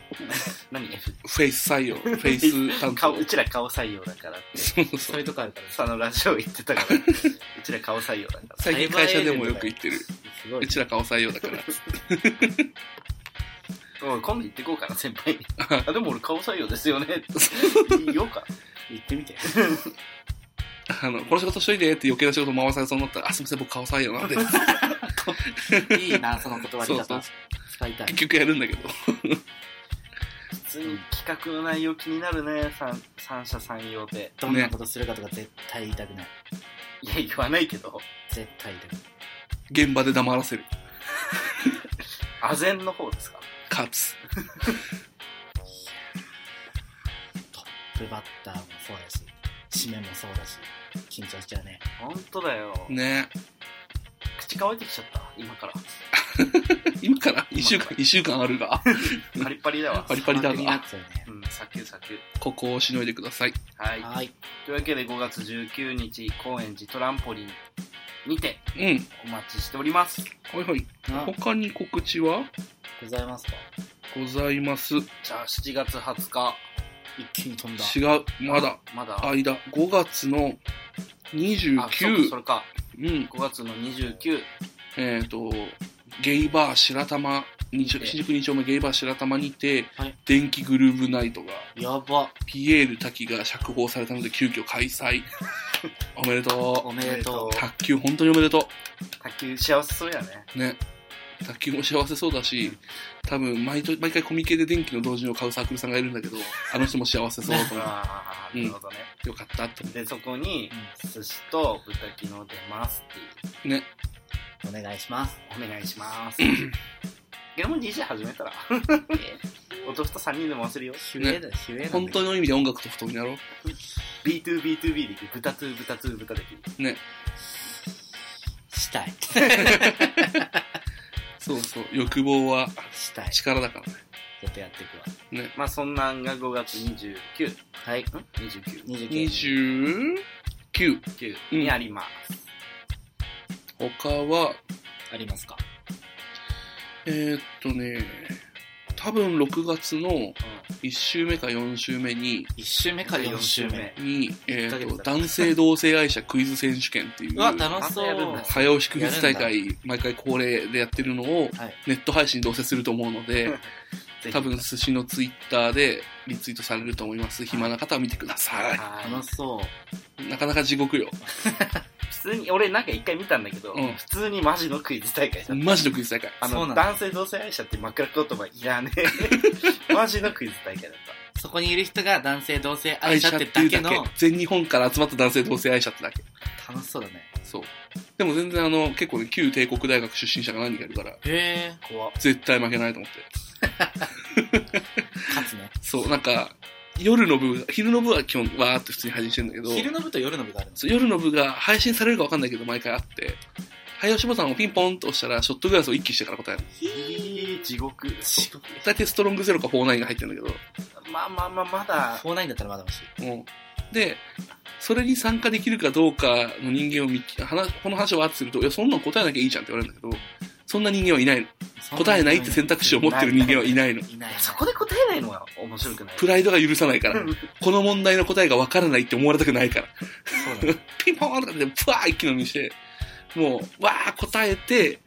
Speaker 1: 何 F?
Speaker 2: フェイス
Speaker 1: [LAUGHS]
Speaker 2: 採用。フェイス担
Speaker 1: 顔、
Speaker 2: 当
Speaker 1: う。ちら顔採用だからって。
Speaker 2: そうそ
Speaker 3: そう
Speaker 2: う
Speaker 3: いう。とこあるから
Speaker 1: そのラジオ行ってた
Speaker 2: [LAUGHS]
Speaker 1: から。うちら顔採用だから。
Speaker 2: 最近会社でもよく言ってる。
Speaker 3: すごいう
Speaker 2: ちら顔採用だから。
Speaker 1: おい今度行ってこうかな、先輩
Speaker 2: [LAUGHS]
Speaker 1: に。あ、でも俺顔採用ですよね。いいようか。
Speaker 3: 行って
Speaker 2: [LAUGHS]
Speaker 3: みて
Speaker 2: あの、この仕事しといてって余計な仕事回されそうになったら、あ、すみません、僕顔採用なんで。
Speaker 3: いいなその断り
Speaker 2: そうそ
Speaker 3: 方
Speaker 2: う
Speaker 3: 使いたい
Speaker 2: 結局やるんだけど。
Speaker 1: 普通に企画の内容気になるね、三三者三様で。
Speaker 3: どんなことするかとか絶対言いたくない
Speaker 1: いや、言わないけど、
Speaker 3: 絶対言いたくない
Speaker 2: 現場で黙らせる。
Speaker 1: あぜんの方ですか
Speaker 2: 勝つ。
Speaker 3: トップバッターもそうだし締めもそうだし緊張しちゃうね
Speaker 1: 本当だよ。
Speaker 2: ね
Speaker 1: 口乾いてきちゃった、今から。
Speaker 2: 今から一週間、一週間あるが、
Speaker 1: パリパリだわ
Speaker 2: パ。リパリだ
Speaker 3: 気になっ
Speaker 2: が、
Speaker 3: ちゃうね
Speaker 1: うん、サクサク。
Speaker 2: ここをしのいでください。
Speaker 1: はい。
Speaker 3: はい
Speaker 1: というわけで5月19日、高円寺トランポリンにて
Speaker 2: うん。
Speaker 1: お待ちしております。
Speaker 2: はいはい。
Speaker 3: な
Speaker 2: 他に告知は
Speaker 3: ございますか
Speaker 2: ございます。違う。
Speaker 1: じゃあ7月20日、
Speaker 3: 一気に飛んだ
Speaker 2: まだ。
Speaker 1: まだ、
Speaker 2: 間。5月の
Speaker 1: あ、そうか、そ
Speaker 2: 29。
Speaker 1: れか。
Speaker 2: うん。
Speaker 1: 5月の29、
Speaker 2: えっ、と、ゲイバー白玉、二丁新宿二丁目ゲイバー白玉にて、
Speaker 3: はい
Speaker 2: 電気グルーヴナイトが、
Speaker 3: やば
Speaker 2: ピエール滝が釈放されたので急遽開 [LAUGHS] 催。おめでと
Speaker 3: おめでと
Speaker 1: おめでと
Speaker 2: う。卓球本当におめでと
Speaker 1: 卓球幸せそうやね。
Speaker 2: う。ね。卓球も幸せそうだし、多分毎年、毎回コミケで電気の同時を買うサークルさんがいるんだけ [LAUGHS] ど、あの人も幸せそうだと [LAUGHS] 思
Speaker 1: ああ、
Speaker 2: うん
Speaker 1: なるほどね。
Speaker 2: う。よかったって思。
Speaker 1: で、そこに、寿司と豚キノ出ますっていう
Speaker 2: ね。
Speaker 3: うお願いします
Speaker 1: う。お願いし
Speaker 2: [CLEARS THROAT]
Speaker 1: ます。ゲノモン DJ 始めたら、弟と3人でも忘れよう。
Speaker 3: ひゅえだひゅえだ
Speaker 2: 本当の意味で音楽と布団になろう。
Speaker 1: B2B2B できる。豚2、豚2、豚できる。
Speaker 3: したい
Speaker 2: そうそう。欲望は
Speaker 3: したいち
Speaker 2: 力だからね。
Speaker 3: ょっとやっていくわ
Speaker 1: まあ、そんなんが5月29、
Speaker 3: はい
Speaker 1: ん ?29、
Speaker 3: 29
Speaker 2: 29。
Speaker 1: 9
Speaker 2: うん
Speaker 1: にあります。
Speaker 2: 他は、
Speaker 3: ありますか
Speaker 2: えーっとね、多分6月の1週目か4週目に、
Speaker 3: 1週目から4週目。
Speaker 2: に、えーっ
Speaker 1: 一ヶ月
Speaker 2: と、
Speaker 1: だ
Speaker 2: 男性同性愛者クイズ選手権っていう、
Speaker 3: うわ
Speaker 2: 早
Speaker 3: 楽しそう
Speaker 1: またやるんだ
Speaker 2: 押し区別大会、毎回恒例でやってるのを
Speaker 3: はい、
Speaker 2: ネット配信どうせすると思うので、
Speaker 1: ぜひ
Speaker 2: 多分寿司のツイッターでリツイートされると思います。暇な方は見てくださ
Speaker 1: はい
Speaker 3: 楽しそう
Speaker 2: い。なかなか地獄よ。
Speaker 1: 普通に、俺なんか一回見たんだけど、
Speaker 2: うん
Speaker 1: 普通にマジのクイズ大会だった。
Speaker 2: マジのクイズ大会。
Speaker 1: あ
Speaker 3: そ
Speaker 1: の、
Speaker 3: うなんだ
Speaker 1: 男性同性愛者って枕言葉いらねえ。マジのクイズ大会だっ
Speaker 3: そこにいる人が男性同性愛
Speaker 2: 愛
Speaker 3: 者
Speaker 2: 者
Speaker 3: っ
Speaker 2: ってて
Speaker 3: だ
Speaker 2: いう
Speaker 3: け
Speaker 2: だ
Speaker 3: の
Speaker 2: け。全日本から集まった男性同性愛者ってだけ。
Speaker 3: 楽しそうだね
Speaker 2: そう。でも全然あの、結構ね、旧帝国大学出身者が何人かいるから、
Speaker 3: へえ
Speaker 1: た。怖
Speaker 2: 絶対負けないと思って。
Speaker 3: 勝つね
Speaker 2: そう、なんか、夜の部、昼の部は基本、わーって普通に配信してんだけど、
Speaker 3: 昼の部と夜の部があるんです
Speaker 2: そう夜の部が配信されるかわかんないけど、毎回あって、早押しボタンをピンポンと押したら、ショットグラスを一気にしてから答える。
Speaker 1: いー地獄。
Speaker 3: 地獄
Speaker 2: 大体ストロングゼロか49が入ってるんだ
Speaker 1: まあまあまあ、まだ、
Speaker 3: 49だったらまだまし
Speaker 2: けど、うん。で、それに参加できるかどうかの人間を見、話この話をわーってすると、いや、そんなん答えなきゃいいじゃんって言われるんだけど、そんな人間はいないの。答えないって選択肢を持ってる人間はいないの。
Speaker 3: いない
Speaker 1: そこで答えないのは面白くない。
Speaker 2: プライドが許さないから
Speaker 1: うん。
Speaker 2: この問題の答えがわからないって思われたくないから。
Speaker 3: そうだね
Speaker 2: ピンポーンとかで、プワー一気飲みして、もう、わー答えて、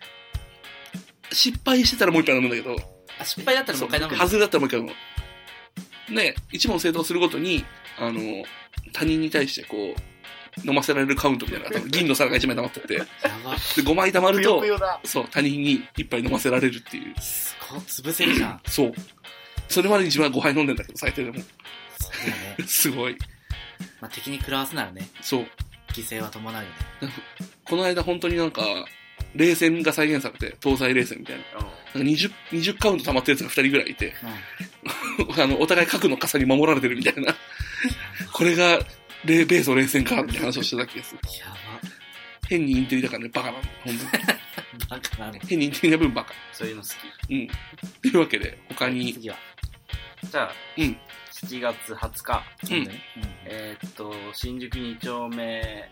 Speaker 2: 失敗してたらもう一杯飲むんだけど、
Speaker 3: あ失敗だったらもう一回飲むんだ
Speaker 2: 外れだったらもう一回飲む。で、一問正答するごとに、あの、他人に対してこう、飲ませられるカウントみたいなのが多分銀の皿が1枚溜まっててで
Speaker 3: ば。
Speaker 2: 5枚溜ま
Speaker 1: ぷ
Speaker 2: る
Speaker 1: [LAUGHS] よ
Speaker 2: と
Speaker 1: ぷよだ。
Speaker 2: そう他人に1杯飲ませられるっていう
Speaker 3: すごい、潰せるじゃん。
Speaker 2: そうそれまでに自分は5杯飲んでんだけど最低でも [LAUGHS]
Speaker 3: そうだよね。
Speaker 2: すごい
Speaker 3: まあ、敵に食らわすならね、
Speaker 2: そう
Speaker 3: 犠牲は伴うよね。
Speaker 2: この間本当になんか冷戦が再現されて東西冷戦みたいななんか 20, 20カウント溜まってるやつが2人ぐらいいて [LAUGHS] あのお互い核の傘に守られてるみたいなこれが米米ソ冷戦かって話をしてた気がする
Speaker 3: や
Speaker 2: 変にインテリだからねバカなの本当に
Speaker 3: ば。バカなの。
Speaker 2: 変にインテリな分バカ
Speaker 1: そういうの好
Speaker 2: うんというわけで他に
Speaker 3: 次は。
Speaker 1: き。じゃあ、
Speaker 2: うん
Speaker 1: 7月20日、
Speaker 2: うん
Speaker 3: うん。
Speaker 1: えーっと、新宿2丁目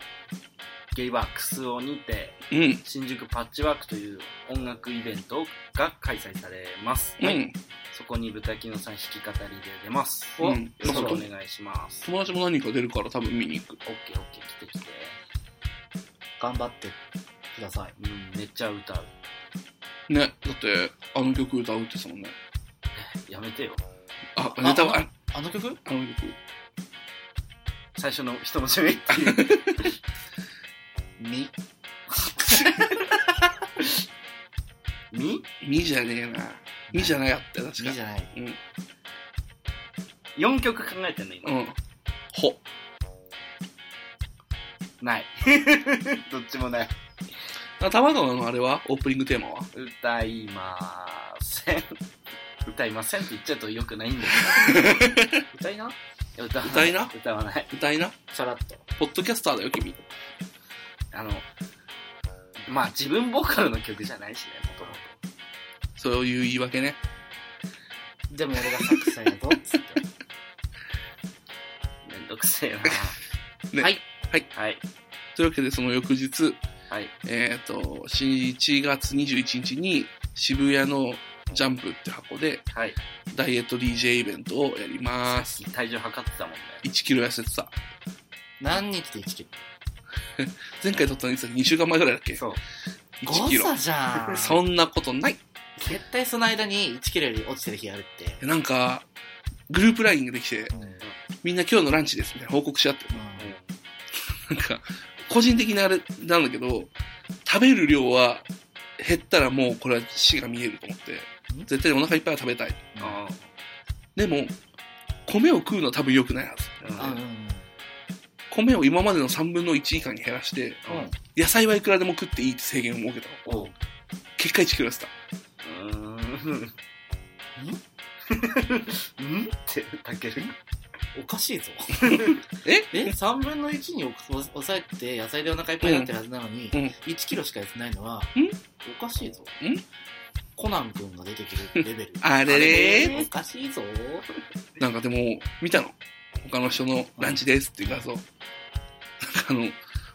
Speaker 1: ゲイバックスをにて、
Speaker 2: うん
Speaker 1: 新宿パッチワークという音楽イベントが開催されます。
Speaker 2: う
Speaker 1: はい
Speaker 2: ん、
Speaker 1: そこに豚キノさん弾き語りで出ます。
Speaker 2: うん
Speaker 1: よろしくお
Speaker 2: そう
Speaker 1: 願いします。
Speaker 2: 友達も何人か出るから多分見に行く
Speaker 1: オッケーオッケー、来て来て。
Speaker 3: 頑張ってください。
Speaker 1: うん、めっちゃ歌う。
Speaker 2: ねだってあの曲歌うって言ってたもんね
Speaker 1: やめてよ。
Speaker 2: あネタはあ
Speaker 3: あの曲
Speaker 2: あの曲
Speaker 1: 最初の一文字目っていう。 [LAUGHS]
Speaker 3: み。
Speaker 1: み
Speaker 2: 2じゃねえな2じゃなかったよ確か
Speaker 3: みじゃない。
Speaker 1: 4曲考えてんの今、
Speaker 2: うんほ
Speaker 1: ない [LAUGHS] どっちもない
Speaker 2: あ玉川のあれはオープニングテーマは
Speaker 1: 歌いません歌いませんって言っちゃうとよくないんだ
Speaker 2: [LAUGHS]
Speaker 1: けど歌いな歌わ
Speaker 2: 歌いな
Speaker 1: 歌わない
Speaker 2: 歌いな
Speaker 3: さらっと。
Speaker 2: ポッドキャスターだよ君
Speaker 1: あのまあ自分ボーカルの曲じゃないしねもとも
Speaker 2: そういう言い訳ね
Speaker 3: でも俺が作詞やぞ、つって。
Speaker 1: とめんどくせえな、
Speaker 2: ね
Speaker 3: はい
Speaker 1: はい
Speaker 2: というわけでその翌日
Speaker 1: はい
Speaker 2: えっ、と1月21日に渋谷のジャンプって箱で
Speaker 1: はい
Speaker 2: ダイエット DJ イベントをやります
Speaker 1: 体重測ってたもんね
Speaker 2: 1キロ痩せてた
Speaker 3: [LAUGHS] 何日で1キロ
Speaker 2: 前回撮ったのいつだっけ2週間前ぐらいだっけ
Speaker 1: そう
Speaker 2: 1キロ
Speaker 3: 誤差じゃ
Speaker 2: [LAUGHS]
Speaker 3: ん。
Speaker 2: そんなことない
Speaker 3: 絶対その間に1キロより落ちてる日あるって。
Speaker 2: なんかグループラインができて
Speaker 3: うん。うん。
Speaker 2: みんな今日のランチですみたいな報告し合って [LAUGHS] なんか、個人的なあれなんだけど、食べる量は減ったらもうこれは死が見えると思って、絶対にお腹いっぱいは食べたい。
Speaker 1: あ
Speaker 2: でも、米を食うのは多分良くないはず。
Speaker 1: あ、
Speaker 3: う
Speaker 1: うん
Speaker 3: んうん。
Speaker 2: 米を今までの3分の1以下に減らして、
Speaker 1: うん
Speaker 2: 野菜はいくらでも食っていいって制限を設けたの。
Speaker 1: おう
Speaker 2: 結果1キロ痩せた。
Speaker 1: うー [LAUGHS] んんってたける
Speaker 3: おかしいぞ。
Speaker 2: [LAUGHS] え
Speaker 3: え ?3 分の1におお抑えて野菜でお腹いっぱいになってるはずなのに、
Speaker 2: うん
Speaker 3: 1キロしかやってないのは、おかしいぞ。
Speaker 2: ん。
Speaker 3: コナン君が出てくるレベル
Speaker 2: [LAUGHS] あれれ
Speaker 3: おかしいぞ。
Speaker 2: なんかでも、見たの。他の人のランチですっていう画像。なんかあの、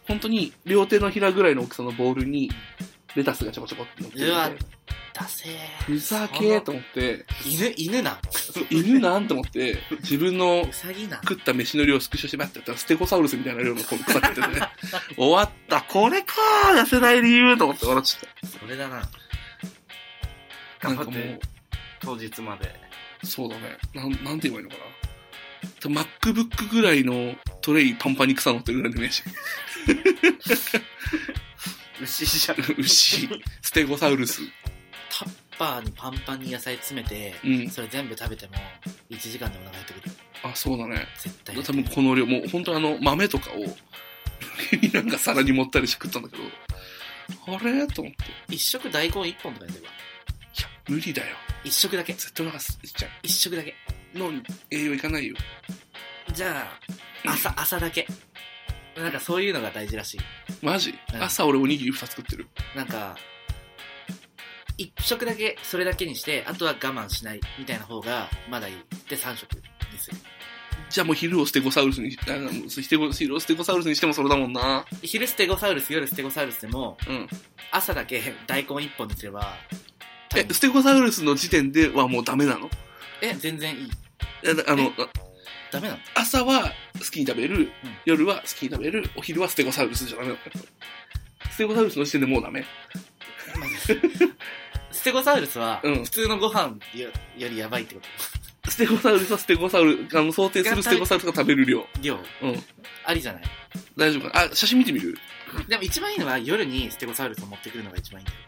Speaker 2: 本当に両手のひらぐらいの大きさのボールに、レタスがちょこちょこって乗って
Speaker 3: うわ
Speaker 2: て、
Speaker 3: だせー。
Speaker 2: ふざけーと思って、
Speaker 3: 犬、犬な。
Speaker 2: 犬なんと思って、自分の
Speaker 3: うさぎな。
Speaker 2: 食った飯の量をスクショしてばってやったら、ステゴサウルスみたいな量のこの腐ってて [LAUGHS] ね。終わった、これかー、痩せない理由と思って笑っちゃっ
Speaker 3: それだな。
Speaker 2: た。
Speaker 1: 頑張
Speaker 2: なんか
Speaker 1: っ
Speaker 2: も
Speaker 1: て
Speaker 2: う、
Speaker 1: 当日まで
Speaker 2: そうだね。なん、なんて言えばいいのかな。MacBook ぐらいのトレイパンパンに草乗ってるぐらいの [LAUGHS] 飯。
Speaker 1: 牛じゃん
Speaker 2: [LAUGHS] 牛、ステゴサウルス。
Speaker 3: タッパーにパンパンに野菜詰めて、
Speaker 2: うん
Speaker 3: それ全部食べても、1時間でお腹減ってくるよ。
Speaker 2: あ、そうだね。
Speaker 3: 絶対減って
Speaker 2: 多
Speaker 3: くる。
Speaker 2: 分この量、もう本当にあの、豆とかを、 [LAUGHS] なんか皿に盛ったりして食ったんだけど、あれと思って。い
Speaker 3: 一食大根1本とかやってるわ。
Speaker 2: や、無理だよ。
Speaker 3: 一食だけ。
Speaker 2: 絶対お腹すいちゃう。
Speaker 3: 一食だけ。
Speaker 2: の栄養いかないよ。
Speaker 3: じゃあ、朝、朝だけ。なんかそういうのが大事らしい。
Speaker 2: マジ、
Speaker 3: うん
Speaker 2: 朝俺おにぎり2つ作ってる。
Speaker 3: なんか、一食だけ、それだけにして、あとは我慢しないみたいな方がまだいい。で、三食にする。
Speaker 2: じゃあもう昼をステゴサウルスに、あもうステゴ昼をステゴサウルスにしてもそれだもんな。
Speaker 3: 昼ステゴサウルス、夜ステゴサウルスでも、
Speaker 2: うん。
Speaker 3: 朝だけ大根一本にすれば、多
Speaker 2: え、
Speaker 3: 分
Speaker 2: ステゴサウルスの時点ではもうダメなの
Speaker 3: え、全然いい。
Speaker 2: えあの、あ
Speaker 3: ダメなの
Speaker 2: 朝は好きに食べる
Speaker 3: うん、
Speaker 2: 夜は好きに食べる、お昼はステゴサウルスじゃダメなのステゴサウルスの時点でもうダメ。
Speaker 3: まずステゴサウルスは、
Speaker 2: うん
Speaker 3: 普通のご飯よよりやばいってこと
Speaker 2: ステゴサウルスはステゴサウル、あの、想定するステゴサウルスが食べる量。
Speaker 3: 量、
Speaker 2: うん。
Speaker 3: ありじゃない
Speaker 2: 大丈夫かなあ、写真見てみる
Speaker 3: でも一番いいのは夜にステゴサウルスを持ってくるのが一番いいんだよ。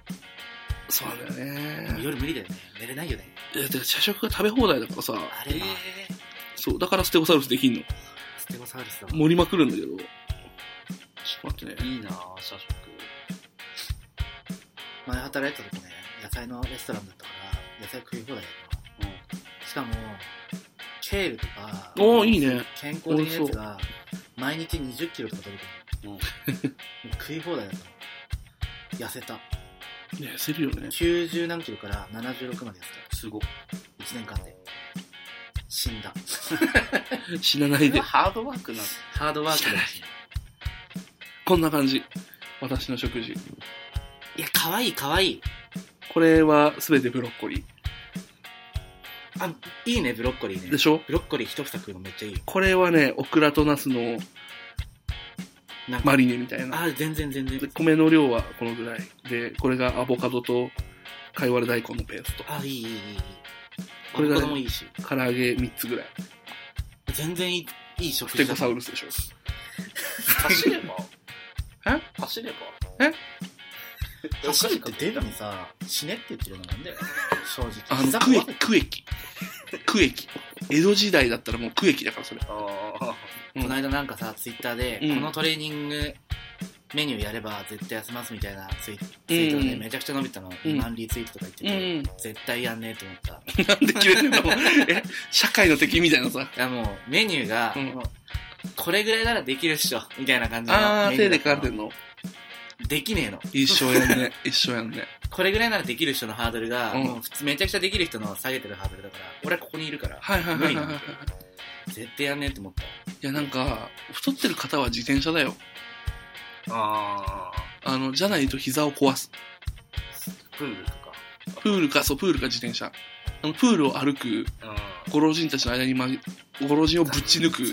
Speaker 2: そうなんだよ
Speaker 3: でも
Speaker 2: ね。
Speaker 3: 夜無理だよね。寝れないよね。
Speaker 2: いや、てか、社食が食べ放題だからさ、
Speaker 3: あれな、
Speaker 2: そう、だからステゴサウルスできんの。
Speaker 3: ステゴサウルスだわ。
Speaker 2: 盛りまくるんだけど。ちょっと待ってね。
Speaker 1: いいなぁ、社食。
Speaker 3: 前働いてた時ね、野菜のレストランだったから、野菜食い放題だったの。しかも、ケールとか、
Speaker 2: おーいいね
Speaker 3: 健康的なやつが、毎日20キロとか取れてる。
Speaker 1: うん
Speaker 3: もう食い放題だったの。痩せた。
Speaker 2: ね、痩せるよね。
Speaker 3: 90何キロから76まで痩せ
Speaker 1: すごい。
Speaker 3: た。1年間で。死んだ。
Speaker 2: 死なないで。
Speaker 1: ハードワークなの。
Speaker 3: ハードワークだし。
Speaker 2: こんな感じ。私の食事。
Speaker 3: いや、可愛い可愛い。
Speaker 2: これは全てブロッコリ
Speaker 3: あ、いいね、ブロッコリーね。
Speaker 2: ー。でしょ
Speaker 3: ブロッコリー一房食うのめっちゃいいよ。
Speaker 2: これはね、オクラとナスの
Speaker 3: なんか、
Speaker 2: マリネみたいな。
Speaker 3: あー、全然全然
Speaker 2: で。米の量はこのぐらい。で、これがアボカドと、かいわれ大根のペースト。
Speaker 3: あー、いいいいいいいい。
Speaker 2: これがね
Speaker 3: 子供いいし。
Speaker 2: 唐揚げ3つぐらい。
Speaker 3: 全然いい、いい食
Speaker 2: ステ
Speaker 3: 事だ
Speaker 2: ゴサウルスでしょ。
Speaker 1: 走れば
Speaker 2: え
Speaker 1: 走れば
Speaker 2: え
Speaker 3: 走るってデブにさ、死ねって言ってるのな
Speaker 2: [LAUGHS]
Speaker 3: んだよ。正直。
Speaker 2: あの、
Speaker 3: 膝
Speaker 2: 区
Speaker 3: 壊
Speaker 2: 駅、区駅。区駅。江戸時代だったらもう区駅だから、それ。
Speaker 1: ああ。
Speaker 2: うん
Speaker 3: この間なんかさ、ツイッターで、
Speaker 2: うん
Speaker 3: このトレーニングメニューやれば絶対休ますみたいなツイツイートがね、
Speaker 2: うん
Speaker 3: めちゃくちゃ伸びたの。
Speaker 2: うん
Speaker 3: 万リツイートとか言ってて、
Speaker 2: うん
Speaker 3: 絶対やんねえと思った。
Speaker 2: なんで切れてんのえ社会の敵みたいなさ。
Speaker 3: いやもう、メニューが、
Speaker 2: うん
Speaker 3: もうこれぐらいならできるっしょ、みたいな感じの
Speaker 2: あー、
Speaker 3: メ
Speaker 2: 手
Speaker 3: ニューだ
Speaker 2: で
Speaker 3: った
Speaker 2: か
Speaker 3: の
Speaker 2: れてんの
Speaker 3: できねえの。
Speaker 2: 一生やんね。一生やんね。
Speaker 3: これぐらいならできる人のハードルが、
Speaker 2: うん
Speaker 3: もう普通めちゃくちゃできる人の下げてるハードルだから、俺はここにいるから、
Speaker 2: はいはいはいはいはい。い
Speaker 3: 絶対やんねえって思った。
Speaker 2: や、なんか、太ってる方は自転車だよ。
Speaker 1: ああ。
Speaker 2: あの、じゃないと膝を壊す。
Speaker 1: プールとか。
Speaker 2: プールか、そう、プールか自転車。あの、プールを歩く、
Speaker 1: うん。
Speaker 2: ご老人たちの間に、ま、ご老人をぶっち抜く。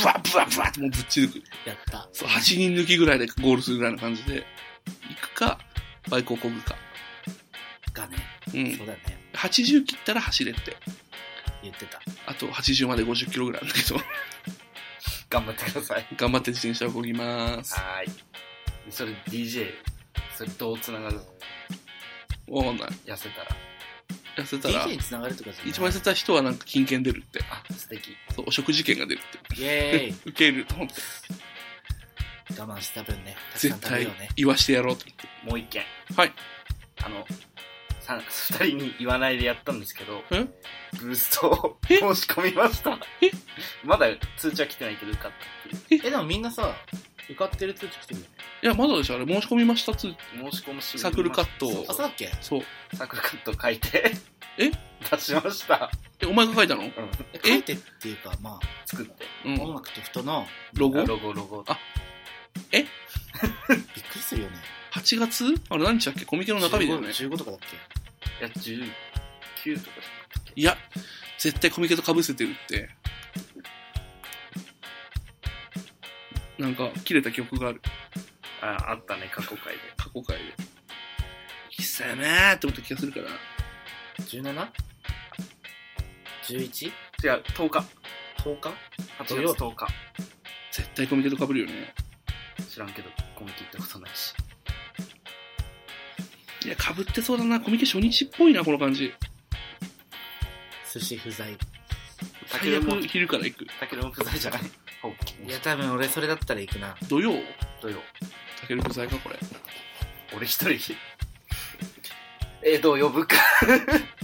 Speaker 2: ブワブワブワってもうぶっち抜く。
Speaker 3: やった。
Speaker 2: そう、8人抜きぐらいでゴールするぐらいの感じで、行くか、バイクをこぐか。
Speaker 3: がね、
Speaker 2: うん
Speaker 3: そ。うだよね。
Speaker 2: 80切ったら走れって。
Speaker 3: 言ってた。
Speaker 2: あと80まで50キロぐらいあるんだけど、 [LAUGHS]
Speaker 1: 頑張ってください。
Speaker 2: 頑張って自転車をこぎます。
Speaker 1: はーい。それ DJ、それどうつながるの
Speaker 2: わかんない。
Speaker 1: 痩せたら。
Speaker 2: 痩せたら
Speaker 3: DJ、につながるとかじゃない
Speaker 2: 一番痩せた人はなんか金券出るって。
Speaker 1: あ、素敵。
Speaker 2: そう、お食事券が出るって。
Speaker 3: イェー
Speaker 2: 受けると思って、
Speaker 3: イ。我慢した分
Speaker 2: [LAUGHS]
Speaker 3: ね、たくさ
Speaker 2: 絶
Speaker 3: ん食べ
Speaker 2: 対
Speaker 3: ようね。
Speaker 2: 言わしてやろうと思って。
Speaker 1: もう一件。
Speaker 2: はい。
Speaker 1: あの、さ二人に言わないでやったんですけど、
Speaker 2: え
Speaker 1: ブーストを
Speaker 2: え
Speaker 1: 申し込みました
Speaker 2: え。
Speaker 1: まだ通知は来てないけど受かったって
Speaker 3: え、でもみんなさ、受かってる通知来てるよね。
Speaker 2: いや、まだでしょ、あれ、申し込みましたつ、
Speaker 1: いう。申し込みし
Speaker 2: サークルカットを
Speaker 1: そう
Speaker 3: あ、そうだっけ
Speaker 2: そう。
Speaker 1: サークルカット書いて、
Speaker 2: え
Speaker 1: 出しました。
Speaker 2: え、お前が書いたの
Speaker 1: うん。
Speaker 3: え書いてっていうか、まあ、
Speaker 1: 作って。
Speaker 2: うん。
Speaker 3: 音楽と人の、
Speaker 2: ロゴ
Speaker 1: あロゴ、ロゴ。
Speaker 2: あ
Speaker 3: びっくりするよね。
Speaker 2: ?8 月あれ何日だっけコミケの中身だよね。
Speaker 3: 15, 15とかだっけ
Speaker 1: いや、19とかじ
Speaker 2: いや、絶対コミケと被せてるって。なんか、切れた曲がある。
Speaker 1: ゃん。あ、あったね、過去回で。
Speaker 2: 過去回で。貴様ーって思った気がするから。
Speaker 3: ?17?11?10
Speaker 1: 違う、10日。
Speaker 3: 日
Speaker 1: 8月
Speaker 3: 土曜日
Speaker 1: 10日。
Speaker 2: 絶対コミケと被るよね。
Speaker 1: 知らんけど、コミケ行ったことないし。
Speaker 2: いや、被ってそうだな。コミケ初日っぽいな、この感じ。
Speaker 3: 寿司不在。
Speaker 1: 竹
Speaker 2: 最
Speaker 1: 田も
Speaker 2: 悪、昼から行く。
Speaker 1: だけど不在じゃない。ほ
Speaker 3: いや、多分俺それだったら行くな。
Speaker 2: 土曜
Speaker 1: 土曜。
Speaker 2: タケル不在か、これ。
Speaker 1: 俺一人。 [LAUGHS] え、どう呼ぶか。
Speaker 3: い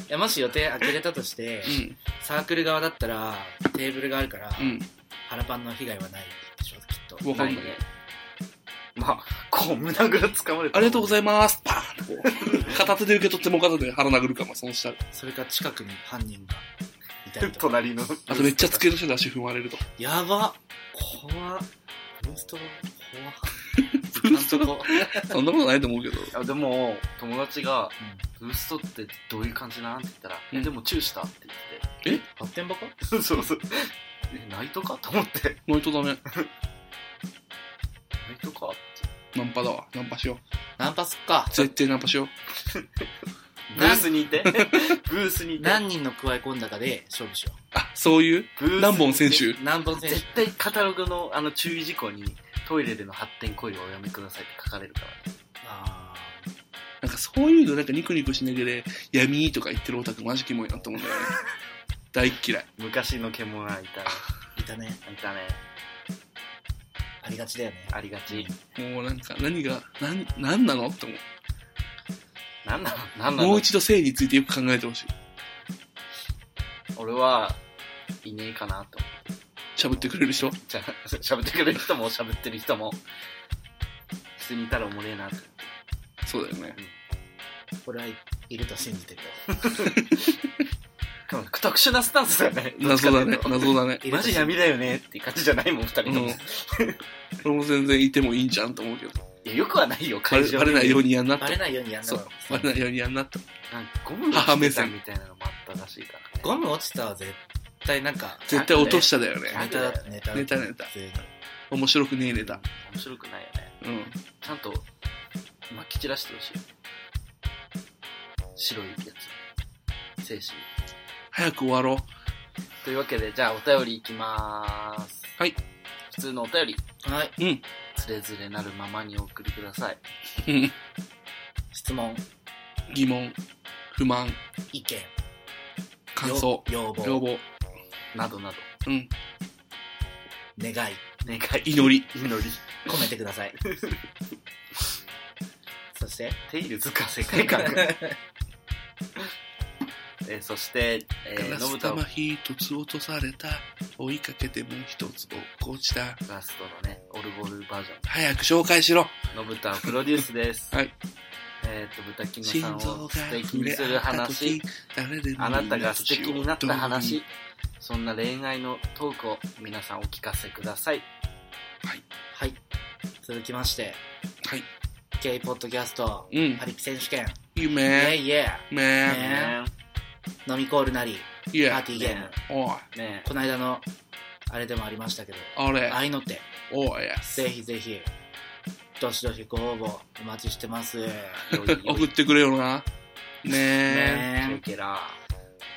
Speaker 3: や、もし予定開けれたとして、
Speaker 2: うん。
Speaker 3: サークル側だったら、テーブルがあるから、
Speaker 2: うん。
Speaker 3: 腹パンの被害はないでしょ、きっと。
Speaker 2: わかん
Speaker 1: な
Speaker 2: ないい。
Speaker 1: ねまあ、こう、胸ぐらつかまれた。
Speaker 2: ありがとうございます。パーンってこう。片手で受け取ってもう片手で腹殴るかも、その下。
Speaker 3: それか近くに犯人がいたりとか。
Speaker 1: 隣の。
Speaker 2: あとめっちゃ机の下で足踏まれると。
Speaker 3: やば怖っブーストが
Speaker 2: ブースト
Speaker 1: が
Speaker 2: が。 [LAUGHS] そんなことないと思うけど。
Speaker 1: あでも、友達が、
Speaker 3: 怖
Speaker 1: ブーストってどういう感じなんって言ったら、
Speaker 2: う
Speaker 1: え、
Speaker 2: ん
Speaker 1: でもチューしたって言って。
Speaker 3: 発展箱
Speaker 1: [LAUGHS] そうそう。え、ナイトかと思って。
Speaker 2: ノイトだね。
Speaker 1: ナイトかって。
Speaker 2: ナンパだわ。ナンパしよ
Speaker 3: ナンパすっか。
Speaker 2: う。絶対ナンパしよう。
Speaker 1: ブースにいて。ブースにいて。
Speaker 3: 何人の加え込んだかで勝負しよ
Speaker 2: あ、そういう
Speaker 1: ブースにいて
Speaker 2: 何本選手
Speaker 3: う。何本選手
Speaker 1: 絶対カタログのあの注意事項に、トイレでの発展行為はおやめくださいって書かれるからね。
Speaker 3: あ
Speaker 2: なんかそういうのなんかニクニクしながら闇とか言ってるオタクマジキモいなと思うんだよね。大っ嫌い。
Speaker 1: 昔の獣はいたね。
Speaker 2: [LAUGHS]
Speaker 3: ーいたね。
Speaker 1: いたね。
Speaker 3: ありがちだよね。
Speaker 1: ありがち。
Speaker 2: もうなんか何が、なん、なんなのって思う。
Speaker 1: なんなのなんな
Speaker 2: もう
Speaker 1: の
Speaker 2: 一度性についてよく考えてほしい。
Speaker 1: 俺は、いねえかなと思
Speaker 2: しゃぶってくれる人
Speaker 1: っちゃう。 [LAUGHS] 喋ってくれる人も喋ってる人も、普通にいたらおもれえなと。
Speaker 2: そうだよね。
Speaker 3: これはい、いると信じてるよ。
Speaker 1: でも特殊なスタンスだよね。どっちか
Speaker 2: [LAUGHS]
Speaker 1: ってい
Speaker 2: 謎だ
Speaker 1: う
Speaker 2: ね。
Speaker 1: と
Speaker 2: 謎だね。
Speaker 3: いる
Speaker 1: マ
Speaker 3: と
Speaker 1: ジ
Speaker 3: 信じてる
Speaker 1: 闇だよねっていう感じじゃないもん、二人
Speaker 2: う
Speaker 1: とも。
Speaker 2: ん。俺も全然いてもいいんじゃんと思うけど。
Speaker 1: いや、よくはないよ、
Speaker 2: バ
Speaker 1: 会
Speaker 2: レ
Speaker 1: 場
Speaker 2: バレないようにやんなと
Speaker 3: バ。レないようにやんな
Speaker 2: そ
Speaker 3: の
Speaker 2: う。バレないようにやんなと。
Speaker 1: なんかゴムが
Speaker 2: 母目
Speaker 1: 落ちてた
Speaker 2: 線
Speaker 1: みたいなのもあったらしいからね。
Speaker 3: ゴム落ちたは絶対なんか、
Speaker 2: 絶対落としただよね。
Speaker 1: な
Speaker 3: ネ
Speaker 1: んか
Speaker 3: タ
Speaker 1: ね、
Speaker 3: ネタ。
Speaker 2: ネタネタ
Speaker 3: 普通に
Speaker 2: 面白くねえネタ。
Speaker 1: 面白くないよね。
Speaker 2: うん。
Speaker 1: ちゃんと、まき散らしてほしい。白いやつ。精神。
Speaker 2: 早く終わろう。
Speaker 1: というわけで、じゃあお便りいきまーす。
Speaker 2: はい。
Speaker 1: 普通のお便り、
Speaker 3: はい。
Speaker 2: うん。 [LAUGHS]
Speaker 1: つれづれなるままにお送りください。
Speaker 3: 質問、
Speaker 2: 疑問、不満、
Speaker 3: 意見、
Speaker 2: 感想、
Speaker 3: 要望、
Speaker 2: 要望、
Speaker 1: などなど。
Speaker 2: うん、
Speaker 3: 願い、
Speaker 1: 願い。
Speaker 2: 祈り。
Speaker 1: 祈り。
Speaker 3: 込めてく
Speaker 2: [LAUGHS]
Speaker 3: ださい。そして、
Speaker 1: テイルズか世界
Speaker 2: [LAUGHS]
Speaker 1: 観が。えーそして、え
Speaker 2: ガ
Speaker 1: ー、
Speaker 2: ラ
Speaker 1: の
Speaker 2: ス
Speaker 1: ぶたを
Speaker 2: 玉一つ落とされた。追いかけても一つ落っこちた。
Speaker 1: ラストのね、オルゴールバージョン。
Speaker 2: 早く紹介しろ。
Speaker 1: のぶたをプロデュースです。
Speaker 2: はい。
Speaker 1: えっ、と、ぶたき
Speaker 2: 心
Speaker 1: のさん
Speaker 2: 臓
Speaker 1: を
Speaker 2: が
Speaker 1: 素敵
Speaker 2: 触
Speaker 1: に
Speaker 2: れ
Speaker 1: する
Speaker 2: 合った
Speaker 1: 話
Speaker 2: 時。、誰でも
Speaker 1: あなたが素敵になった
Speaker 2: 命を
Speaker 1: 話、そんな恋愛のトークを皆さんお聞かせください。
Speaker 3: はい。続きまして、
Speaker 2: はい。
Speaker 3: K ポッドキャスト、
Speaker 2: うん
Speaker 3: パ。リピ選手権、イェ
Speaker 2: 夢、
Speaker 3: イイェイ、
Speaker 2: 夢、
Speaker 3: ね飲みコールなり、
Speaker 2: い
Speaker 3: パー
Speaker 2: や、
Speaker 3: ティーゲーム
Speaker 1: ね。
Speaker 2: おい、
Speaker 1: え、ね
Speaker 3: この間の、あれでもありましたけど、
Speaker 2: あれ、
Speaker 3: 愛の手、
Speaker 2: おい、
Speaker 3: ぜひぜひ、どしどしご応募お待ちしてます。
Speaker 1: え、よいよ
Speaker 2: 送ってくれよな。ねえ。
Speaker 1: い
Speaker 3: ね
Speaker 1: よけら。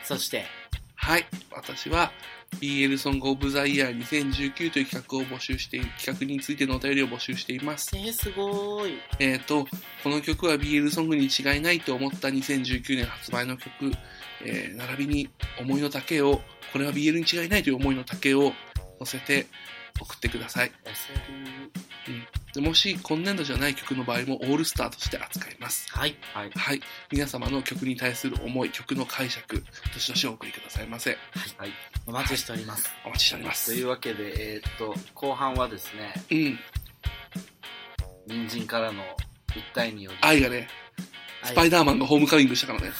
Speaker 3: そして、
Speaker 2: はい。私は、BL ソングオブザイヤー2019という企画を募集して、企画についてのお便りを募集しています。
Speaker 3: えー、すごーい。
Speaker 2: えっ、と、この曲は BL ソングに違いないと思った2019年発売の曲、えー並びに思いの丈を、これは BL に違いないという思いの丈を乗せて送ってください。
Speaker 1: SL。
Speaker 2: でもし今年度じゃない曲の場合もオールスターとして扱います。
Speaker 3: はい。
Speaker 1: はい。
Speaker 2: はい。皆様の曲に対する思い、曲の解釈、どしどしお送りくださいませ。
Speaker 1: はい。
Speaker 3: お待ちしております。
Speaker 2: お待ちしておりま
Speaker 1: と
Speaker 2: す。
Speaker 1: いうわけで、えっ、と、後半はですね、
Speaker 2: うん。
Speaker 1: 人参からの訴えにより、
Speaker 2: 愛がね、スパイダーマンがホームカミングした
Speaker 1: [LAUGHS]
Speaker 2: からね。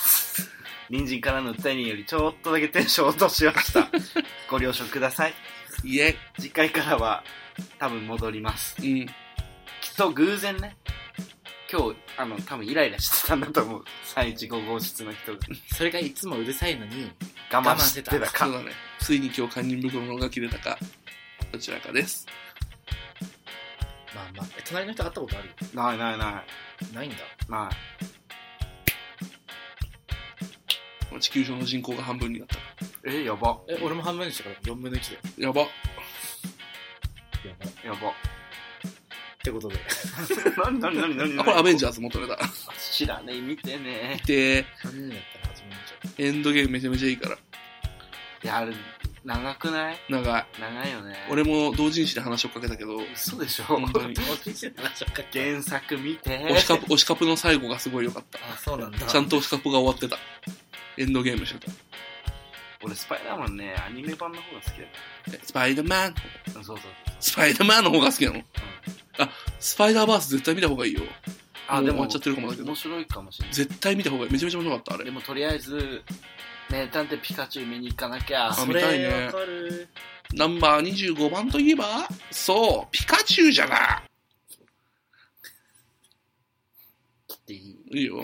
Speaker 1: 人参からの訴えにより、ちょっとだけテンション落としま
Speaker 2: [LAUGHS]
Speaker 1: した。ご了承ください。
Speaker 2: イエ
Speaker 1: 次回からは、多分戻ります。
Speaker 2: イ。うん。
Speaker 1: きっと偶然ね、今日、あの、多分イライラしてたんだと思う。315号室の人が。
Speaker 3: それがいつもうるさいのに、
Speaker 1: 我慢してた
Speaker 3: 我慢して
Speaker 2: そう
Speaker 1: か。
Speaker 2: だね。ついに今日堪忍袋のが切れたか、どちらかです。
Speaker 3: まあまあ、え隣の人会ったことある
Speaker 1: ないないな
Speaker 3: ないんだ。
Speaker 1: い。な
Speaker 2: 地球上の人口が半分になった。
Speaker 1: い。え、やば。
Speaker 3: え、俺も半分にしたから4分の1だよ。
Speaker 2: やば。
Speaker 3: やばっ
Speaker 1: やば。 [LAUGHS]
Speaker 3: てことで。
Speaker 1: なになになになに
Speaker 2: あ、これアベンジャーズも取
Speaker 1: [LAUGHS]
Speaker 2: れた。
Speaker 1: 知らねえ、見てね
Speaker 2: で、
Speaker 3: 3人だったら始めるんじゃ
Speaker 2: エンドゲームめちゃめちゃいいから。
Speaker 1: え。いや、あれ、長くない
Speaker 2: 長い。
Speaker 1: 長いよね。
Speaker 2: 俺も同人誌で話をかけたけど、
Speaker 1: 嘘でしょ
Speaker 2: 本当に。
Speaker 3: [LAUGHS] ん。同時に話をかけ。
Speaker 1: 原作見て。
Speaker 2: 推しカプ、推しカプの最後がすごい良かった。
Speaker 3: あ、そうなんだ。
Speaker 2: ちゃんと推しカプが終わってた。エンドゲームしてた。
Speaker 1: 俺、スパイダーマンね、アニメ版の方が好きだか
Speaker 2: えスパイダーマン。
Speaker 1: ら。そうそうそう。
Speaker 2: スパイダーマンの方が好きなの。
Speaker 1: うん
Speaker 2: スパイダーバース絶対見た方がいいよ。も
Speaker 1: あ、
Speaker 2: う
Speaker 1: で
Speaker 2: 終
Speaker 1: も、
Speaker 2: わっちゃってるかもだけど
Speaker 1: 面白いかもしれない。
Speaker 2: 絶対見た方がいい。めちゃめちゃ面白かった、あ
Speaker 1: で
Speaker 2: れ。
Speaker 1: も、とりあえず、ね、探偵ピカチュウ見に行かなきゃ。
Speaker 2: あ
Speaker 3: そ
Speaker 2: 見たい
Speaker 3: れ
Speaker 2: ね
Speaker 3: わかる。
Speaker 2: ナンバー25番といえば、そう、ピカチュウじゃが
Speaker 1: っていい
Speaker 2: いいよ。